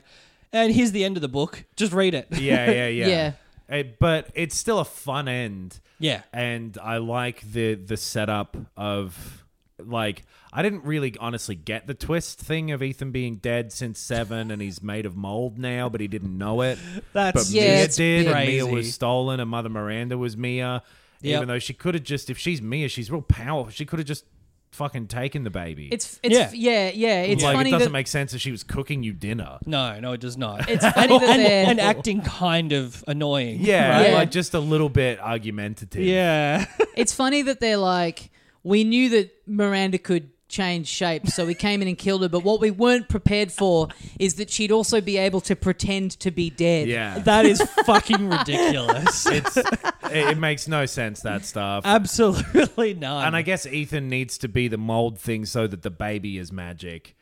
[SPEAKER 2] and here's the end of the book. Just read it.
[SPEAKER 3] yeah, yeah, yeah.
[SPEAKER 1] Yeah.
[SPEAKER 3] Eh, but it's still a fun end.
[SPEAKER 2] Yeah.
[SPEAKER 3] And I like the the setup of like I didn't really honestly get the twist thing of Ethan being dead since seven and he's made of mold now, but he didn't know it.
[SPEAKER 2] That's-
[SPEAKER 3] but
[SPEAKER 1] Yeah,
[SPEAKER 3] Mia
[SPEAKER 1] it's
[SPEAKER 3] did. and
[SPEAKER 2] crazy.
[SPEAKER 3] Mia was stolen, and Mother Miranda was Mia.
[SPEAKER 2] Yep.
[SPEAKER 3] Even though she could have just, if she's Mia, she's real powerful. She could have just fucking taken the baby.
[SPEAKER 1] It's it's yeah, yeah. It's
[SPEAKER 3] like
[SPEAKER 1] funny
[SPEAKER 3] it doesn't
[SPEAKER 1] that
[SPEAKER 3] make sense that she was cooking you dinner.
[SPEAKER 2] No, no, it does not.
[SPEAKER 1] it's funny that
[SPEAKER 2] and,
[SPEAKER 1] they're
[SPEAKER 2] and acting kind of annoying.
[SPEAKER 3] Yeah,
[SPEAKER 1] Yeah.
[SPEAKER 3] like just a little bit argumentative.
[SPEAKER 2] Yeah.
[SPEAKER 1] it's funny that they're like we knew that Miranda could change shape, so we came in and killed her, but what we weren't prepared for is that she'd also be able to pretend to be dead.
[SPEAKER 3] yeah.
[SPEAKER 2] that is fucking ridiculous.
[SPEAKER 3] it's it, it makes no sense that stuff.
[SPEAKER 1] Um,
[SPEAKER 2] Absolutely not.
[SPEAKER 3] and I guess Ethan needs to be the mold thing so that the baby is magic.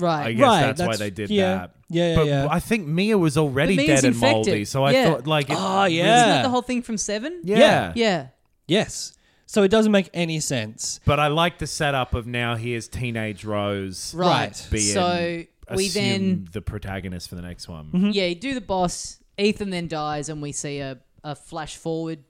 [SPEAKER 3] I
[SPEAKER 1] Right.
[SPEAKER 3] guess
[SPEAKER 2] Right,
[SPEAKER 3] that's, why
[SPEAKER 2] that's-
[SPEAKER 3] they did
[SPEAKER 2] yeah.
[SPEAKER 3] that.
[SPEAKER 2] Yeah, yeah,
[SPEAKER 3] but
[SPEAKER 2] yeah.
[SPEAKER 3] I think Mia was already
[SPEAKER 1] But
[SPEAKER 3] dead
[SPEAKER 1] Mia's
[SPEAKER 3] and
[SPEAKER 1] infected.
[SPEAKER 3] moldy, so I
[SPEAKER 1] Yeah.
[SPEAKER 3] thought like, it,
[SPEAKER 2] oh
[SPEAKER 1] Isn't that
[SPEAKER 2] yeah.
[SPEAKER 1] the whole thing from Seven?
[SPEAKER 3] yeah.
[SPEAKER 2] Yeah.
[SPEAKER 1] Yeah.
[SPEAKER 2] yes. So it doesn't make any sense.
[SPEAKER 3] But I like the setup of now here's teenage Rose
[SPEAKER 1] Right.
[SPEAKER 3] being
[SPEAKER 1] So we then
[SPEAKER 3] assumed the protagonist for the next one.
[SPEAKER 1] yeah, you do the boss. Ethan then dies, and we see a, a flash forward,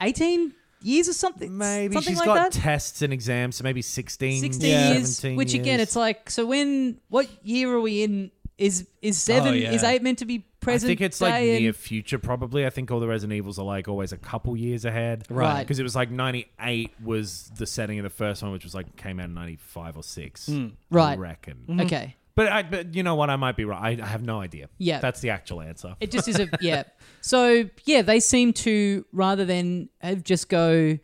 [SPEAKER 1] eighteen years or something.
[SPEAKER 3] Maybe
[SPEAKER 1] something
[SPEAKER 3] she's
[SPEAKER 1] like that.
[SPEAKER 3] got tests and exams, so maybe 16,
[SPEAKER 1] Sixteen
[SPEAKER 2] Yeah.
[SPEAKER 1] years,
[SPEAKER 3] 17
[SPEAKER 1] which again,
[SPEAKER 3] years.
[SPEAKER 1] it's like so. When what year are we in? Is is seven?
[SPEAKER 2] Oh, yeah.
[SPEAKER 1] Is eight meant to be present?
[SPEAKER 3] I think it's like
[SPEAKER 1] day and-
[SPEAKER 3] near future, probably. I think all the Resident Evils are like always a couple years ahead,
[SPEAKER 1] Right.
[SPEAKER 3] Because it was like '98 was the setting of the first one, which was like came out in '95 or six, I
[SPEAKER 1] Hmm. Right.
[SPEAKER 3] reckon.
[SPEAKER 1] Okay.
[SPEAKER 3] But I, but you know what? I might be wrong. I, I have no idea.
[SPEAKER 1] Yeah.
[SPEAKER 3] that's the actual answer.
[SPEAKER 1] It just is a yeah. So yeah, they seem to rather than have just go.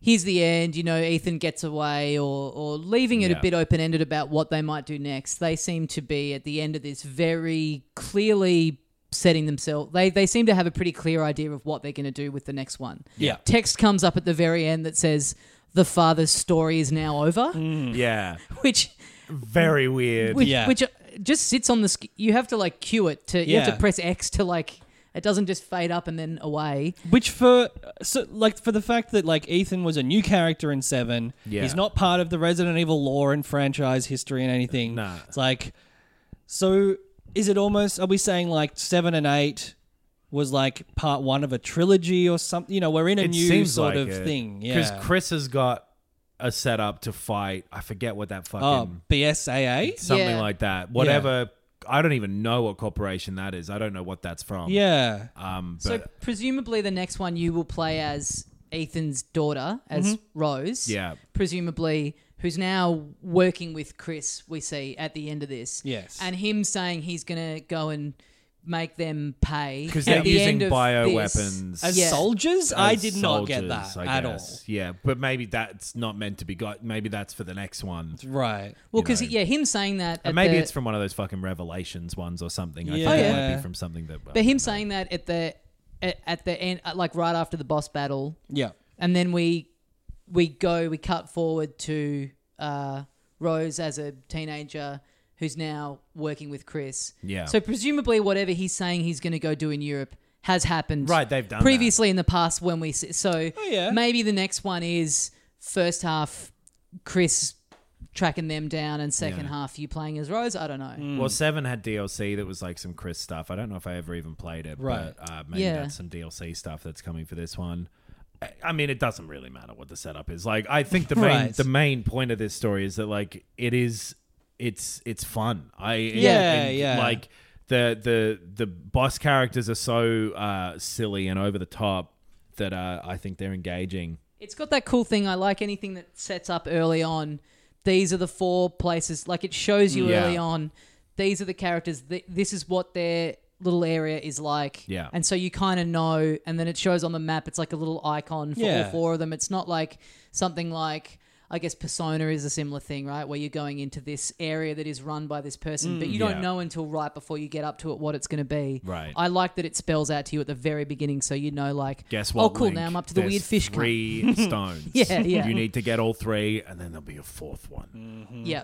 [SPEAKER 1] Here's the end. You know, Ethan gets away, or or leaving it a
[SPEAKER 3] Yeah.
[SPEAKER 1] bit open ended about what they might do next. They seem to be at the end of this very clearly setting themselves. They they seem to have a pretty clear idea of what they're going to do with the next one.
[SPEAKER 2] Yeah.
[SPEAKER 1] Text comes up at the very end that says the father's story is now over,
[SPEAKER 3] yeah,
[SPEAKER 1] which
[SPEAKER 3] very weird.
[SPEAKER 1] which,
[SPEAKER 2] Yeah.
[SPEAKER 1] which uh, just sits on the. sk- You have to like cue it to. You have
[SPEAKER 2] Yeah.
[SPEAKER 1] to press X to like. It doesn't just fade up and then away.
[SPEAKER 2] Which for so like for the fact that like Ethan was a new character in Seven,
[SPEAKER 3] Yeah.
[SPEAKER 2] he's not part of the Resident Evil lore and franchise history and anything.
[SPEAKER 3] Nah.
[SPEAKER 2] It's like, so is it almost? Are we saying like Seven and Eight was like part one of a trilogy or something? You know, we're in a
[SPEAKER 3] it
[SPEAKER 2] new
[SPEAKER 3] seems
[SPEAKER 2] sort of
[SPEAKER 3] like it.
[SPEAKER 2] thing.
[SPEAKER 3] Because
[SPEAKER 2] Yeah.
[SPEAKER 3] Chris has got a setup to fight. I forget what that fucking
[SPEAKER 2] oh, BSAA.
[SPEAKER 3] something
[SPEAKER 1] Yeah.
[SPEAKER 3] like that. Whatever I don't even know what corporation that is. I don't know what that's from.
[SPEAKER 2] Yeah.
[SPEAKER 3] Um,
[SPEAKER 1] So
[SPEAKER 3] but
[SPEAKER 1] presumably the next one you will play as Ethan's daughter, as Rose.
[SPEAKER 3] Mm-hmm. Yeah.
[SPEAKER 1] Presumably who's now working with Chris, we see at the end of this.
[SPEAKER 2] Yes.
[SPEAKER 1] And him saying he's gonna go and make them pay.
[SPEAKER 3] because
[SPEAKER 1] at
[SPEAKER 3] they're
[SPEAKER 1] the
[SPEAKER 3] using
[SPEAKER 1] end of this.
[SPEAKER 3] bioweapons
[SPEAKER 2] As
[SPEAKER 1] Yeah.
[SPEAKER 2] soldiers, I
[SPEAKER 3] as
[SPEAKER 2] did not get that
[SPEAKER 3] Uh, soldiers, I
[SPEAKER 2] at
[SPEAKER 3] guess. Yeah, but maybe that's not meant to be got. Maybe that's for the next one.
[SPEAKER 2] all. Right.
[SPEAKER 1] Well, because
[SPEAKER 3] know.
[SPEAKER 1] yeah, him saying that
[SPEAKER 3] And
[SPEAKER 1] at
[SPEAKER 3] maybe
[SPEAKER 1] the-
[SPEAKER 3] it's from one of those fucking Revelations ones or something. I
[SPEAKER 2] Yeah.
[SPEAKER 3] think
[SPEAKER 2] Oh,
[SPEAKER 3] it might
[SPEAKER 2] yeah.
[SPEAKER 3] be from something that.
[SPEAKER 1] but him saying that at the at, at the end, uh, like right after the boss battle,
[SPEAKER 2] Yeah.
[SPEAKER 1] and then we we go we cut forward to uh, Rose as a teenager who's now working with Chris.
[SPEAKER 3] Yeah.
[SPEAKER 1] So presumably, whatever he's saying he's going to go do in Europe has happened.
[SPEAKER 3] Right, they've done that. Oh,
[SPEAKER 1] previously in the past when we see, so
[SPEAKER 2] yeah.
[SPEAKER 1] maybe the next one is first half Chris tracking them down and second
[SPEAKER 3] Yeah. Mm.
[SPEAKER 1] half you playing as Rose. I don't know.
[SPEAKER 3] Well, Seven had DLC that was like some Chris stuff. I don't know if I ever even played it,
[SPEAKER 2] Right.
[SPEAKER 3] but uh, maybe
[SPEAKER 1] Yeah.
[SPEAKER 3] that's some DLC stuff that's coming for this one. I- I mean, it doesn't really matter what the setup is. Like, I think the main
[SPEAKER 2] Right.
[SPEAKER 3] the main point of this story is that like it is it's it's fun. I
[SPEAKER 2] Yeah,
[SPEAKER 3] and,
[SPEAKER 2] yeah.
[SPEAKER 3] Like the the the boss characters are so uh, silly and over the top that uh, I think they're engaging.
[SPEAKER 1] It's got that cool thing. I like anything that sets up early on. These are the four places. Like it shows you
[SPEAKER 3] Yeah.
[SPEAKER 1] early on. These are the characters. Th- this is what their little area is like.
[SPEAKER 3] Yeah.
[SPEAKER 1] And so you kind of know. And then it shows on the map. It's like a little icon for all
[SPEAKER 2] Yeah.
[SPEAKER 1] four of them. It's not like something like. I guess Persona is a similar thing, right? Where you're going into this area that is run by this person, but you don't
[SPEAKER 3] Mm, yeah.
[SPEAKER 1] know until right before you get up to it what it's going to be.
[SPEAKER 3] Right.
[SPEAKER 1] I like that it spells out to you at the very beginning, so you know, like,
[SPEAKER 3] Guess what?
[SPEAKER 1] Oh, cool!
[SPEAKER 3] Link?
[SPEAKER 1] Now I'm up to the
[SPEAKER 3] There's
[SPEAKER 1] weird fish. cunt.
[SPEAKER 3] Three stones.
[SPEAKER 1] Yeah, yeah.
[SPEAKER 3] You need to get all three, and then there'll be a fourth one.
[SPEAKER 1] Yeah.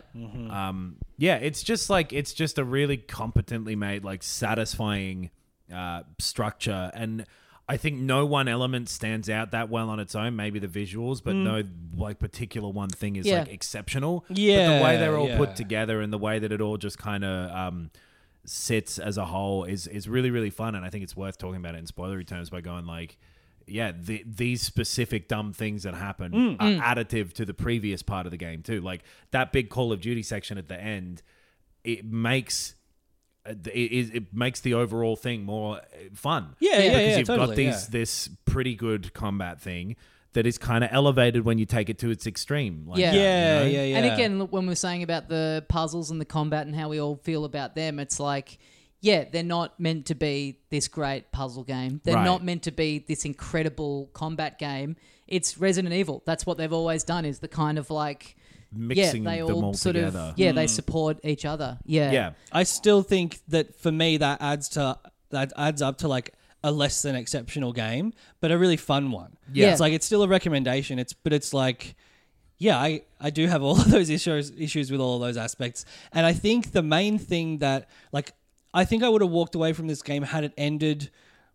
[SPEAKER 3] yeah it's just like it's just a really competently made like satisfying uh structure and i think no one element stands out that well on its own maybe the visuals but no like particular one thing is
[SPEAKER 1] Yeah.
[SPEAKER 3] like exceptional but the
[SPEAKER 2] Yeah,
[SPEAKER 3] way they're all
[SPEAKER 2] yeah.
[SPEAKER 3] put together and the way that it all just kind of um sits as a whole is is really really fun and i think it's worth talking about it in spoilery terms by going like yeah, the, these specific dumb things that happen
[SPEAKER 2] Mm.
[SPEAKER 3] are additive to the previous part of the game too. Like that big Call of Duty section at the end, it makes it, it, it makes the overall thing more uh, fun.
[SPEAKER 2] Yeah, yeah,
[SPEAKER 3] because
[SPEAKER 2] yeah,
[SPEAKER 3] you've got
[SPEAKER 2] totally,
[SPEAKER 3] these
[SPEAKER 2] yeah.
[SPEAKER 3] this pretty good combat thing that is kind of elevated when you take it to its extreme. Like,
[SPEAKER 1] Yeah.
[SPEAKER 2] Yeah. Yeah.
[SPEAKER 3] you know?
[SPEAKER 2] Yeah.
[SPEAKER 1] And again, look, when we we're saying about the puzzles and the combat and how we all feel about them, it's like, yeah, they're not meant to be this great puzzle game. They're
[SPEAKER 3] Right.
[SPEAKER 1] not meant to be this incredible combat game. It's Resident Evil. That's what they've always done. Is the kind of like,
[SPEAKER 3] mixing
[SPEAKER 1] yeah, they
[SPEAKER 3] them
[SPEAKER 1] all
[SPEAKER 3] all
[SPEAKER 1] sort
[SPEAKER 3] together.
[SPEAKER 1] of, yeah, they support each other. Yeah,
[SPEAKER 3] yeah.
[SPEAKER 2] I still think that for me that adds to that adds up to like a less than exceptional game, but a really fun one.
[SPEAKER 1] Yeah.
[SPEAKER 2] It's like it's still a recommendation. It's but it's like yeah, I, I do have all of those issues issues with all of those aspects. And I think the main thing that like I think I would have walked away from this game had it ended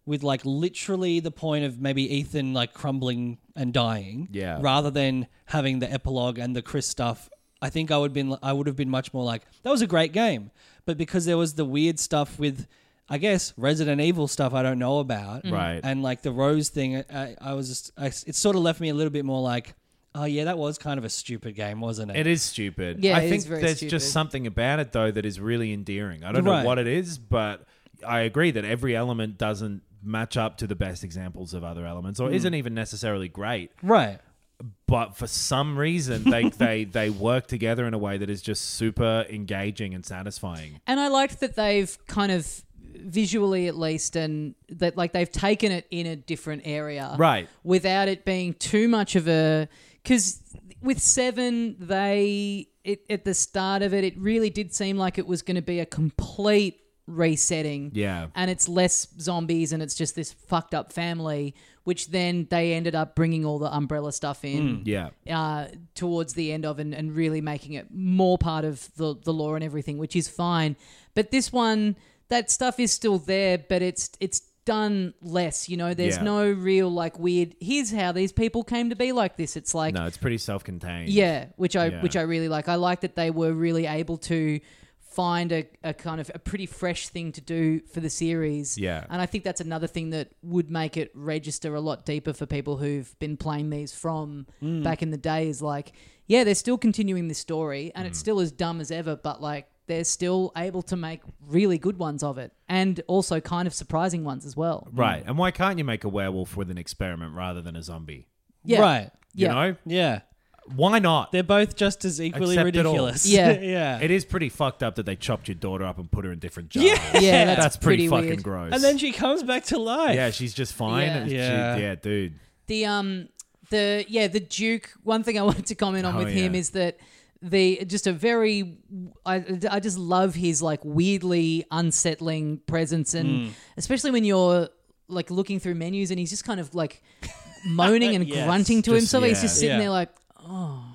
[SPEAKER 2] with like literally the point of maybe Ethan like crumbling and dying.
[SPEAKER 3] Yeah.
[SPEAKER 2] Rather than having the epilogue and the Chris stuff, I think I would been I would have been much more like, that was a great game. But because there was the weird stuff with I guess Resident Evil stuff I don't know about.
[SPEAKER 3] Right.
[SPEAKER 2] And like the Rose thing, I, I was just, I, it sort of left me a little bit more like, oh yeah, that was kind of a stupid game, wasn't it?
[SPEAKER 3] It is stupid.
[SPEAKER 1] Yeah,
[SPEAKER 3] I
[SPEAKER 1] it
[SPEAKER 3] think
[SPEAKER 1] is very
[SPEAKER 3] there's
[SPEAKER 1] stupid.
[SPEAKER 3] just something about it though that is really endearing. I don't
[SPEAKER 2] Right.
[SPEAKER 3] know what it is, but I agree that every element doesn't match up to the best examples of other elements
[SPEAKER 1] Hmm.
[SPEAKER 3] or isn't even necessarily great.
[SPEAKER 2] right.
[SPEAKER 3] But for some reason they they they work together in a way that is just super engaging and satisfying.
[SPEAKER 1] And I liked that they've kind of visually at least and that like they've taken it in a different area.
[SPEAKER 3] Right.
[SPEAKER 1] Without it being too much of a cuz with 7 they it, at the start of it it really did seem like it was going to be a complete resetting.
[SPEAKER 3] Yeah.
[SPEAKER 1] And it's less zombies and it's just this fucked up family which then they ended up bringing all the umbrella stuff in
[SPEAKER 3] Yeah.
[SPEAKER 1] uh, towards the end of and, and really making it more part of the, the law and everything, which is fine. But this one, that stuff is still there, but it's it's done less. You know, there's
[SPEAKER 3] Yeah.
[SPEAKER 1] no real like weird. Here's how these people came to be like this. It's like
[SPEAKER 3] No, it's pretty self-contained.
[SPEAKER 1] yeah, which I
[SPEAKER 3] Yeah.
[SPEAKER 1] which I really like. I like that they were really able to find a, a kind of a pretty fresh thing to do for the series.
[SPEAKER 3] Yeah.
[SPEAKER 1] And I think that's another thing that would make it register a lot deeper for people who've been playing these from back in the day is like, yeah, they're still continuing this story and it's still as dumb as ever, but like they're still able to make really good ones of it and also kind of surprising ones as well.
[SPEAKER 3] Right. And why can't you make a werewolf with an experiment rather than a zombie?
[SPEAKER 1] Yeah.
[SPEAKER 2] Right.
[SPEAKER 3] You
[SPEAKER 1] Yeah.
[SPEAKER 3] know?
[SPEAKER 2] Yeah.
[SPEAKER 3] Why not?
[SPEAKER 2] They're both just as equally
[SPEAKER 3] Accept it all.
[SPEAKER 2] ridiculous.
[SPEAKER 1] Yeah.
[SPEAKER 2] yeah.
[SPEAKER 3] It is pretty fucked up that they chopped your daughter up and put her in different jars.
[SPEAKER 2] Yeah.
[SPEAKER 1] Yeah, that's,
[SPEAKER 3] That's, pretty, fucking
[SPEAKER 1] weird.
[SPEAKER 3] gross.
[SPEAKER 2] and then she comes back to life.
[SPEAKER 3] yeah, she's just fine.
[SPEAKER 1] Yeah.
[SPEAKER 3] and she-
[SPEAKER 2] Yeah.
[SPEAKER 3] yeah, dude.
[SPEAKER 1] the um the yeah the duke one thing i wanted to comment on
[SPEAKER 3] Oh,
[SPEAKER 1] with him
[SPEAKER 3] yeah.
[SPEAKER 1] is that the just a very I, I just love his like weirdly unsettling presence and
[SPEAKER 3] Mm.
[SPEAKER 1] especially when you're like looking through menus and he's just kind of like moaning and
[SPEAKER 2] Yes.
[SPEAKER 1] grunting to
[SPEAKER 3] Just-
[SPEAKER 1] himself he's
[SPEAKER 3] yeah.
[SPEAKER 1] just sitting
[SPEAKER 2] Yeah.
[SPEAKER 1] there like oh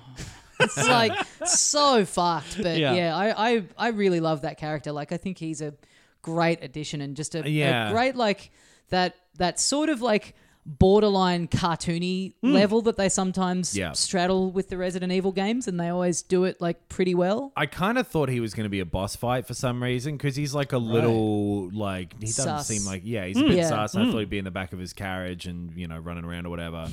[SPEAKER 1] it's like so fucked but yeah,
[SPEAKER 2] Yeah.
[SPEAKER 1] I, I i really love that character like i think he's a great addition and just a, a
[SPEAKER 3] Yeah.
[SPEAKER 1] great like that that sort of like borderline cartoony level that they sometimes
[SPEAKER 3] Hmm. Yeah.
[SPEAKER 1] straddle with the Resident Evil games and they always do it like pretty well.
[SPEAKER 3] I kind of thought he was going to be a boss fight for some reason because he's like a little like he doesn't
[SPEAKER 1] Sus.
[SPEAKER 3] seem like yeah he's a bit
[SPEAKER 1] Yeah.
[SPEAKER 3] sus. and I thought he'd be in the back of his carriage and you know running around or whatever.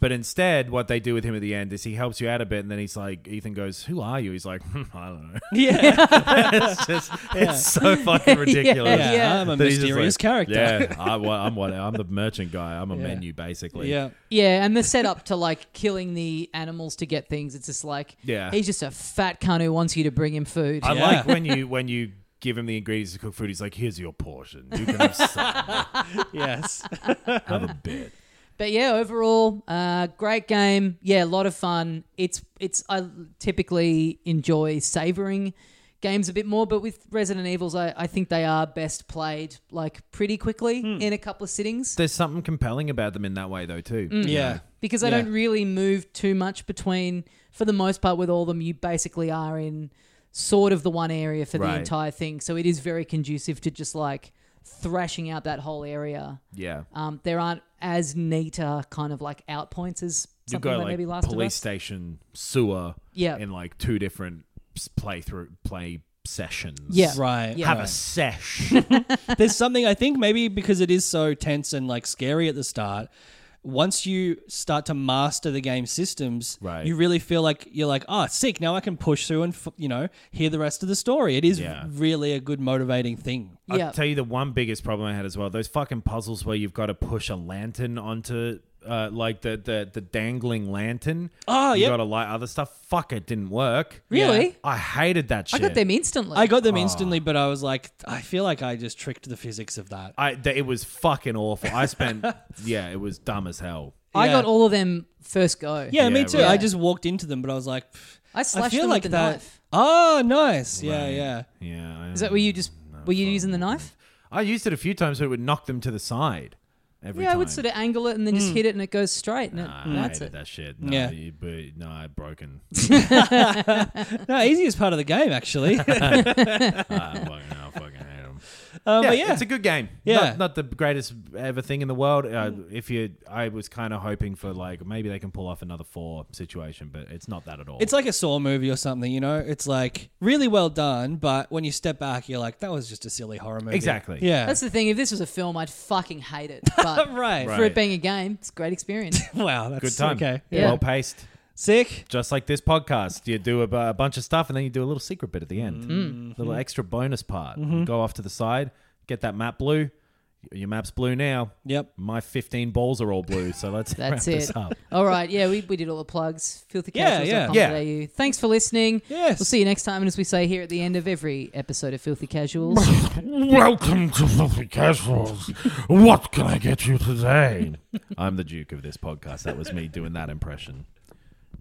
[SPEAKER 3] But instead, what they do with him at the end is he helps you out a bit, and then he's like, Ethan goes, "Who are you?" He's like, "Hmm, "I don't know."
[SPEAKER 2] Yeah.
[SPEAKER 3] it's just it's so fucking ridiculous.
[SPEAKER 2] Yeah,
[SPEAKER 1] Yeah.
[SPEAKER 2] I'm a
[SPEAKER 3] That he's just
[SPEAKER 2] mysterious
[SPEAKER 3] like,
[SPEAKER 2] character.
[SPEAKER 3] Yeah, I, well, I'm what I'm the merchant guy. I'm a menu basically.
[SPEAKER 2] Yeah.
[SPEAKER 1] Yeah, and the setup to like killing the animals to get things, it's just like
[SPEAKER 3] Yeah.
[SPEAKER 1] he's just a fat cunt who wants you to bring him food.
[SPEAKER 3] I
[SPEAKER 2] Yeah.
[SPEAKER 3] like when you when you give him the ingredients to cook food. He's like, "Here's your portion. You can have some.
[SPEAKER 2] Yes.
[SPEAKER 3] have a bit."
[SPEAKER 1] But yeah, overall, uh, great game. Yeah, a lot of fun. It's it's I typically enjoy savoring games a bit more, but with Resident Evils, I, I think they are best played like pretty quickly
[SPEAKER 3] Hmm.
[SPEAKER 1] in a couple of sittings
[SPEAKER 3] There's something compelling about them in that way though too.
[SPEAKER 2] Mm. Yeah.
[SPEAKER 1] because I
[SPEAKER 2] Yeah.
[SPEAKER 1] don't really move too much between. For the most part, with all of them, you basically are in sort of the one area for the
[SPEAKER 3] Right.
[SPEAKER 1] entire thing, so it is very conducive to just like thrashing out that whole area.
[SPEAKER 3] Yeah.
[SPEAKER 2] Uh,
[SPEAKER 1] Um, there aren't as neat uh, kind of like out points as
[SPEAKER 3] you
[SPEAKER 1] something
[SPEAKER 3] go
[SPEAKER 1] like,
[SPEAKER 3] like
[SPEAKER 1] maybe Last of
[SPEAKER 3] police
[SPEAKER 1] Us.
[SPEAKER 3] station sewer
[SPEAKER 1] Yeah.
[SPEAKER 3] in like two different s- playthrough play sessions.
[SPEAKER 1] Yeah.
[SPEAKER 2] Right.
[SPEAKER 1] Yeah.
[SPEAKER 3] Have a sesh.
[SPEAKER 2] There's something I think maybe because it is so tense and like scary at the start. Once you start to master the game systems,
[SPEAKER 3] Right.
[SPEAKER 2] you really feel like you're like, oh, sick. Now I can push through and f- you know hear the rest of the story. It is
[SPEAKER 3] Yeah.
[SPEAKER 2] really a good motivating thing.
[SPEAKER 1] Yeah.
[SPEAKER 3] I'll tell you the one biggest problem I had as well. Those fucking puzzles where you've got to push a lantern onto uh, like the, the the dangling lantern.
[SPEAKER 2] Oh,
[SPEAKER 3] you
[SPEAKER 2] yep.
[SPEAKER 3] got to light other stuff. Fuck, it didn't work.
[SPEAKER 1] Ah, Really?
[SPEAKER 2] Yeah.
[SPEAKER 3] I hated that
[SPEAKER 1] I
[SPEAKER 3] shit.
[SPEAKER 1] got them instantly.
[SPEAKER 2] I got them
[SPEAKER 3] Ah.
[SPEAKER 2] instantly, but I was like, I feel like I just tricked the physics of that.
[SPEAKER 3] I, th- it was fucking awful. I spent, yeah, it was dumb as hell.
[SPEAKER 1] I
[SPEAKER 2] Yeah.
[SPEAKER 1] got all of them first go.
[SPEAKER 2] Yeah, me
[SPEAKER 3] Yeah,
[SPEAKER 2] too.
[SPEAKER 3] right.
[SPEAKER 2] I just walked into them, but I was like, pff,
[SPEAKER 1] I slashed
[SPEAKER 2] feel
[SPEAKER 1] them
[SPEAKER 2] like
[SPEAKER 1] with the
[SPEAKER 2] that.
[SPEAKER 1] knife.
[SPEAKER 2] Oh, nice. Yeah, yeah.
[SPEAKER 3] Yeah. I-
[SPEAKER 1] Is that where you just were you using the knife?
[SPEAKER 3] I used it a few times, so it would knock them to the side. Every
[SPEAKER 1] Yeah, I would
[SPEAKER 3] time.
[SPEAKER 1] sort of angle it and then just hit it and it goes straight and it,
[SPEAKER 3] Nah,
[SPEAKER 1] and
[SPEAKER 3] I
[SPEAKER 1] that's
[SPEAKER 3] hated
[SPEAKER 1] it.
[SPEAKER 3] that shit. No,
[SPEAKER 2] Yeah.
[SPEAKER 3] you- but no, I broken.
[SPEAKER 2] No, easiest part of the game actually.
[SPEAKER 3] I fucking, I fucking hate 'em.
[SPEAKER 2] Um,
[SPEAKER 3] yeah,
[SPEAKER 2] but yeah,
[SPEAKER 3] it's a good game.
[SPEAKER 2] Yeah. Mm.
[SPEAKER 3] not, not the greatest ever thing in the world. Uh, if you, I was kind of hoping for like maybe they can pull off another four situation, but it's not that at all.
[SPEAKER 2] It's like a Saw movie or something, you know? It's like really well done, but when you step back, you're like, that was just a silly horror movie.
[SPEAKER 3] Exactly.
[SPEAKER 2] Yeah.
[SPEAKER 1] That's the thing. If this was a film, I'd fucking hate it. But
[SPEAKER 2] right.
[SPEAKER 1] for
[SPEAKER 3] Right.
[SPEAKER 1] it being a game, it's a great experience.
[SPEAKER 2] Wow. That's
[SPEAKER 3] good time.
[SPEAKER 2] Okay.
[SPEAKER 1] Yeah.
[SPEAKER 3] well paced.
[SPEAKER 2] Sick.
[SPEAKER 3] Just like this podcast, you do a, bu- a bunch of stuff and then you do a little secret bit at the
[SPEAKER 2] Mm-hmm.
[SPEAKER 3] end, little extra bonus part. Go off to the side, get that map blue. Your map's blue now.
[SPEAKER 2] Yep.
[SPEAKER 3] My fifteen balls are all blue, so let's
[SPEAKER 1] That's
[SPEAKER 3] wrap
[SPEAKER 1] it.
[SPEAKER 3] this up.
[SPEAKER 1] All right. Yeah, we, we did all the plugs.
[SPEAKER 2] Yeah, yeah.
[SPEAKER 1] Filthycasuals.com.au.
[SPEAKER 3] Yeah.
[SPEAKER 1] Thanks for listening.
[SPEAKER 2] Yes.
[SPEAKER 1] We'll see you next time. And as we say here at the end of every episode of Filthy Casuals.
[SPEAKER 4] Welcome to Filthy Casuals. What can I get you today?
[SPEAKER 3] I'm the Duke of this podcast. That was me doing that impression.